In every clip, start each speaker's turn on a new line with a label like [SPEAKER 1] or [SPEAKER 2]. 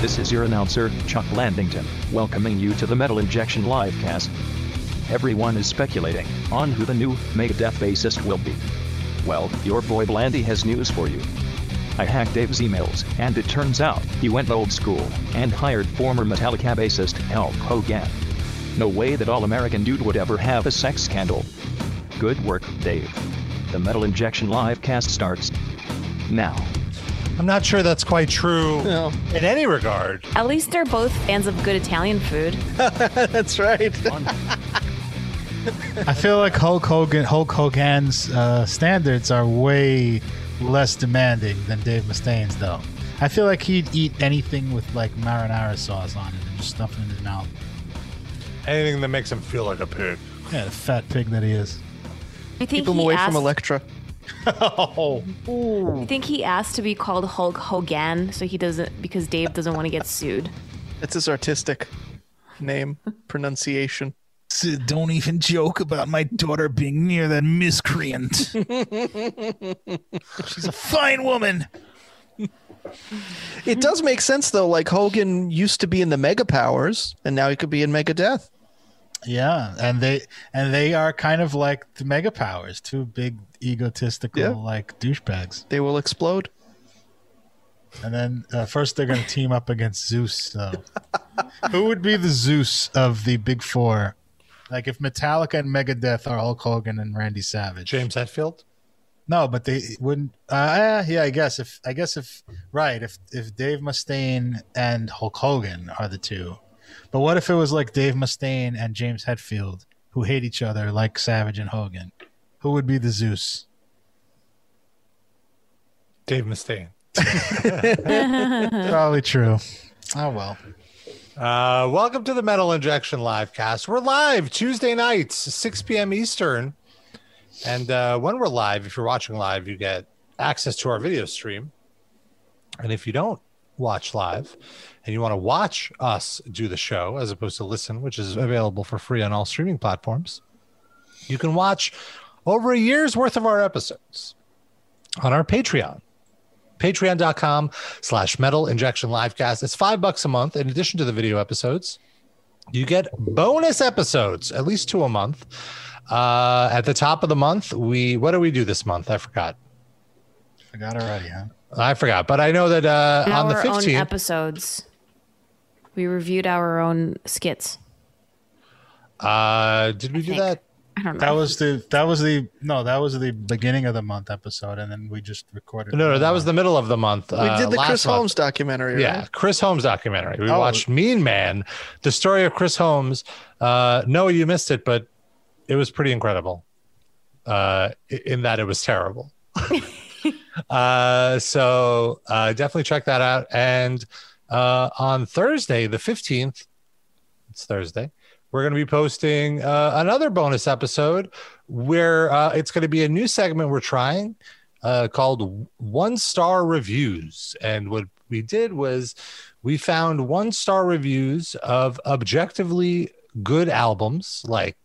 [SPEAKER 1] This is your announcer, Chuck Landington, welcoming you to the Metal Injection Livecast. Everyone is speculating on who the new Megadeth bassist will be. Well, your boy Blandy has news for you. I hacked Dave's emails, and it turns out he went old school and hired former Metallica bassist Hulk Hogan. No way that all American dude would ever have a sex scandal. Good work, Dave. The Metal Injection Livecast starts now.
[SPEAKER 2] I'm not sure that's quite true in any regard.
[SPEAKER 3] At least they're both fans of good Italian food.
[SPEAKER 4] That's right.
[SPEAKER 5] I feel like Hulk Hogan, Hulk Hogan's uh, standards are way less demanding than Dave Mustaine's, though. I feel like he'd eat anything with like marinara sauce on it and just stuff it in his mouth.
[SPEAKER 2] Anything that makes him feel like a pig.
[SPEAKER 5] Yeah, the fat pig that he is.
[SPEAKER 3] You think
[SPEAKER 4] Keep him
[SPEAKER 3] he
[SPEAKER 4] away
[SPEAKER 3] asked,
[SPEAKER 4] from Electra.
[SPEAKER 3] You think he asked to be called Hulk Hogan so he doesn't because Dave doesn't want to get sued.
[SPEAKER 4] That's his artistic name, pronunciation.
[SPEAKER 5] Sid, don't even joke about my daughter being near that miscreant. She's a fine woman.
[SPEAKER 4] It does make sense though. Like Hogan used to be in the Mega Powers, and now he could be in Mega Death.
[SPEAKER 5] Yeah, and they and they are kind of like the mega powers, two big egotistical
[SPEAKER 4] Yeah.
[SPEAKER 5] like douchebags.
[SPEAKER 4] They will explode.
[SPEAKER 5] And then uh, first they're going to team up against Zeus. So. Who would be the Zeus of the Big Four? Like if Metallica and Megadeth are Hulk Hogan and Randy Savage.
[SPEAKER 2] James Hetfield?
[SPEAKER 5] No, but they wouldn't. Uh, eh, yeah, I guess if I guess if right if if Dave Mustaine and Hulk Hogan are the two, but what if it was like Dave Mustaine and James Hetfield who hate each other like Savage and Hogan? Who would be the Zeus?
[SPEAKER 2] Dave Mustaine.
[SPEAKER 5] Probably true. Oh well.
[SPEAKER 2] Uh, welcome to the Metal Injection Livecast. We're live Tuesday nights, 6 p.m. Eastern. And uh, when we're live, if you're watching live, you get access to our video stream. And if you don't watch live and you want to watch us do the show as opposed to listen, which is available for free on all streaming platforms, you can watch over a year's worth of our episodes on our Patreon patreon.com slash metal injection livecast it's five bucks a month in addition to the video episodes you get bonus episodes at least two a month uh at the top of the month we what do we do this month i forgot
[SPEAKER 5] Forgot already, huh?
[SPEAKER 2] i forgot but i know that uh on the
[SPEAKER 3] our own
[SPEAKER 2] 15th
[SPEAKER 3] episodes. We reviewed our own skits.
[SPEAKER 2] uh did we do
[SPEAKER 3] think.
[SPEAKER 2] that
[SPEAKER 3] I don't know.
[SPEAKER 5] That was the that was the no that was the beginning of the month episode, and then we just recorded.
[SPEAKER 2] no no that was the middle of the Uh, month
[SPEAKER 4] We did the Chris Holmes documentary.
[SPEAKER 2] Yeah,
[SPEAKER 4] right?
[SPEAKER 2] Chris Holmes documentary. We
[SPEAKER 5] Oh.
[SPEAKER 2] watched Mean Man, the story of Chris Holmes. Uh, no, you missed it, but it was pretty incredible. Uh, i- in that it was terrible. uh, so uh, definitely check that out. And uh, on Thursday, the fifteenth, it's Thursday. We're going to be posting uh, another bonus episode where uh, it's going to be a new segment we're trying uh, called One Star Reviews. And what we did was we found one star reviews of objectively good albums, like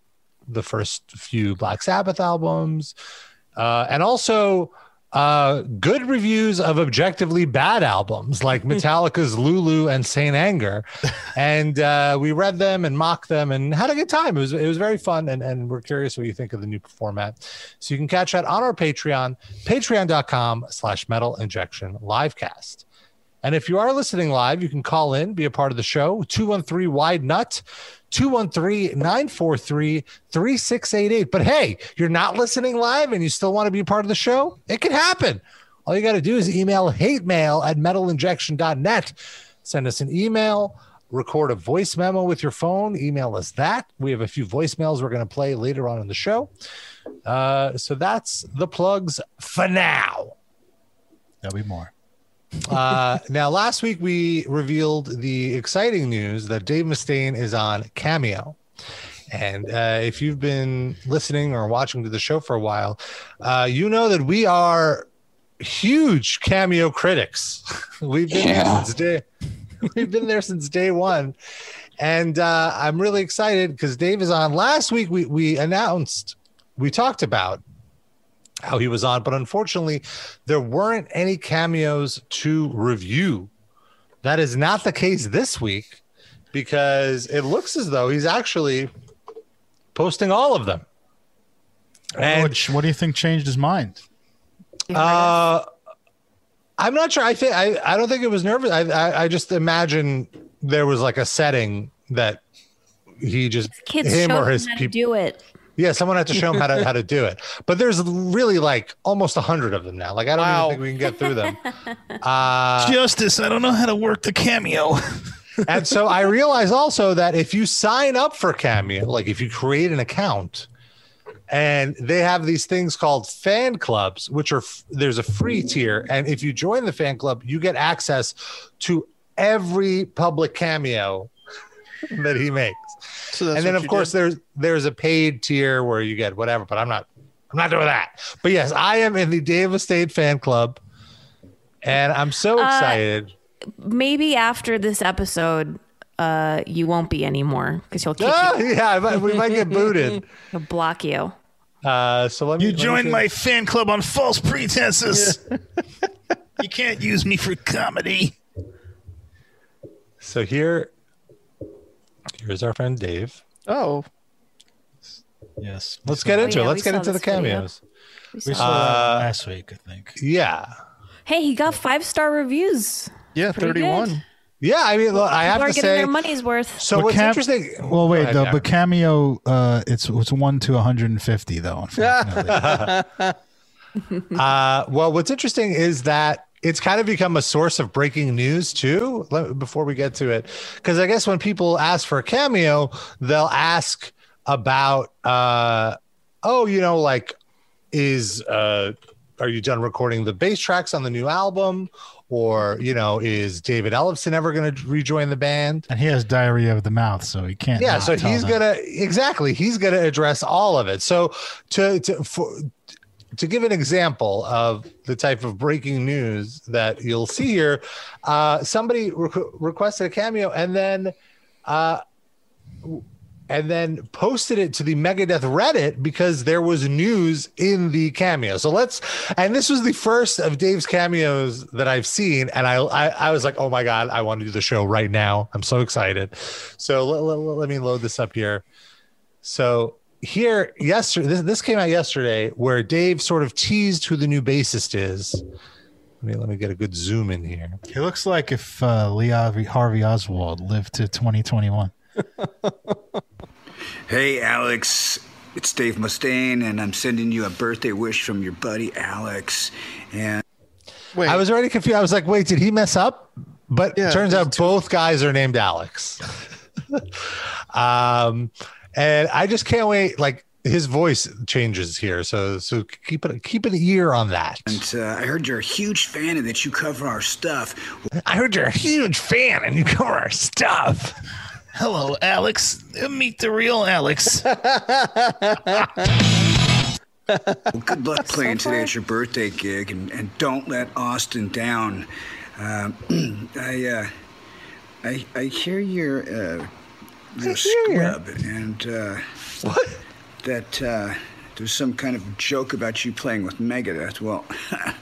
[SPEAKER 2] the first few Black Sabbath albums, uh, and also uh, good reviews of objectively bad albums, like Metallica's Lulu and Saint Anger. And uh, we read them and mocked them and had a good time. It was it was very fun, and, and we're curious what you think of the new format. So you can catch that on our Patreon, patreon.com slash metal injection livecast. And if you are listening live, you can call in, be a part of the show, 213 Wide Nut, 213 943 3688. But hey, you're not listening live and you still want to be a part of the show? It can happen. All you got to do is email hate mail at metalinjection.net. Send us an email, record a voice memo with your phone, email us that. We have a few voicemails we're going to play later on in the show. Uh, so that's the plugs for now.
[SPEAKER 5] There'll be more.
[SPEAKER 2] Uh, now, last week we revealed the exciting news that Dave Mustaine is on Cameo. And uh, if you've been listening or watching to the show for a while, uh, you know that we are huge Cameo critics. We've been
[SPEAKER 6] Yeah.
[SPEAKER 2] there since day. We've been there since day one, and uh, I'm really excited because Dave is on. Last week we we announced, we talked about how he was on, but unfortunately, there weren't any cameos to review That is not the case this week because it looks as though he's actually posting all of them. And
[SPEAKER 5] what, what do you think changed his mind?
[SPEAKER 2] uh, I'm not sure. I think I, I don't think it was nervous. I, I I just imagine there was like a setting that he just
[SPEAKER 3] Kids
[SPEAKER 2] him
[SPEAKER 3] show
[SPEAKER 2] or
[SPEAKER 3] them
[SPEAKER 2] his
[SPEAKER 3] how to
[SPEAKER 2] people.
[SPEAKER 3] do it.
[SPEAKER 2] Yeah, someone had to show him how to how to do it. But there's really like almost a hundred of them now. Like I don't
[SPEAKER 4] Wow.
[SPEAKER 2] even think we can get through them. Uh,
[SPEAKER 4] Justice, I don't know how to work the cameo.
[SPEAKER 2] and so I realize also that if you sign up for Cameo, like if you create an account, and they have these things called fan clubs, which are f- there's a free tier, and if you join the fan club, you get access to every public cameo that he makes.
[SPEAKER 4] So that's
[SPEAKER 2] and then
[SPEAKER 4] what
[SPEAKER 2] of
[SPEAKER 4] you
[SPEAKER 2] course
[SPEAKER 4] did.
[SPEAKER 2] there's there's a paid tier where you get whatever but i'm not i'm not doing that but yes i am in the dave State fan club and i'm
[SPEAKER 4] Uh,
[SPEAKER 2] so excited
[SPEAKER 3] Maybe after this episode, uh, you won't be anymore because he'll kick
[SPEAKER 2] Ah, yeah I might- we might get booted
[SPEAKER 3] you. He'll block you.
[SPEAKER 2] uh so let me let me see.
[SPEAKER 6] fan club on false pretenses. you can't use me for comedy.
[SPEAKER 2] so here here's our friend dave
[SPEAKER 4] oh,
[SPEAKER 5] Yes.
[SPEAKER 2] let's get into
[SPEAKER 3] yeah,
[SPEAKER 2] it
[SPEAKER 3] we
[SPEAKER 2] let's get
[SPEAKER 3] saw
[SPEAKER 2] into the
[SPEAKER 3] this video.
[SPEAKER 2] cameos
[SPEAKER 5] We saw that
[SPEAKER 2] Uh,
[SPEAKER 5] last week, I think.
[SPEAKER 2] yeah
[SPEAKER 3] Hey, he got five star reviews.
[SPEAKER 4] yeah,
[SPEAKER 3] Pretty good.
[SPEAKER 4] 31.
[SPEAKER 2] yeah i mean look, i have
[SPEAKER 3] People are
[SPEAKER 2] to
[SPEAKER 3] getting
[SPEAKER 2] say
[SPEAKER 3] their money's worth.
[SPEAKER 2] so
[SPEAKER 5] But
[SPEAKER 2] what's
[SPEAKER 5] Cam-
[SPEAKER 2] interesting
[SPEAKER 5] Well, wait
[SPEAKER 2] Go ahead,
[SPEAKER 5] though,
[SPEAKER 2] Jack.
[SPEAKER 5] but cameo, uh, it's it's one to 150 though. Unfortunately,
[SPEAKER 2] Uh, well, what's interesting is that it's kind of become a source of breaking news too. Let, before we get to it, because I guess when people ask for a cameo, they'll ask about, uh, oh, you know, like, is uh, are you done recording the bass tracks on the new album, or you know, is David Ellison ever going to rejoin the band?
[SPEAKER 5] and he has diarrhea of the mouth, so he can't.
[SPEAKER 2] yeah
[SPEAKER 5] not
[SPEAKER 2] so
[SPEAKER 5] tell
[SPEAKER 2] he's
[SPEAKER 5] them.
[SPEAKER 2] gonna exactly he's gonna address all of it so to to for, to give an example of the type of breaking news that you'll see here uh somebody requ requested a cameo and then uh and then posted it to the Megadeth Reddit because there was news in the cameo. So let's, and this was the first of Dave's cameos that I've seen, and I I, I was like, oh my god, I want to do the show right now. I'm so excited. So let, let, let me load this up here. So here, yesterday, this, this came out yesterday, where Dave sort of teased who the new bassist is. Let me let me get a good zoom in here.
[SPEAKER 5] He looks like if uh, Lee Harvey, Harvey Oswald lived to 2021.
[SPEAKER 7] Hey, Alex. It's Dave Mustaine, and I'm sending you a birthday wish from your buddy Alex. And
[SPEAKER 4] Wait,
[SPEAKER 2] I was already confused. I was like, wait, did he mess up? But
[SPEAKER 4] Yeah,
[SPEAKER 2] turns
[SPEAKER 4] there's
[SPEAKER 2] out both guys are named Alex. um, and I just can't wait. Like his voice changes here, so so keep it keep an ear on that.
[SPEAKER 7] uh, I heard you're a huge fan and that you cover our stuff.
[SPEAKER 2] I heard you're a huge fan, and you cover our stuff.
[SPEAKER 6] Hello, Alex. Meet the real Alex.
[SPEAKER 7] Well, good luck playing
[SPEAKER 3] far-
[SPEAKER 7] today at your birthday gig, and, and don't let Austin down. Um, I, uh, I I hear your uh, your scrub, and uh, that uh, there's some kind of joke about you playing with Megadeth. Well.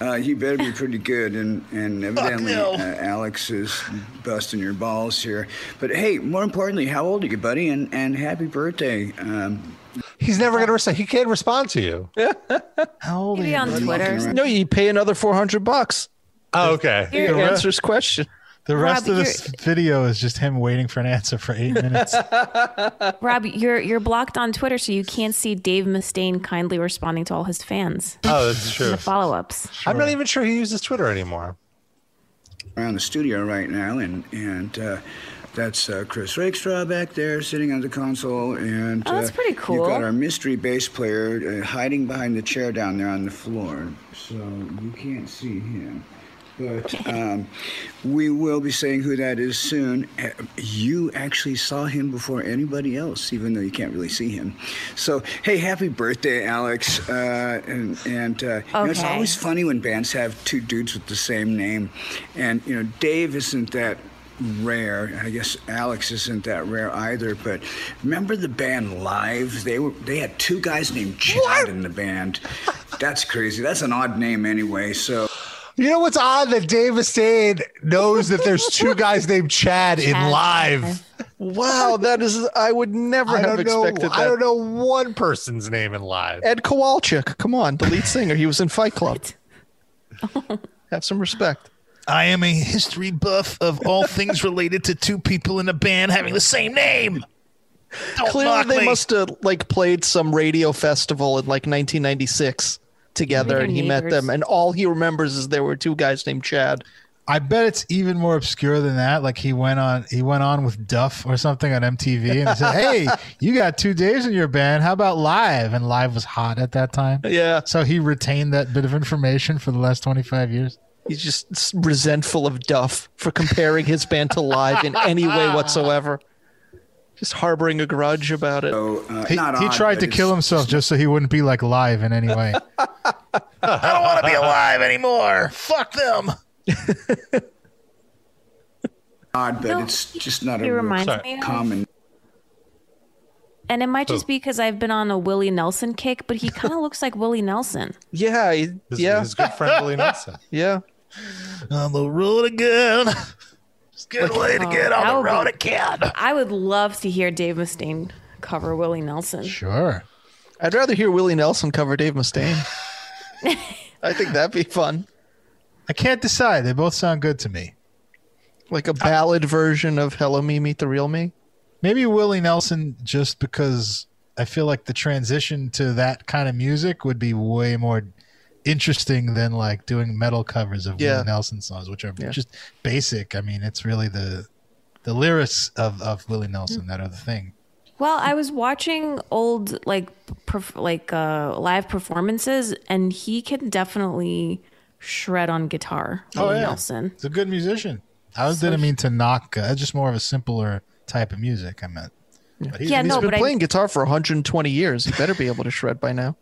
[SPEAKER 7] Uh, you better be pretty good, and, and evidently
[SPEAKER 6] no.
[SPEAKER 7] uh, Alex is busting your balls here. But hey, more importantly, how old are you, buddy? And and happy birthday! Um,
[SPEAKER 2] He's never gonna respond. He can't respond to you.
[SPEAKER 5] How old are
[SPEAKER 3] Maybe
[SPEAKER 5] you?
[SPEAKER 3] on Twitter.
[SPEAKER 4] no, you pay another 400 bucks.
[SPEAKER 2] Oh, okay.
[SPEAKER 4] It
[SPEAKER 3] Here-
[SPEAKER 4] answers question.
[SPEAKER 5] The rest
[SPEAKER 3] Rob,
[SPEAKER 5] of this video is just him waiting for an answer for eight minutes.
[SPEAKER 3] Rob, you're you're blocked on Twitter, so you can't see Dave Mustaine kindly responding to all his fans.
[SPEAKER 2] Oh, that's true.
[SPEAKER 3] The follow ups.
[SPEAKER 2] I'm not even sure he uses Twitter anymore.
[SPEAKER 7] around the studio right now, and and uh, that's uh, Chris Rakestraw back there sitting on the console, and
[SPEAKER 3] Oh, that's
[SPEAKER 7] uh,
[SPEAKER 3] pretty cool.
[SPEAKER 7] You've got our mystery bass player uh, hiding behind the chair down there on the floor, so you can't see him. But um, we will be saying who that is soon. Uh, You actually saw him before anybody else, even though you can't really see him. So, hey, happy birthday, Alex! Uh, and and uh, you know, it's
[SPEAKER 3] Okay.
[SPEAKER 7] always funny when bands have two dudes with the same name. And, you know, Dave isn't that rare. I guess Alex isn't that rare either. But remember the band Live? They were they had two guys named Chad in the band. That's crazy. That's an odd name anyway. So
[SPEAKER 2] You know what's odd that Dave Mustaine knows that there's two guys named Chad, in
[SPEAKER 3] Chad.
[SPEAKER 2] live.
[SPEAKER 4] Wow, that is I would never
[SPEAKER 2] I
[SPEAKER 4] have
[SPEAKER 2] don't know.
[SPEAKER 4] expected that.
[SPEAKER 2] I don't know one person's name in live.
[SPEAKER 4] Ed Kowalczyk, come on, the lead singer. He was in Fight Club. Have some respect.
[SPEAKER 6] I am a history buff of all things related to two people in a band having the same name. Don't mock
[SPEAKER 4] Clearly, they
[SPEAKER 6] me.
[SPEAKER 4] must have like played some radio festival in like 1996 together,
[SPEAKER 3] They're
[SPEAKER 4] and he met
[SPEAKER 3] neighbors.
[SPEAKER 4] them, and all he remembers is there were two guys named Chad.
[SPEAKER 5] I bet it's even more obscure than that. Like he went on, he went on with Duff or something on MTV, and they said, "Hey, you got two days in your band. How about live?" And live was hot at that time.
[SPEAKER 4] Yeah,
[SPEAKER 5] So he retained that bit of information for the last twenty five years.
[SPEAKER 4] he's just s- resentful of Duff for comparing his band to live in any way whatsoever. Just harboring a grudge about it.
[SPEAKER 7] So, uh,
[SPEAKER 5] He,
[SPEAKER 7] not
[SPEAKER 5] he
[SPEAKER 7] odd,
[SPEAKER 5] tried
[SPEAKER 7] but
[SPEAKER 5] to
[SPEAKER 7] it's-
[SPEAKER 5] kill himself just so he wouldn't be like live in any way.
[SPEAKER 6] I don't want to be alive anymore. Fuck them.
[SPEAKER 7] Odd, but
[SPEAKER 3] No,
[SPEAKER 7] it's just not
[SPEAKER 3] He
[SPEAKER 7] a real
[SPEAKER 3] reminds
[SPEAKER 2] Sorry.
[SPEAKER 3] me of.
[SPEAKER 7] common.
[SPEAKER 3] And it might just be because I've been on a Willie Nelson kick, but he kind of looks like Willie Nelson.
[SPEAKER 4] Yeah, he-
[SPEAKER 2] His,
[SPEAKER 4] yeah,
[SPEAKER 2] his good friend Willie Nelson.
[SPEAKER 4] yeah.
[SPEAKER 6] On the road again. It's a good way to get
[SPEAKER 3] that
[SPEAKER 6] on the
[SPEAKER 3] would be-
[SPEAKER 6] road again.
[SPEAKER 3] I would love to hear Dave Mustaine cover Willie Nelson.
[SPEAKER 5] Sure.
[SPEAKER 4] I'd rather hear Willie Nelson cover Dave Mustaine. I think that'd be fun.
[SPEAKER 5] I can't decide. They both sound good to me.
[SPEAKER 4] Like a ballad version of Hello Me Meet the Real Me.
[SPEAKER 5] Maybe Willie Nelson, just because I feel like the transition to that kind of music would be way more interesting than like doing metal covers of
[SPEAKER 4] Yeah.
[SPEAKER 5] Willie Nelson songs, which are
[SPEAKER 4] Yeah.
[SPEAKER 5] just basic. I mean, it's really the the lyrics of, of Willie
[SPEAKER 4] Hmm.
[SPEAKER 5] Nelson that are the thing.
[SPEAKER 3] Well, I was watching old like perf- like uh, live performances, and he can definitely shred on guitar. Willie Nelson.
[SPEAKER 5] He's a good musician. I was didn't mean to knock. Uh, it's just more of a simpler type of music. I meant. But he's,
[SPEAKER 3] Yeah,
[SPEAKER 5] he's
[SPEAKER 3] no,
[SPEAKER 4] He's
[SPEAKER 3] but
[SPEAKER 4] been
[SPEAKER 3] I,
[SPEAKER 4] playing guitar for 120 years. He better be able to shred by now.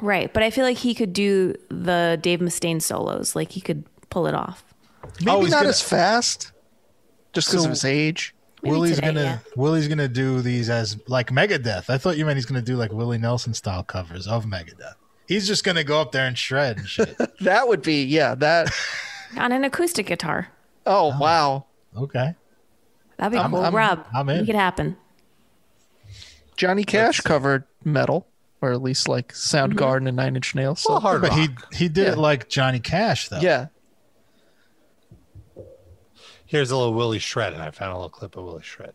[SPEAKER 3] right, but I feel like he could do the Dave Mustaine solos. Like he could pull it off.
[SPEAKER 4] Maybe
[SPEAKER 5] Oh, he's
[SPEAKER 4] not
[SPEAKER 5] gonna-
[SPEAKER 4] as fast, just because
[SPEAKER 5] So-
[SPEAKER 4] of his age.
[SPEAKER 3] Maybe
[SPEAKER 5] Willie's
[SPEAKER 3] today,
[SPEAKER 5] gonna
[SPEAKER 3] yeah.
[SPEAKER 5] Willie's gonna do these as like Megadeth. I thought you meant he's gonna do like Willie Nelson style covers of Megadeth. He's just gonna go up there and shred and shit.
[SPEAKER 4] That would be yeah. That
[SPEAKER 3] on an acoustic guitar.
[SPEAKER 4] oh, wow.
[SPEAKER 5] okay.
[SPEAKER 3] That'd be cool,
[SPEAKER 4] I'm-
[SPEAKER 3] Rob.
[SPEAKER 5] I'm in.
[SPEAKER 3] Make it happen.
[SPEAKER 4] Johnny Cash covered metal, or at least like Soundgarden and Nine Inch Nails. So.
[SPEAKER 2] hard
[SPEAKER 5] but he
[SPEAKER 2] rock.
[SPEAKER 5] he did
[SPEAKER 4] Yeah.
[SPEAKER 5] it like Johnny Cash though.
[SPEAKER 4] yeah,
[SPEAKER 2] Here's a little Willie shred, and I found a little clip of Willie shred.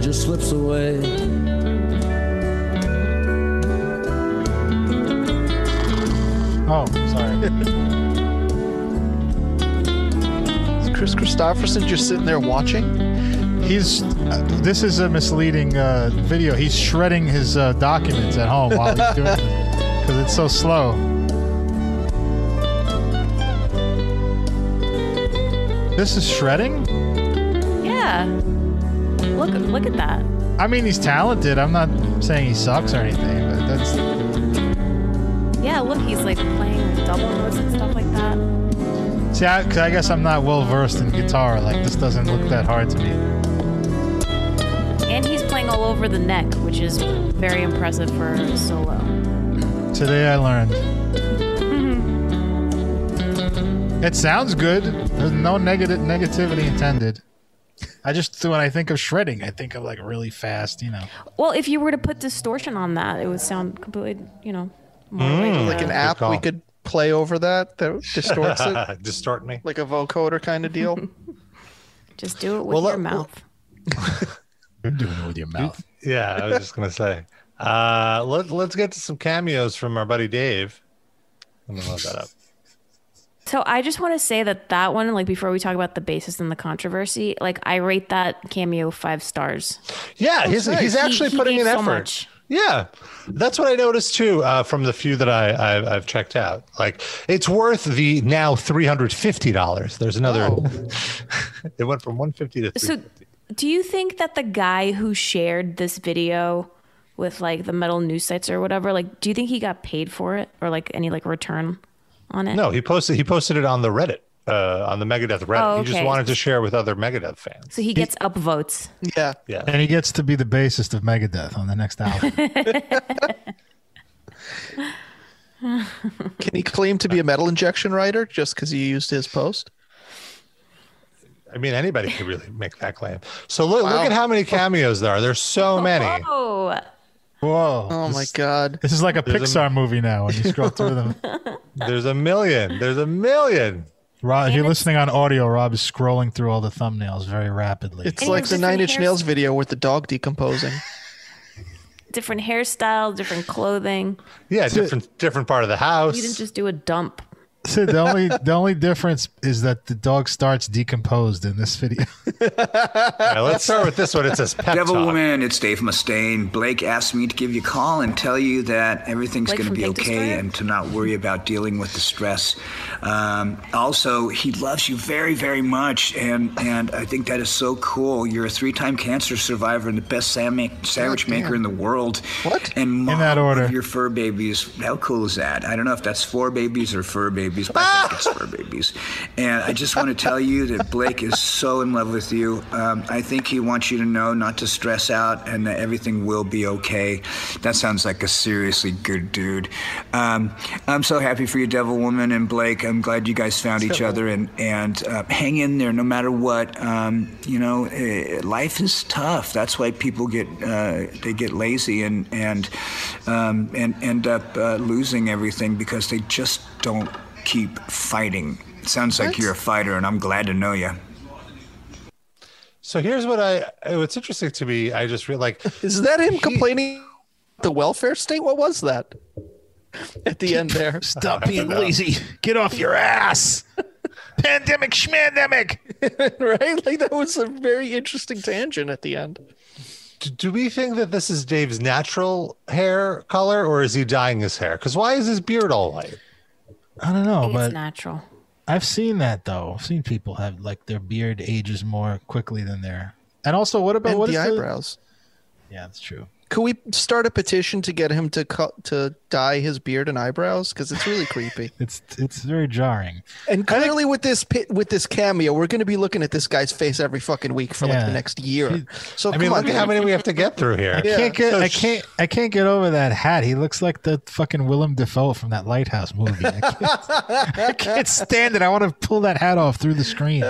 [SPEAKER 8] just slips away.
[SPEAKER 5] Oh, sorry.
[SPEAKER 4] is Chris Christopherson just sitting there watching?
[SPEAKER 5] He's uh, this is a misleading uh, video. He's shredding his uh, documents at home while he's doing this because it's so slow. This is shredding.
[SPEAKER 3] Yeah. Look look at that.
[SPEAKER 5] I mean, he's talented. I'm not saying he sucks or anything, but that's
[SPEAKER 3] Yeah, look, he's like playing double notes and stuff like that.
[SPEAKER 5] see, I, 'cause I guess I'm not well versed in guitar. Like this doesn't look that hard to me.
[SPEAKER 3] And he's playing all over the neck, which is very impressive for a solo.
[SPEAKER 5] Today I learned. It sounds good. There's no negative negativity intended. I just when I think of shredding, I think of like really fast, you know.
[SPEAKER 3] Well, if you were to put distortion on that, it would sound completely, you know, more like,
[SPEAKER 4] Mm. Like an
[SPEAKER 3] uh,
[SPEAKER 4] app we
[SPEAKER 2] call.
[SPEAKER 4] could play over that that distorts it,
[SPEAKER 2] Uh, distort me.
[SPEAKER 4] like a vocoder kind of deal.
[SPEAKER 3] just do it with
[SPEAKER 2] Well,
[SPEAKER 3] your
[SPEAKER 2] uh,
[SPEAKER 3] mouth.
[SPEAKER 5] You're doing it with your mouth.
[SPEAKER 2] Yeah, I was just gonna say. Uh, let, let's get to some cameos from our buddy Dave. Let me load that up.
[SPEAKER 3] So I just want to say that that one, like before we talk about the basis and the controversy, like I rate that cameo five stars.
[SPEAKER 2] Yeah, he's,
[SPEAKER 4] nice.
[SPEAKER 2] he's
[SPEAKER 4] He-
[SPEAKER 2] actually
[SPEAKER 3] he
[SPEAKER 2] putting in
[SPEAKER 3] gave so
[SPEAKER 2] effort.
[SPEAKER 3] much.
[SPEAKER 2] Yeah, that's what I noticed too uh, from the few that I, I've, I've checked out. Like, it's worth the now three hundred fifty dollars. There's another. it went from one fifty to.
[SPEAKER 3] So
[SPEAKER 2] 350.
[SPEAKER 3] do you think that the guy who shared this video with like the metal news sites or whatever, like do you think he got paid for it or like any like return on it?
[SPEAKER 2] no, he posted he posted it on the Reddit uh, on the Megadeth Reddit.
[SPEAKER 3] Oh,
[SPEAKER 2] He just
[SPEAKER 3] okay.
[SPEAKER 2] wanted to share with other Megadeth fans.
[SPEAKER 3] So he gets upvotes.
[SPEAKER 4] Yeah,
[SPEAKER 2] Yeah,
[SPEAKER 5] And he gets to be the bassist of Megadeth on the next album.
[SPEAKER 4] Can he claim to be a metal injection writer just because he used his post?
[SPEAKER 2] I mean, anybody could really make that claim. So look, look at how many cameos there are. There's so many.
[SPEAKER 3] Oh,
[SPEAKER 5] Whoa.
[SPEAKER 4] Oh my
[SPEAKER 5] this,
[SPEAKER 4] god.
[SPEAKER 5] This is like Um, a
[SPEAKER 2] There's a-
[SPEAKER 5] Pixar movie now when you scroll through them.
[SPEAKER 2] There's a million. There's a million.
[SPEAKER 5] Rob, if you're listening on audio, Rob is scrolling through all the thumbnails very rapidly.
[SPEAKER 4] It's
[SPEAKER 3] And
[SPEAKER 4] like
[SPEAKER 3] with
[SPEAKER 4] the
[SPEAKER 3] different
[SPEAKER 4] Nine Inch
[SPEAKER 3] hairs-
[SPEAKER 4] Nails video with the dog decomposing.
[SPEAKER 3] different hairstyle, different clothing.
[SPEAKER 2] Yeah, different different part of the
[SPEAKER 3] You didn't
[SPEAKER 2] house.
[SPEAKER 3] just do a dump.
[SPEAKER 5] So the only the only difference is that the dog starts decomposed in this video.
[SPEAKER 2] All right, Uh, let's start with this one. It says pep
[SPEAKER 7] Devil
[SPEAKER 2] talk.
[SPEAKER 7] Woman, it's Dave Mustaine. Blake asked me to give you a call and tell you that everything's
[SPEAKER 3] Blake
[SPEAKER 7] going to be
[SPEAKER 3] from Pink
[SPEAKER 7] okay
[SPEAKER 3] Destroyer?
[SPEAKER 7] and to not worry about dealing with the stress. Um, also, he loves you very, very much, and, and I think that is so cool. You're a three time cancer survivor and the best sandwich, sandwich maker in the world.
[SPEAKER 4] What?
[SPEAKER 7] And mom
[SPEAKER 5] that order.
[SPEAKER 7] of your fur babies. How cool is that? I don't know if that's four babies or fur babies, but I think it's fur babies. And I just want to tell you that Blake is so in love with you. Um, I think he wants you to know not to stress out and that everything will be okay. That sounds like a seriously good dude. Um, I'm so happy for you, Devil Woman and Blake. I'm glad you guys found each other and and uh, hang in there no matter what. Um, you know, eh, life is tough. That's why people get uh, they get lazy and and um, and end up uh, losing everything because they just don't keep fighting. Sounds like you're a fighter, and I'm glad to know you.
[SPEAKER 2] So here's what I. What's interesting to me, I just real like
[SPEAKER 4] Is that him complaining about the welfare state? What was that? At the end there.
[SPEAKER 6] Stop being lazy. Get off your ass. Pandemic, schmandemic.
[SPEAKER 4] right? Like that was a very interesting tangent at the end.
[SPEAKER 2] D- do we think that this is Dave's natural hair color or is he dyeing his hair? Because why is his beard all white?
[SPEAKER 5] I don't know,
[SPEAKER 3] it's
[SPEAKER 5] but
[SPEAKER 3] natural.
[SPEAKER 5] I've seen that though. I've seen people have like their beard ages more quickly than their. And also, what about
[SPEAKER 4] And
[SPEAKER 5] what
[SPEAKER 4] the
[SPEAKER 5] is
[SPEAKER 4] eyebrows.
[SPEAKER 5] Yeah, that's true.
[SPEAKER 4] Could we start a petition to get him to cut to dye his beard and eyebrows? Because it's really creepy.
[SPEAKER 5] It's it's very jarring.
[SPEAKER 4] And clearly, with this pit, with this cameo, we're going to be looking at this guy's face every fucking week for like
[SPEAKER 5] Yeah.
[SPEAKER 4] the next year. So
[SPEAKER 2] I mean,
[SPEAKER 4] come on,
[SPEAKER 2] look at how
[SPEAKER 4] Dave.
[SPEAKER 2] many we have to get through here.
[SPEAKER 4] Yeah.
[SPEAKER 5] Can't get,
[SPEAKER 2] So
[SPEAKER 5] I
[SPEAKER 2] sh-
[SPEAKER 5] can't I can't get over that hat. He looks like the fucking Willem Dafoe from that Lighthouse movie. I can't, I can't stand it. I want to pull that hat off through the screen.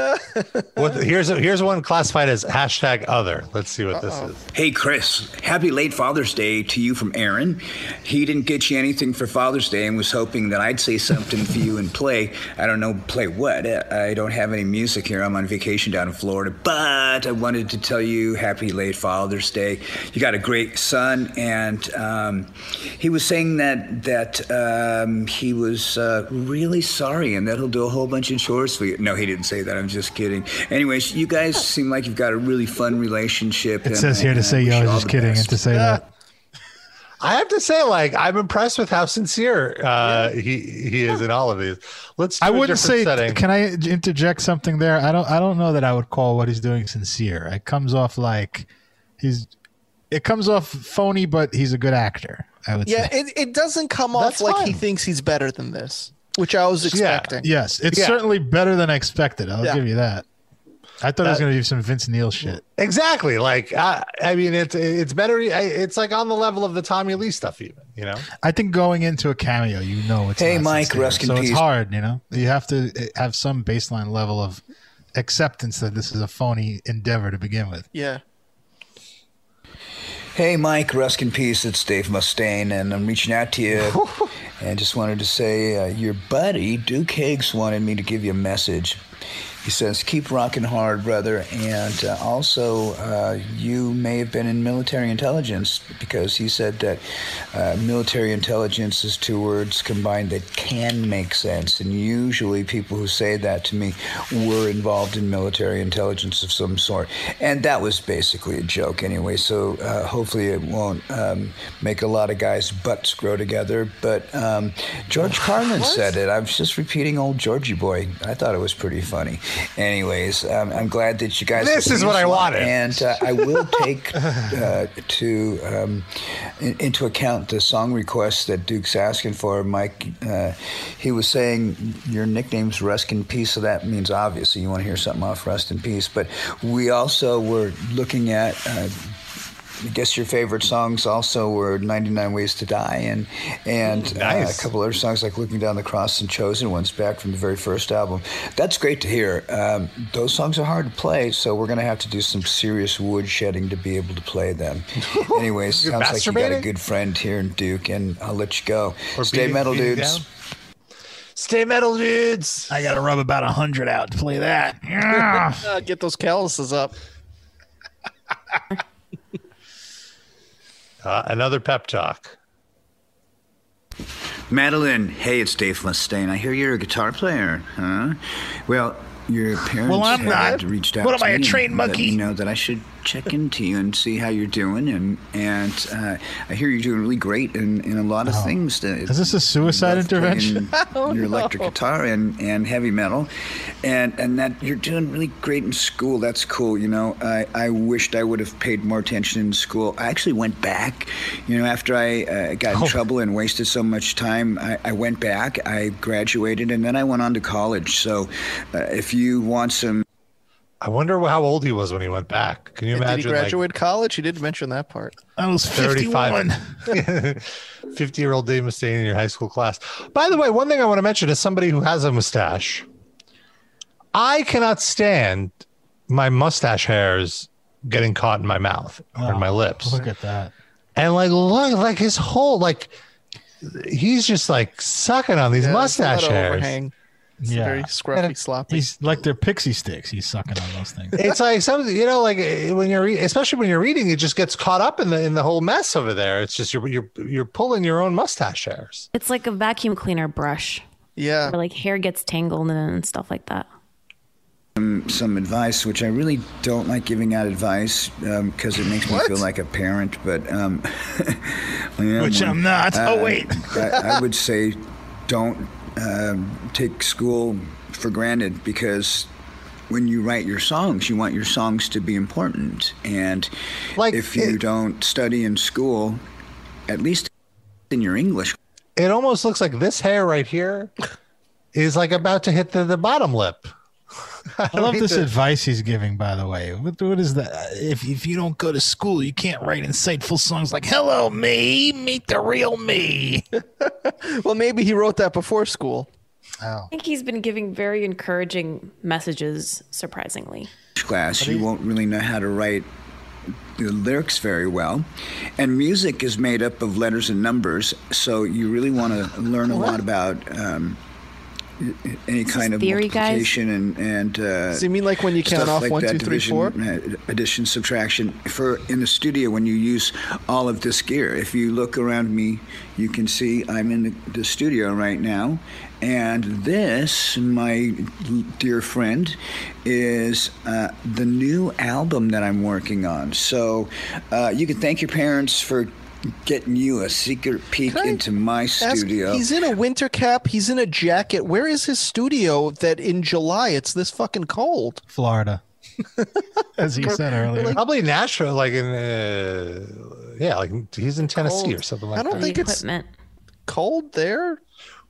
[SPEAKER 2] What, here's a, here's one classified as hashtag other. Let's see what this is.
[SPEAKER 7] Hey, Chris, happy late Father's Day to you from Aaron. He didn't get you anything for Father's Day and was hoping that I'd say something for you and play. I don't know, play what? Uh, I I don't have any music here. I'm on vacation down in Florida, but I wanted to tell you happy late Father's Day. You got a great son, and um, he was saying that, that um, he was uh, really sorry and that he'll do a whole bunch of chores for you. No, he didn't say that. I'm just kidding. Anyways, you guys seem like you've got a really fun relationship.
[SPEAKER 5] It says here to say, "Yo, I was just kidding," and to say that.
[SPEAKER 2] I have to say, like, I'm impressed with how sincere uh, he he is in all of these. Let's. Do
[SPEAKER 5] I
[SPEAKER 2] a
[SPEAKER 5] wouldn't say.
[SPEAKER 2] different setting.
[SPEAKER 5] Can I interject something there? I don't. I don't know that I would call what he's doing sincere. It comes off like he's. It comes off phony, but he's a good actor. I would
[SPEAKER 4] Yeah,
[SPEAKER 5] say.
[SPEAKER 4] it, it doesn't come off
[SPEAKER 2] That's
[SPEAKER 4] like he
[SPEAKER 2] fine.
[SPEAKER 4] thinks he's better than this, which I was expecting.
[SPEAKER 5] Yes, it's
[SPEAKER 2] Yeah.
[SPEAKER 5] certainly better than I expected. I'll
[SPEAKER 4] Yeah.
[SPEAKER 5] give you that. I thought it was going to do some Vince Neil shit.
[SPEAKER 2] Exactly. Like, I, I mean, it's it's better. I- It's like on the level of the Tommy Lee stuff, even. You know.
[SPEAKER 5] I think going into a cameo, you know it's
[SPEAKER 7] Hey,
[SPEAKER 5] not
[SPEAKER 7] Mike,
[SPEAKER 5] sincere.
[SPEAKER 7] rest in
[SPEAKER 5] so
[SPEAKER 7] peace.
[SPEAKER 5] it's hard, you know. You have to eh, have some baseline level of acceptance that this is a phony endeavor to begin with.
[SPEAKER 4] Yeah.
[SPEAKER 7] Hey, Mike, rest in peace. It's Dave Mustaine, and I'm reaching out to you. and just wanted to say, uh, your buddy, Duke Higgs, wanted me to give you a message. He says, keep rocking hard, brother. And uh, also, uh, you may have been in military intelligence because he said that uh, military intelligence is two words combined that can make sense. And usually, people who say that to me were involved in military intelligence of some sort. And that was basically a joke anyway. So uh, hopefully, it won't um, make a lot of guys' butts grow together. But um, George Carlin said it. I was just repeating old Georgie boy. I thought it was pretty funny. Anyways, um, I'm glad that you guys.
[SPEAKER 2] This is what I wanted.
[SPEAKER 7] And uh, I will take uh, to um, in- into account the song request that Duke's asking for. Mike, uh, he was saying your nickname's Rest in Peace, so that means obviously you want to hear something off Rest in Peace. But we also were looking at. Uh, I guess your favorite songs also were 99 Ways to Die and and
[SPEAKER 2] Nice.
[SPEAKER 7] uh, a couple other songs like Looking Down the Cross and Chosen Ones back from the very first album. That's great to hear. Um, those songs are hard to play, so we're going to have to do some serious woodshedding to be able to play them. Anyways, sounds like you got a
[SPEAKER 2] masturbating?
[SPEAKER 7] good friend here in Duke, and I'll let you go.
[SPEAKER 2] Or
[SPEAKER 7] Stay
[SPEAKER 2] beating-
[SPEAKER 7] metal,
[SPEAKER 2] beating
[SPEAKER 7] dudes.
[SPEAKER 2] down? Stay metal, dudes.
[SPEAKER 6] I got to rub about a 100 out to play that. Yeah.
[SPEAKER 4] Uh, get those calluses up.
[SPEAKER 2] Uh, another pep talk.
[SPEAKER 7] Madeline, hey, it's Dave Mustaine. I hear you're a guitar player, huh? Well, your parents
[SPEAKER 6] Well, I'm
[SPEAKER 7] had
[SPEAKER 6] not.
[SPEAKER 7] reached out
[SPEAKER 6] What am
[SPEAKER 7] to
[SPEAKER 6] I, a
[SPEAKER 7] me
[SPEAKER 6] trained
[SPEAKER 7] and let
[SPEAKER 6] monkey?
[SPEAKER 7] me know that I should check into you and see how you're doing. And and uh, I hear you're doing really great in, in a lot of
[SPEAKER 6] Oh.
[SPEAKER 7] things. That,
[SPEAKER 5] Is this a suicide
[SPEAKER 7] love playing
[SPEAKER 5] intervention?
[SPEAKER 7] your electric guitar and, and heavy metal, and and that you're doing really great in school. That's cool. You know, I, I wished I would have paid more attention in school. I actually went back. You know, after I uh, got in trouble and wasted so much time, I, I went back. I graduated, and then I went on to college. So, uh, if you want some
[SPEAKER 2] I wonder how old he was when he went back. Can you
[SPEAKER 4] Did he
[SPEAKER 2] imagine?
[SPEAKER 4] graduate college? He didn't mention that part.
[SPEAKER 6] I was
[SPEAKER 2] 35.
[SPEAKER 6] 51.
[SPEAKER 2] 50 year old Dave Mustaine in your high school class. By the way, one thing I want to mention is somebody who has a mustache. I cannot stand my mustache hairs getting caught in my mouth or in my
[SPEAKER 4] Oh,
[SPEAKER 2] lips.
[SPEAKER 5] Look at that.
[SPEAKER 2] And like, look, like his whole, like, he's just like sucking on these
[SPEAKER 4] Yeah, there's a lot
[SPEAKER 2] mustache
[SPEAKER 4] of
[SPEAKER 2] hairs.
[SPEAKER 4] overhang. It's
[SPEAKER 5] Yeah.
[SPEAKER 4] Very
[SPEAKER 2] And
[SPEAKER 4] scruffy,
[SPEAKER 2] it-
[SPEAKER 4] sloppy.
[SPEAKER 5] He's like they're pixie sticks. He's sucking on those things.
[SPEAKER 2] it's like something you know like eh, when you're re- especially when you're reading it just gets caught up in the in the whole mess over there it's just you're you're, you're pulling your own mustache hairs
[SPEAKER 3] It's like a vacuum cleaner brush
[SPEAKER 4] Yeah.
[SPEAKER 3] where like hair gets tangled and stuff like that.
[SPEAKER 7] some advice, which I really don't like giving out advice because it makes me feel like a parent, but um, I am
[SPEAKER 6] Which
[SPEAKER 7] one.
[SPEAKER 6] I'm not. Oh,
[SPEAKER 7] Uh,
[SPEAKER 6] wait.
[SPEAKER 7] I, I would say don't um, take school for granted because when you write your songs, you want your songs to be important. And
[SPEAKER 2] Like
[SPEAKER 7] if you
[SPEAKER 2] it-
[SPEAKER 7] don't study in school, at least in your English
[SPEAKER 2] it almost looks like this hair right here is like about to hit the, the bottom lip
[SPEAKER 5] I love
[SPEAKER 2] mean
[SPEAKER 5] this
[SPEAKER 2] to-
[SPEAKER 5] advice he's giving, by the way. What, what is that?
[SPEAKER 6] If, if you don't go to school, you can't write insightful songs like, Hello, me, meet the real me.
[SPEAKER 4] Well, maybe he wrote that before school.
[SPEAKER 3] I think he's been giving very encouraging messages, surprisingly.
[SPEAKER 7] class, you won't really know how to write the lyrics very well. And music is made up of letters and numbers, so you really want to learn a lot about um, any kind of
[SPEAKER 3] theory, guys.
[SPEAKER 7] multiplication and and uh,
[SPEAKER 4] Does he mean like when you count
[SPEAKER 7] stuff
[SPEAKER 4] off
[SPEAKER 7] like
[SPEAKER 4] one,
[SPEAKER 7] that,
[SPEAKER 4] two, three,
[SPEAKER 7] division,
[SPEAKER 4] four?
[SPEAKER 7] uh, addition, subtraction. For in the studio, when you use all of this gear, if you look around me, you can see I'm in the, the studio right now, and this, my l- dear friend, is uh, the new album that I'm working on. So uh, you can thank your parents for getting you a secret peek
[SPEAKER 4] Can I
[SPEAKER 7] into my
[SPEAKER 4] Ask-
[SPEAKER 7] studio.
[SPEAKER 4] he's in a winter cap. He's in a jacket. Where is his studio that in July it's this fucking cold?
[SPEAKER 5] Florida. As he said earlier.
[SPEAKER 2] probably nashville like in uh, yeah like he's in tennessee or something like
[SPEAKER 4] I don't
[SPEAKER 2] that
[SPEAKER 4] think
[SPEAKER 3] the
[SPEAKER 4] it's
[SPEAKER 3] equipment.
[SPEAKER 4] cold there.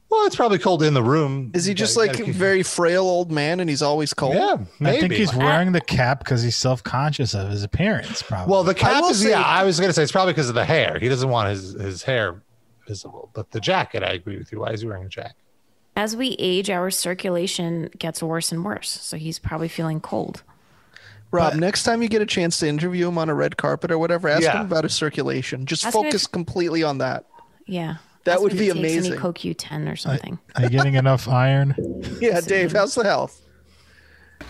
[SPEAKER 2] well it's probably cold in the room
[SPEAKER 4] Is he just
[SPEAKER 2] Yeah,
[SPEAKER 4] like
[SPEAKER 2] gotta keep-
[SPEAKER 4] very frail old man and he's always cold?
[SPEAKER 2] yeah maybe
[SPEAKER 5] I think he's wearing the cap because he's self conscious of his appearance, probably.
[SPEAKER 2] well the cap
[SPEAKER 4] will
[SPEAKER 2] is
[SPEAKER 4] say-
[SPEAKER 2] yeah i was gonna say it's probably because of the hair he doesn't want his his hair visible but the jacket i agree with you why is he wearing a jacket
[SPEAKER 3] As we age, our circulation gets worse and worse. So he's probably feeling cold.
[SPEAKER 4] Rob, next time you get a chance to interview him on a red carpet or whatever, ask
[SPEAKER 2] Yeah.
[SPEAKER 4] him about his circulation. Just
[SPEAKER 3] Ask him if-
[SPEAKER 4] focus completely on that.
[SPEAKER 3] Yeah.
[SPEAKER 4] That
[SPEAKER 3] Ask
[SPEAKER 4] would
[SPEAKER 3] if he
[SPEAKER 4] be
[SPEAKER 3] takes any
[SPEAKER 4] amazing.
[SPEAKER 3] CoQ10 or something.
[SPEAKER 5] Are you getting enough iron?
[SPEAKER 4] Yeah, Dave, how's the health?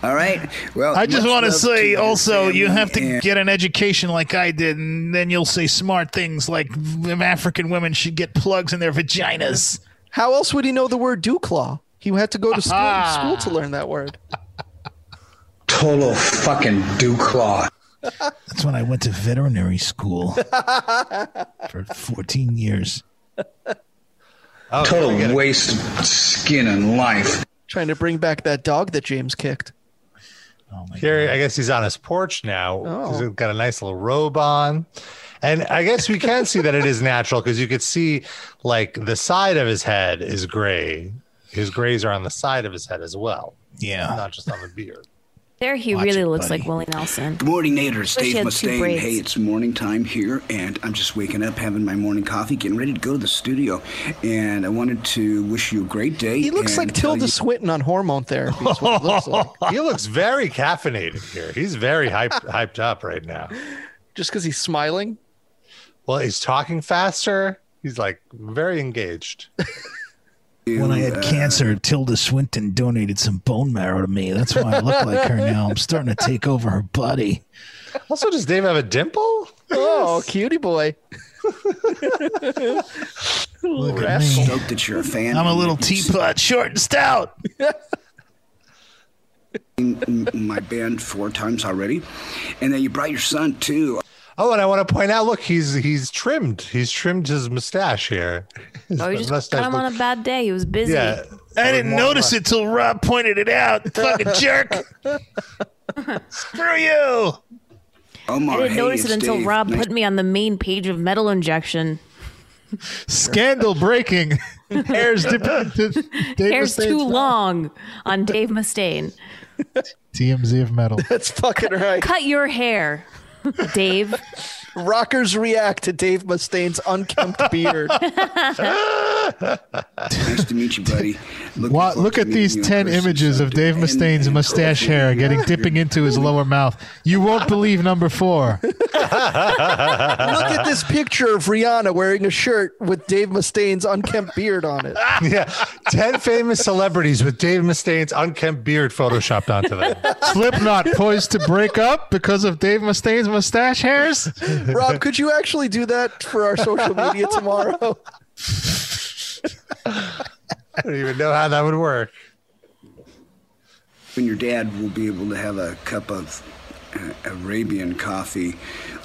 [SPEAKER 7] all right. Well,
[SPEAKER 6] I just
[SPEAKER 7] much
[SPEAKER 6] want to
[SPEAKER 7] love
[SPEAKER 6] say
[SPEAKER 7] your
[SPEAKER 6] also, you
[SPEAKER 7] family
[SPEAKER 6] have to
[SPEAKER 7] and-
[SPEAKER 6] get an education like I did, and then you'll say smart things like "Them African women should get plugs in their vaginas.
[SPEAKER 4] How else would he know the word dewclaw? He had to go to school, school to learn that word.
[SPEAKER 7] total fucking dew claw.
[SPEAKER 6] That's when I went to veterinary school for 14 years.
[SPEAKER 2] oh forget it.
[SPEAKER 7] Total waste of skin and life.
[SPEAKER 4] Trying to bring back that dog that James kicked.
[SPEAKER 6] Oh my God.
[SPEAKER 2] Here, I guess he's on his porch now.
[SPEAKER 4] Oh.
[SPEAKER 2] He's got a nice little robe on. And I guess we can see that it is natural because you could see like the side of his head is gray. His grays are on the side of his head as well,
[SPEAKER 6] Yeah.
[SPEAKER 2] not just on the beard.
[SPEAKER 3] There he
[SPEAKER 6] Watch
[SPEAKER 3] really
[SPEAKER 6] it,
[SPEAKER 3] looks
[SPEAKER 6] buddy.
[SPEAKER 3] like Willie Nelson.
[SPEAKER 7] Good morning, Naders.
[SPEAKER 3] Wish he
[SPEAKER 7] Dave
[SPEAKER 3] had two
[SPEAKER 7] Mustaine.
[SPEAKER 3] braids.
[SPEAKER 7] Hey, it's morning time here, and I'm just waking up, having my morning coffee, getting ready to go to the studio. And I wanted to wish you a great day.
[SPEAKER 4] He looks
[SPEAKER 7] and
[SPEAKER 4] like
[SPEAKER 7] tell
[SPEAKER 4] Tilda
[SPEAKER 7] you-
[SPEAKER 4] Swinton on hormone therapy. Is what he looks like.
[SPEAKER 2] He looks very caffeinated here. He's very hyped, hyped up right now.
[SPEAKER 4] Just because he's smiling.
[SPEAKER 2] Well, he's talking faster. He's like very engaged.
[SPEAKER 6] When I
[SPEAKER 7] uh,
[SPEAKER 6] had cancer, Tilda Swinton donated some bone marrow to me. That's why I look like her now. I'm starting to take over her body.
[SPEAKER 2] Also, does Dave have a dimple?
[SPEAKER 4] Oh, cutie boy.
[SPEAKER 5] Look at
[SPEAKER 4] rascal.
[SPEAKER 5] me.
[SPEAKER 7] Stoked that you're a fan.
[SPEAKER 6] I'm a little teapot, short and stout.
[SPEAKER 7] in my band four times already, and then you brought your son too.
[SPEAKER 2] Oh, and I want to point out. Look, he's he's trimmed. He's trimmed his mustache here. His
[SPEAKER 3] Oh, you just
[SPEAKER 2] mustache
[SPEAKER 3] got him on a bad day. He was busy.
[SPEAKER 2] yeah.
[SPEAKER 6] I didn't
[SPEAKER 2] more
[SPEAKER 6] notice it till Rob pointed it out. Fucking jerk. Screw you.
[SPEAKER 7] Omar,
[SPEAKER 3] I didn't
[SPEAKER 7] hey,
[SPEAKER 3] notice
[SPEAKER 7] it's
[SPEAKER 3] it until
[SPEAKER 7] Dave.
[SPEAKER 3] Rob
[SPEAKER 7] Nice
[SPEAKER 3] put me on the main page of Metal Injection.
[SPEAKER 6] Scandal breaking.
[SPEAKER 5] Hair's different.
[SPEAKER 3] Hair's too long on Dave Mustaine.
[SPEAKER 5] TMZ of metal.
[SPEAKER 4] That's fucking right.
[SPEAKER 3] Cut your hair, Dave.
[SPEAKER 4] Rockers react to Dave Mustaine's unkempt beard.
[SPEAKER 7] nice to meet you, buddy. Look,
[SPEAKER 5] Wow, look at these 10 images of Dave Mustaine's mustache hair getting dipping into his lower mouth. You won't believe number four.
[SPEAKER 4] Look at this picture of Rihanna wearing a shirt with Dave Mustaine's unkempt beard on it.
[SPEAKER 2] Yeah, ten famous celebrities with Dave Mustaine's unkempt beard photoshopped onto them.
[SPEAKER 5] Slipknot poised to break up because of Dave Mustaine's mustache hairs.
[SPEAKER 4] Rob, could you actually do that for our social media tomorrow?
[SPEAKER 2] I don't even know how that would work.
[SPEAKER 7] When your dad will be able to have a cup of uh, Arabian coffee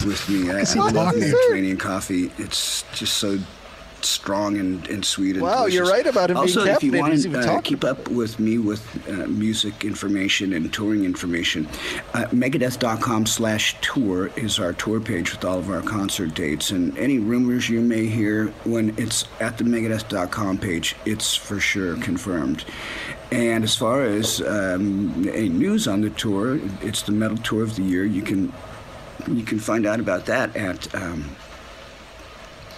[SPEAKER 7] with me. I, I love Mediterranean coffee. It's just so strong and, and sweet. And
[SPEAKER 4] Wow, you're
[SPEAKER 7] delicious.
[SPEAKER 4] right about it being
[SPEAKER 7] Also, if you
[SPEAKER 4] caffeinated, he's
[SPEAKER 7] want
[SPEAKER 4] even
[SPEAKER 7] to uh,
[SPEAKER 4] talking
[SPEAKER 7] keep up with me with uh, music information and touring information, uh, megadeth.com slash tour is our tour page with all of our concert dates. And any rumors you may hear when it's at the megadeth.com page, it's for sure confirmed. And as far as um, any news on the tour, it's the metal tour of the year. You can you can find out about that at um,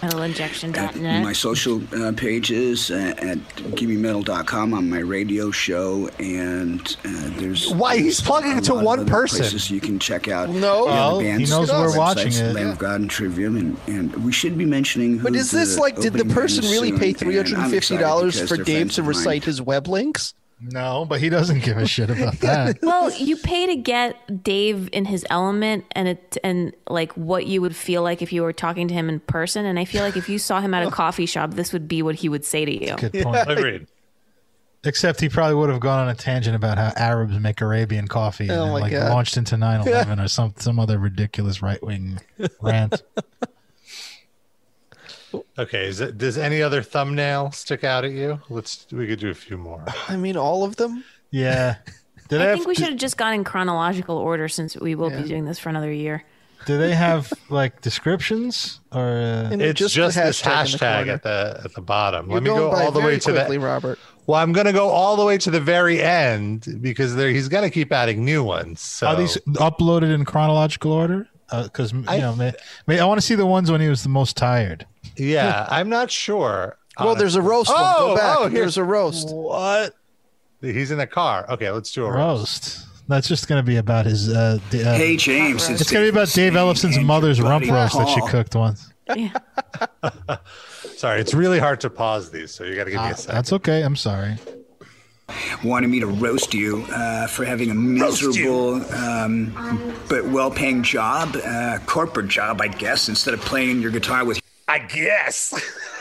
[SPEAKER 7] at my
[SPEAKER 3] Metalinjection.net.
[SPEAKER 7] social uh, pages uh, at gimmemetal.com on my radio show and uh, there's
[SPEAKER 2] Why, he's
[SPEAKER 7] there's
[SPEAKER 2] plugging
[SPEAKER 7] a
[SPEAKER 2] it to
[SPEAKER 7] lot of
[SPEAKER 2] one
[SPEAKER 7] other
[SPEAKER 2] person.
[SPEAKER 7] places you can check out
[SPEAKER 4] No.
[SPEAKER 7] the other
[SPEAKER 5] Well, he
[SPEAKER 7] bands,
[SPEAKER 5] knows
[SPEAKER 7] their
[SPEAKER 5] we're
[SPEAKER 7] websites,
[SPEAKER 5] watching it.
[SPEAKER 7] Lamb of God and Trivium and, and we should be mentioning who
[SPEAKER 4] But is this
[SPEAKER 7] the
[SPEAKER 4] like, did the
[SPEAKER 7] opening band
[SPEAKER 4] person
[SPEAKER 7] is
[SPEAKER 4] really
[SPEAKER 7] soon,
[SPEAKER 4] pay
[SPEAKER 7] and I'm
[SPEAKER 4] three hundred and fifty
[SPEAKER 7] excited
[SPEAKER 4] dollars
[SPEAKER 7] because
[SPEAKER 4] for
[SPEAKER 7] they're
[SPEAKER 4] Dave
[SPEAKER 7] friends
[SPEAKER 4] to
[SPEAKER 7] of mine.
[SPEAKER 4] recite his web links?
[SPEAKER 5] No, but he doesn't give a shit about that.
[SPEAKER 3] Well, you pay to get Dave in his element and it and like what you would feel like if you were talking to him in person. And I feel like if you saw him at a coffee shop, this would be what he would say to you.
[SPEAKER 5] Good point.
[SPEAKER 2] Agreed.
[SPEAKER 5] Except he probably would have gone on a tangent about how Arabs make Arabian coffee and
[SPEAKER 4] Oh
[SPEAKER 5] then,
[SPEAKER 4] my
[SPEAKER 5] like
[SPEAKER 4] God.
[SPEAKER 5] launched into 9/11 or some some other ridiculous right wing rant.
[SPEAKER 2] Okay, is it, does any other thumbnail stick out at you? Let's we could do a few more.
[SPEAKER 4] I mean, all of them.
[SPEAKER 5] Yeah. Did
[SPEAKER 3] I
[SPEAKER 5] have-
[SPEAKER 3] think we should have just gone in chronological order since we will be doing this for another year.
[SPEAKER 5] Do they have like descriptions or uh,
[SPEAKER 4] And
[SPEAKER 2] It's just,
[SPEAKER 4] the
[SPEAKER 2] this
[SPEAKER 4] in the
[SPEAKER 2] hashtag
[SPEAKER 4] corner.
[SPEAKER 2] at the at the bottom.
[SPEAKER 4] You're
[SPEAKER 2] Let me
[SPEAKER 4] going
[SPEAKER 2] go
[SPEAKER 4] by
[SPEAKER 2] all the
[SPEAKER 4] very
[SPEAKER 2] way to
[SPEAKER 4] quickly,
[SPEAKER 2] the
[SPEAKER 4] Robert.
[SPEAKER 2] Well, I'm going to go all the way to the very end because there, he's going to keep adding new ones. So
[SPEAKER 5] are these uploaded in chronological order? Because
[SPEAKER 2] I-
[SPEAKER 5] you know, may, may, I want to see the ones when he was the most tired.
[SPEAKER 2] yeah, I'm not sure.
[SPEAKER 4] Well, there's a roast. one.
[SPEAKER 2] Oh,
[SPEAKER 4] Go back.
[SPEAKER 2] oh, here-
[SPEAKER 4] there's a roast.
[SPEAKER 2] what? He's in the car. Okay, let's do a roast.
[SPEAKER 5] Roast. That's just going to be about his. Uh, d- uh,
[SPEAKER 7] Hey James,
[SPEAKER 5] it's going to be about Dave Ellison's mother's rump roast that she cooked once.
[SPEAKER 3] Yeah.
[SPEAKER 2] Sorry, it's really hard to pause these, so you got to give me
[SPEAKER 4] Ah,
[SPEAKER 2] a second.
[SPEAKER 5] That's okay. I'm sorry.
[SPEAKER 7] wanted me to roast you uh, for having a miserable um, but well-paying job, uh, corporate job, I guess, instead of playing your guitar with
[SPEAKER 2] I guess.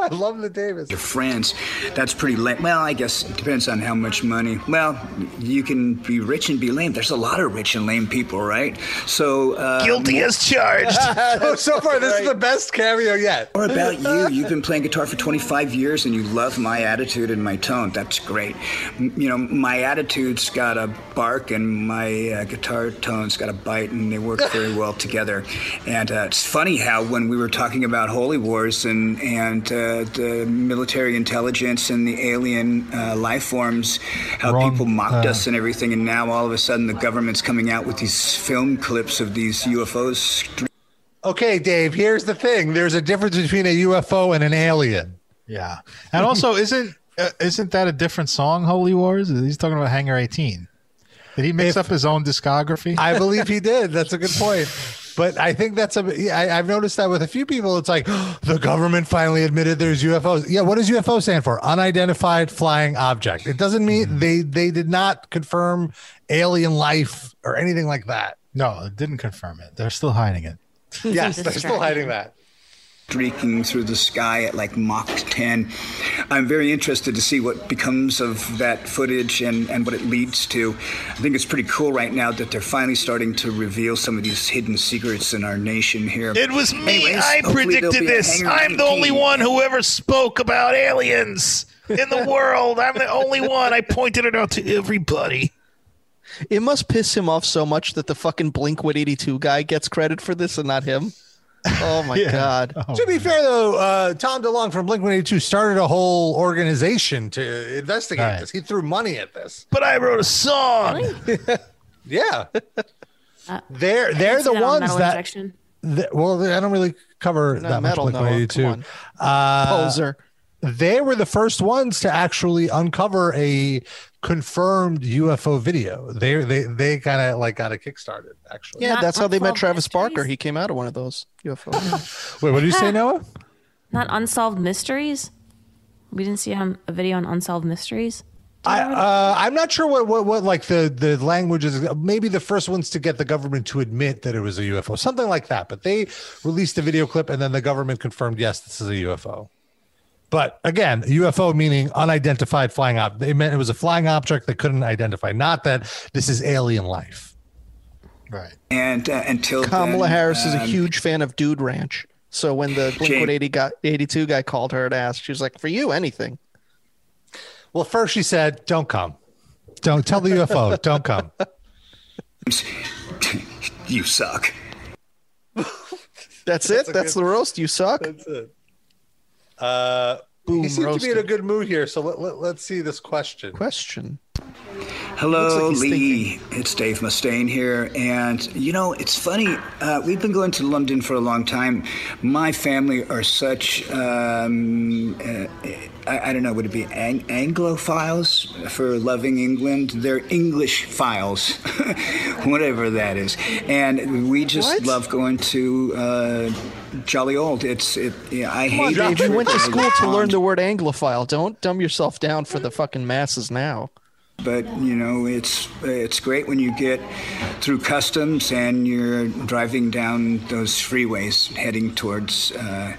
[SPEAKER 2] I love the Davis.
[SPEAKER 7] your friends. That's pretty lame. Well, I guess it depends on how much money. Well, you can be rich and be lame. There's a lot of rich and lame people, right? So, uh,
[SPEAKER 6] Guilty as charged.
[SPEAKER 2] Oh, so far this is the best cameo yet.
[SPEAKER 7] more about you. You've been playing guitar for 25 years and you love my attitude and my tone. That's great. M- You know, my attitude's got a bark and my uh, guitar tone's got a bite and they work very well together. And uh, it's funny how when we were talking about Holy Wars and, and uh, uh, the military intelligence and the alien uh, life forms, how
[SPEAKER 5] Wrong,
[SPEAKER 7] people mocked
[SPEAKER 5] uh,
[SPEAKER 7] us and everything, and now all of a sudden the government's coming out with these film clips of these UFOs streaming
[SPEAKER 2] Okay, Dave, here's the thing there's a difference between a UFO and an alien.
[SPEAKER 5] Yeah, and also isn't uh, isn't that a different song? Holy Wars. He's talking about Hangar 18. Did he mix up
[SPEAKER 2] If-
[SPEAKER 5] his own discography?
[SPEAKER 2] I believe he did. That's a good point. But I think that's a. yeah, I, I've noticed that with a few people. It's like the government finally admitted there's UFOs. Yeah, what does UFO stand for? Unidentified flying object. It doesn't mean they they did not confirm alien life or anything like that.
[SPEAKER 5] no, it didn't confirm it. They're still hiding it.
[SPEAKER 2] Yes, they're still hiding that.
[SPEAKER 7] streaking through the sky at like Mach 10. I'm very interested to see what becomes of that footage and, and what it leads to. I think it's pretty cool right now that they're finally starting to reveal some of these hidden secrets in our nation here.
[SPEAKER 6] It was me.
[SPEAKER 7] Anyways,
[SPEAKER 6] I
[SPEAKER 7] hopefully there'll
[SPEAKER 6] predicted
[SPEAKER 7] be a
[SPEAKER 6] this.
[SPEAKER 7] Hangar
[SPEAKER 6] I'm the only
[SPEAKER 7] 19.
[SPEAKER 6] one who ever spoke about aliens in the world. I'm the only one. I pointed it out to everybody.
[SPEAKER 4] It must piss him off so much that the fucking Blink 182 guy gets credit for this and not him. Oh my god.
[SPEAKER 2] to be fair, though, uh, Tom DeLong from Blink One Eighty Two started a whole organization to investigate
[SPEAKER 5] Right.
[SPEAKER 2] this. He threw money at this.
[SPEAKER 6] But I wrote a song.
[SPEAKER 2] Yeah,
[SPEAKER 3] Uh,
[SPEAKER 2] they're they're the
[SPEAKER 3] Sit on
[SPEAKER 2] ones
[SPEAKER 3] metal
[SPEAKER 2] that.
[SPEAKER 3] injection.
[SPEAKER 2] that- well, I don't really cover
[SPEAKER 4] not
[SPEAKER 2] that
[SPEAKER 4] metal,
[SPEAKER 2] much Uh,
[SPEAKER 4] no,
[SPEAKER 2] Blink One Eighty Two.
[SPEAKER 4] come Poser.
[SPEAKER 2] they were the first ones to actually uncover a confirmed UFO video. They they they kind of like got it kickstarted actually.
[SPEAKER 4] Yeah,
[SPEAKER 3] Not
[SPEAKER 4] that's how they met
[SPEAKER 3] Unsolved
[SPEAKER 4] Travis
[SPEAKER 3] Mysteries?
[SPEAKER 4] Barker. He came out of one of those UFOs.
[SPEAKER 2] Wait, what did you say, Noah?
[SPEAKER 3] Not unsolved mysteries. We didn't see um, a video on unsolved mysteries.
[SPEAKER 2] I uh, I'm not sure what what what like the the language is. Maybe the first ones to get the government to admit that it was a UFO, something like that. But they released the video clip, and then the government confirmed, yes, this is a UFO. But again, UFO meaning unidentified flying object. They meant it was a flying object they couldn't identify. Not that this is alien life.
[SPEAKER 5] Right.
[SPEAKER 7] And uh, until
[SPEAKER 4] Kamala
[SPEAKER 7] then,
[SPEAKER 4] Harris is a
[SPEAKER 7] um,
[SPEAKER 4] huge fan of Dude Ranch. So when the Blink 180 guy, 82 guy called her and asked, she was like, "For you, anything."
[SPEAKER 2] Well, first she said, "Don't come. Don't tell the UFO. Don't come."
[SPEAKER 7] uh, You suck.
[SPEAKER 4] That's, it. That's the roast. You suck. Boom,
[SPEAKER 2] Uh, he seems to
[SPEAKER 4] roasted.
[SPEAKER 2] be in a good mood here, so let, let, let's see this question.
[SPEAKER 4] Question.
[SPEAKER 7] Hello,
[SPEAKER 4] Looks like he's
[SPEAKER 7] Lee. It's Dave Mustaine here. And, you know, it's funny. Uh, we've been going to London for a long time. My family are such, um, uh, I, I don't know, would it be ang- Anglophiles for loving England? They're English files, whatever that is. And we just
[SPEAKER 4] What?
[SPEAKER 7] love going to. Uh, Jolly old. It's it. Yeah, I hate.
[SPEAKER 4] Dave,
[SPEAKER 7] it.
[SPEAKER 4] you went to school to learn
[SPEAKER 7] Um,
[SPEAKER 4] the word Anglophile. Don't dumb yourself down for the fucking masses now.
[SPEAKER 7] but you know it's it's great when you get through customs and you're driving down those freeways heading towards uh,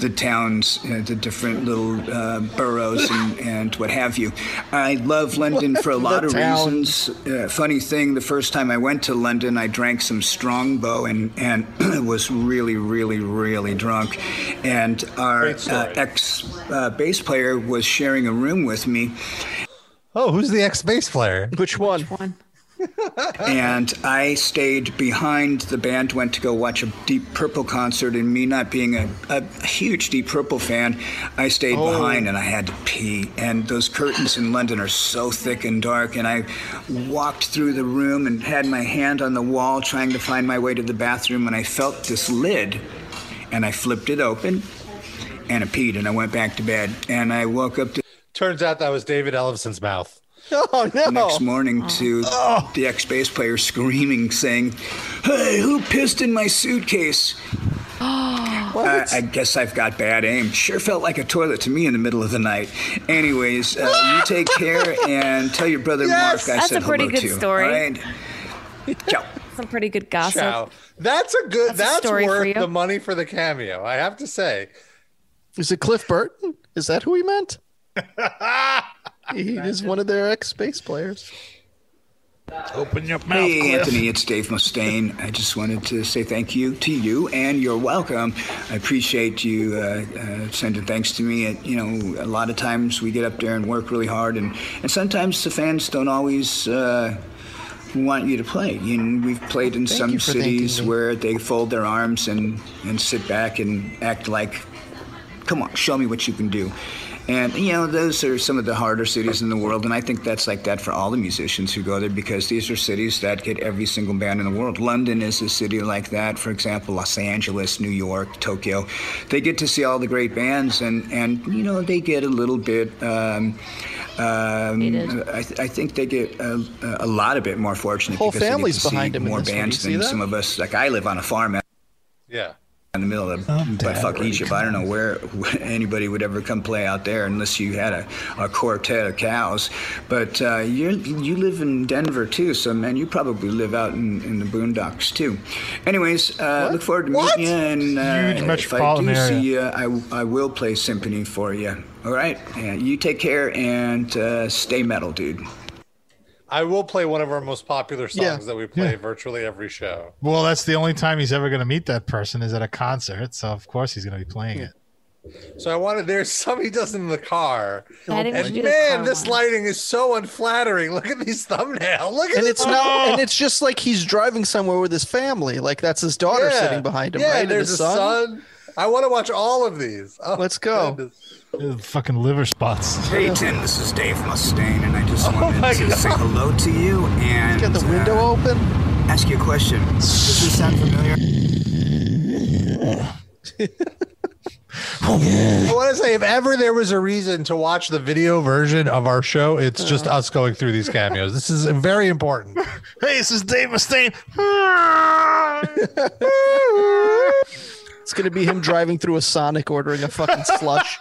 [SPEAKER 7] the towns, uh, the different little uh, boroughs and, and what have you. I love London for a lot of
[SPEAKER 4] towns.
[SPEAKER 7] reasons. Uh, funny thing, the first time I went to London, I drank some Strongbow and and was really, really, really drunk. And our
[SPEAKER 2] Great story.
[SPEAKER 7] uh, ex uh, bass player was sharing a room with me,
[SPEAKER 2] Oh, who's the ex bass player?
[SPEAKER 4] Which one?
[SPEAKER 3] One.
[SPEAKER 7] and I stayed behind. The band went to go watch a Deep Purple concert, and me not being a, a huge Deep Purple fan, I stayed behind and I had to pee. And those curtains in London are so thick and dark, and I walked through the room and had my hand on the wall trying to find my way to the bathroom, and I felt this lid, and I flipped it open. And I peed, and I went back to bed. And I woke up the
[SPEAKER 2] Turns out that was David Ellison's mouth.
[SPEAKER 4] Oh no!
[SPEAKER 7] next morning to
[SPEAKER 3] Oh.
[SPEAKER 7] the ex bass player screaming, saying, Hey, who pissed in my suitcase? I, I guess I've got bad aim. Sure felt like a toilet to me in the middle of the night. Anyways, uh, you take care and tell your brother Mark I
[SPEAKER 3] That's
[SPEAKER 7] said
[SPEAKER 3] a pretty
[SPEAKER 7] hello
[SPEAKER 3] good
[SPEAKER 7] to.
[SPEAKER 3] story.
[SPEAKER 7] All right? Ciao.
[SPEAKER 3] Some pretty good gossip.
[SPEAKER 2] Wow, that's a good.
[SPEAKER 3] That's a
[SPEAKER 2] That's,
[SPEAKER 3] story for
[SPEAKER 2] worth
[SPEAKER 3] you.
[SPEAKER 2] the money for the cameo. I have to say,
[SPEAKER 4] Is it Cliff Burton? Is that who he meant? he is one of their ex bass players.
[SPEAKER 6] Open your mouth,
[SPEAKER 7] Hey,
[SPEAKER 6] Cliff.
[SPEAKER 7] Anthony, it's Dave Mustaine. I just wanted to say thank you to you, and you're welcome. I appreciate you uh, uh, sending thanks to me. And, you know, a lot of times we get up there and work really hard, and, and sometimes the fans don't always. Uh, want you to play. You know, we've played in
[SPEAKER 4] Thank
[SPEAKER 7] some
[SPEAKER 4] you for thanking
[SPEAKER 7] cities
[SPEAKER 4] me.
[SPEAKER 7] where they fold their arms and, and sit back and act like Come on, show me what you can do. And you know, those are some of the harder cities in the world, and I think that's like that for all the musicians who go there because these are cities that get every single band in the world. London is a city like that, for example, Los Angeles, New York, Tokyo. They get to see all the great bands, and and you know, they get a little bit. Um, um,
[SPEAKER 3] Hated.
[SPEAKER 7] I, th- I think they get a, a lot of bit more fortunate
[SPEAKER 4] Whole
[SPEAKER 7] because they get to
[SPEAKER 4] families
[SPEAKER 7] see
[SPEAKER 4] behind him in
[SPEAKER 7] more
[SPEAKER 4] this one. Do
[SPEAKER 7] bands
[SPEAKER 4] you see
[SPEAKER 7] than
[SPEAKER 4] that?
[SPEAKER 7] some of us. Like I live on a farm out
[SPEAKER 2] Yeah.
[SPEAKER 7] in the middle of
[SPEAKER 6] I'm
[SPEAKER 7] but
[SPEAKER 6] dead
[SPEAKER 7] fuck
[SPEAKER 6] already,
[SPEAKER 7] Egypt.
[SPEAKER 6] come
[SPEAKER 7] I don't know where anybody would ever come play out there unless you had a, a quartet of cows. But uh, you you live in Denver too, so man, you probably live out in, in the boondocks too. Anyways, uh, look forward to meeting you. And uh,
[SPEAKER 5] Huge
[SPEAKER 7] if I
[SPEAKER 5] metropolitan
[SPEAKER 7] do
[SPEAKER 5] area.
[SPEAKER 7] see you, I I will play symphony for you. All right, Yeah, you take care and uh, stay metal, dude.
[SPEAKER 2] I will play one of our most popular songs
[SPEAKER 4] Yeah.
[SPEAKER 2] that we play virtually every show.
[SPEAKER 5] Well, that's the only time he's ever going to meet that person is at a concert. So of course he's going to be playing it.
[SPEAKER 2] So I wanted there's some he does in the car.
[SPEAKER 3] I didn't
[SPEAKER 2] And
[SPEAKER 3] do the
[SPEAKER 2] man,
[SPEAKER 3] car
[SPEAKER 2] this
[SPEAKER 3] one.
[SPEAKER 2] lighting is so unflattering. Look at these thumbnails. Look at
[SPEAKER 4] And
[SPEAKER 2] this
[SPEAKER 4] it's
[SPEAKER 2] Oh!
[SPEAKER 4] not. And it's just like he's driving somewhere with his family. Like that's his daughter sitting behind him.
[SPEAKER 2] Yeah,
[SPEAKER 4] right? And
[SPEAKER 2] there's
[SPEAKER 4] his
[SPEAKER 2] a son. I want to watch all of these. Oh,
[SPEAKER 4] Let's go.
[SPEAKER 2] goodness.
[SPEAKER 5] Uh, Fucking liver spots.
[SPEAKER 7] Hey Tim, this is Dave Mustaine, and I just wanted
[SPEAKER 2] my
[SPEAKER 7] to
[SPEAKER 2] God.
[SPEAKER 7] say hello to you and
[SPEAKER 4] Get the
[SPEAKER 7] uh,
[SPEAKER 4] window open.
[SPEAKER 7] ask you a question. Does this sound familiar?
[SPEAKER 2] I want to say if ever there was a reason to watch the video version of our show, it's just
[SPEAKER 4] Uh-huh.
[SPEAKER 2] us going through these cameos. This is very important.
[SPEAKER 5] Hey, this is Dave Mustaine.
[SPEAKER 4] It's gonna be him driving through a Sonic ordering a fucking slush.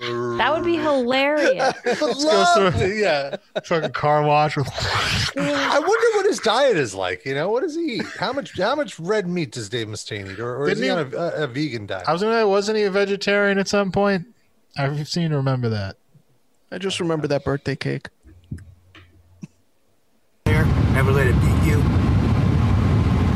[SPEAKER 3] That would be hilarious.
[SPEAKER 2] Love
[SPEAKER 5] through-
[SPEAKER 2] it, yeah.
[SPEAKER 5] Fucking car wash.
[SPEAKER 2] I wonder what his diet is like. You know, what does he eat? How much how much red meat does Dave Mustaine eat, or, or is
[SPEAKER 5] Didn't
[SPEAKER 2] he
[SPEAKER 5] he-
[SPEAKER 2] on a, a, a vegan diet?
[SPEAKER 5] I was going to. Wasn't he a vegetarian at some point? I seem to remember that.
[SPEAKER 4] I just remember that birthday cake.
[SPEAKER 7] there. Never let it beat you.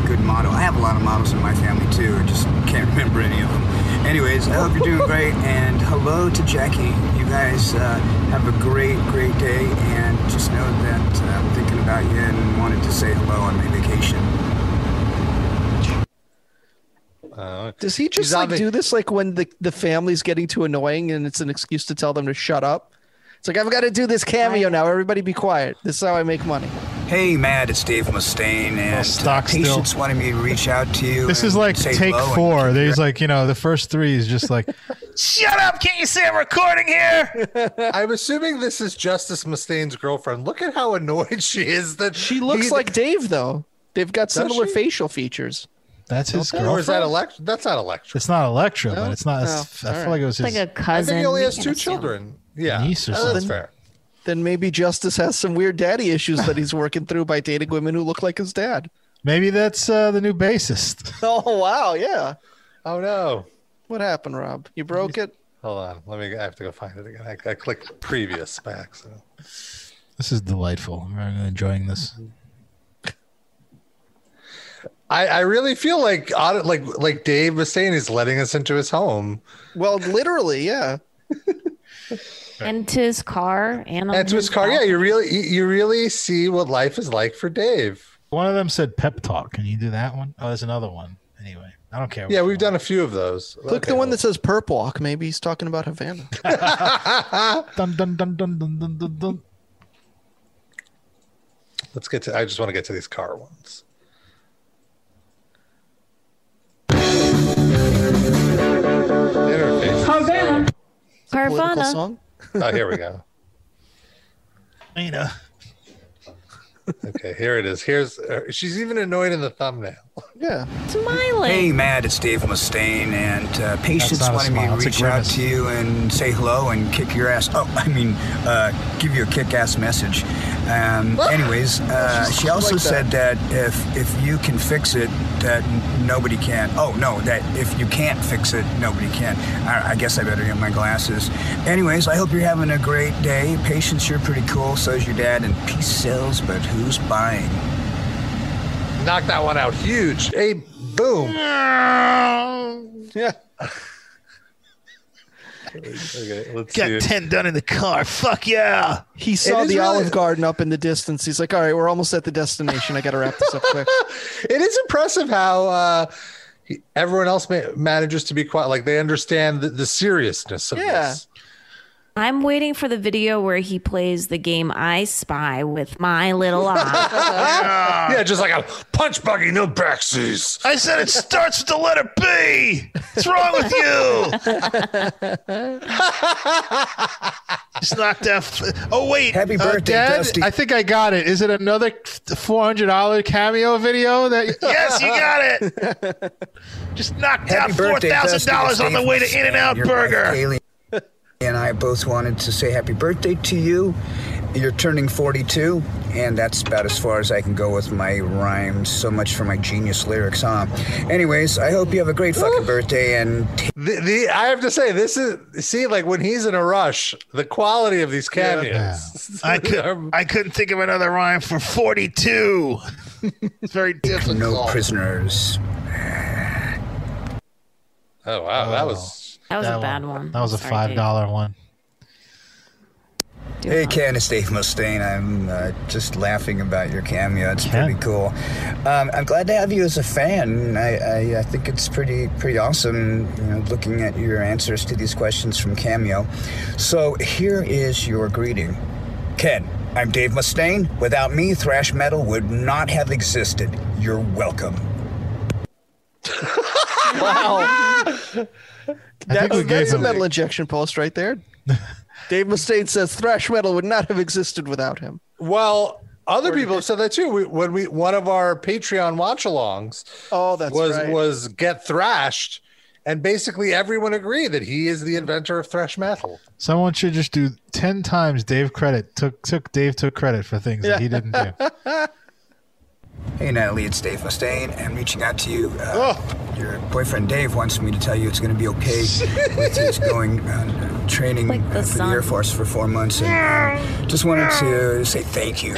[SPEAKER 7] Good motto. I have a lot of mottos in my family too. I just can't remember any of them. Anyways, I hope you're doing great. And hello to Jackie. You guys uh, have a great, great day. And just know that uh, I'm thinking about you and wanted to say hello on my vacation.
[SPEAKER 2] Uh,
[SPEAKER 4] Does he just
[SPEAKER 2] He's
[SPEAKER 4] like
[SPEAKER 2] obvi-
[SPEAKER 4] do this like when the, the family's getting too annoying and it's an excuse to tell them to shut up? It's like I've got to do this cameo now. Everybody be quiet. This is how I make money.
[SPEAKER 7] Hey, Matt, it's Dave Mustaine, and
[SPEAKER 5] stock still.
[SPEAKER 7] patients wanted me to reach out to you.
[SPEAKER 5] This
[SPEAKER 7] and
[SPEAKER 5] is like
[SPEAKER 7] say
[SPEAKER 5] take
[SPEAKER 7] hello and
[SPEAKER 5] four.
[SPEAKER 7] keep your-
[SPEAKER 5] There's like, you know, the first three is just like,
[SPEAKER 6] Shut up! Can't you see I'm recording here?
[SPEAKER 2] I'm assuming this is Justice Mustaine's girlfriend. Look at how annoyed she is that
[SPEAKER 4] She looks
[SPEAKER 2] he-
[SPEAKER 4] like Dave though. They've got similar
[SPEAKER 2] she?
[SPEAKER 4] facial features.
[SPEAKER 5] that's his
[SPEAKER 2] Or is
[SPEAKER 5] girlfriend.
[SPEAKER 2] that Electra? That's not Electra.
[SPEAKER 5] It's not Electra, but it's not.
[SPEAKER 4] No.
[SPEAKER 5] I
[SPEAKER 4] All
[SPEAKER 5] feel
[SPEAKER 4] right.
[SPEAKER 5] like it was
[SPEAKER 3] It's
[SPEAKER 5] his.
[SPEAKER 3] like a
[SPEAKER 2] I
[SPEAKER 3] cousin.
[SPEAKER 2] think he only
[SPEAKER 3] We
[SPEAKER 2] has
[SPEAKER 3] can't
[SPEAKER 2] two
[SPEAKER 3] assume.
[SPEAKER 2] children. Yeah,
[SPEAKER 5] Niece or
[SPEAKER 2] Oh, that's
[SPEAKER 5] something.
[SPEAKER 2] fair.
[SPEAKER 4] Then maybe Justice has some weird daddy issues that he's working through by dating women who look like his dad.
[SPEAKER 5] Maybe that's uh, the new bassist.
[SPEAKER 4] Oh wow, yeah.
[SPEAKER 2] Oh no.
[SPEAKER 4] What happened, Rob? You broke it?
[SPEAKER 2] Hold on. Let me. I have to go find it again. I, I clicked previous back. So
[SPEAKER 5] This is delightful. I'm really enjoying this.
[SPEAKER 2] I, I really feel like audit- like like Dave was saying, he's letting us into his home.
[SPEAKER 4] Well, literally, yeah.
[SPEAKER 3] And to his car. And on
[SPEAKER 2] And to his car. Yeah, you really you, you really see what life is like for Dave.
[SPEAKER 5] One of them said pep talk. Can you do that one? Oh, there's another one. Anyway, I don't care.
[SPEAKER 2] Yeah,
[SPEAKER 5] which
[SPEAKER 2] we've done a few of those.
[SPEAKER 4] Click the one that says perp walk. Maybe he's talking about Havana.
[SPEAKER 5] one. Dun, dun, dun, dun, dun, dun, dun, dun.
[SPEAKER 2] Let's get to. I just want to get to these car ones. The interface.
[SPEAKER 4] Political
[SPEAKER 3] Carvana.
[SPEAKER 4] song.
[SPEAKER 2] Oh, here we go.
[SPEAKER 5] Nina.
[SPEAKER 2] Okay, here it is. Here's uh, she's even annoyed in the thumbnail.
[SPEAKER 4] Yeah.
[SPEAKER 3] Smiling.
[SPEAKER 7] Hey, Matt, it's Dave Mustaine, and uh, patients
[SPEAKER 5] not a
[SPEAKER 7] wanted me to
[SPEAKER 5] smile, it's a
[SPEAKER 7] reach out
[SPEAKER 5] grimace.
[SPEAKER 7] to you and say hello and kick your ass. Oh, I mean, uh, give you a kick-ass message. Um, anyways, uh, she also said that if if you can fix it, that nobody can. Oh no, that if you can't fix it, nobody can. I, I guess I better get my glasses. Anyways, I hope you're having a great day. Patients, you're pretty cool. So's your dad. And peace sells, but who's buying?
[SPEAKER 2] Knock that one out huge. Hey, boom.
[SPEAKER 4] Yeah.
[SPEAKER 2] Okay, let's see.
[SPEAKER 6] Got ten done in the car. Fuck yeah!
[SPEAKER 4] He saw
[SPEAKER 2] is
[SPEAKER 4] the
[SPEAKER 2] really-
[SPEAKER 4] Olive Garden up in the distance. He's like, all right, we're almost at the destination. I got to wrap this up quick.
[SPEAKER 2] It is impressive how uh, he, everyone else ma- manages to be quiet. Like they understand the, the seriousness of
[SPEAKER 4] Yeah.
[SPEAKER 2] this.
[SPEAKER 3] I'm waiting for the video where he plays the game I Spy with my little eye.
[SPEAKER 2] yeah, just like a punch buggy, no backseas.
[SPEAKER 5] I said it starts with the letter B. What's wrong with you? Just knocked out. Oh wait!
[SPEAKER 7] Happy birthday,
[SPEAKER 5] Dad,
[SPEAKER 7] Dusty.
[SPEAKER 5] I think I got it. Is it another four hundred dollar cameo video? That yes, you got it. Just knocked
[SPEAKER 7] Happy
[SPEAKER 5] out four
[SPEAKER 7] birthday,
[SPEAKER 5] thousand dollars
[SPEAKER 7] Dusty.
[SPEAKER 5] on the way to In and Out
[SPEAKER 7] Your wife,
[SPEAKER 5] Burger.
[SPEAKER 7] Kaylee, and I both wanted to say happy birthday to you. You're turning 42, and that's about as far as I can go with my rhymes. So much for my genius lyrics, huh? Anyways, I hope you have a great fucking birthday and take
[SPEAKER 2] The, the I have to say, this is see, like when he's in a rush, the quality of these cameos. Um,
[SPEAKER 5] I could I couldn't think of another rhyme for forty two. It's very difficult.
[SPEAKER 7] no prisoners.
[SPEAKER 2] oh wow, that was
[SPEAKER 3] That was a bad one.
[SPEAKER 5] That was a
[SPEAKER 3] Sorry,
[SPEAKER 5] five
[SPEAKER 3] Dave.
[SPEAKER 5] dollar one.
[SPEAKER 3] Do
[SPEAKER 7] Hey,
[SPEAKER 3] not-
[SPEAKER 7] Ken, it's Dave Mustaine. I'm uh, just laughing about your cameo. It's
[SPEAKER 5] Ken.
[SPEAKER 7] pretty cool. Um, I'm glad to have you as a fan. I, I, I think it's pretty pretty awesome. You know, looking at your answers to these questions from Cameo. So here is your greeting, Ken. I'm Dave Mustaine. Without me, thrash metal would not have existed. You're welcome.
[SPEAKER 4] Wow.
[SPEAKER 5] I think
[SPEAKER 4] That's,
[SPEAKER 5] we gave
[SPEAKER 4] that's a
[SPEAKER 5] him.
[SPEAKER 4] metal injection post right there. Dave Mustaine says thrash metal would not have existed without him.
[SPEAKER 2] Oh. well. Other people have said that too. We, when we one of our Patreon watch alongs
[SPEAKER 4] Oh, that's
[SPEAKER 2] was
[SPEAKER 4] right.
[SPEAKER 2] was get thrashed, and basically everyone agreed that he is the inventor of thrash metal.
[SPEAKER 5] Someone should just do ten times Dave credit. Took took Dave took credit for things that he didn't do.
[SPEAKER 7] Hey, Natalie, it's Dave Mustaine. I'm reaching out to you. Uh,
[SPEAKER 5] Oh.
[SPEAKER 7] Your boyfriend Dave wants me to tell you it's going to be okay with his going on training
[SPEAKER 3] Like the
[SPEAKER 7] uh, for the
[SPEAKER 3] sun.
[SPEAKER 7] Air Force for four months. And um, just wanted to say thank you.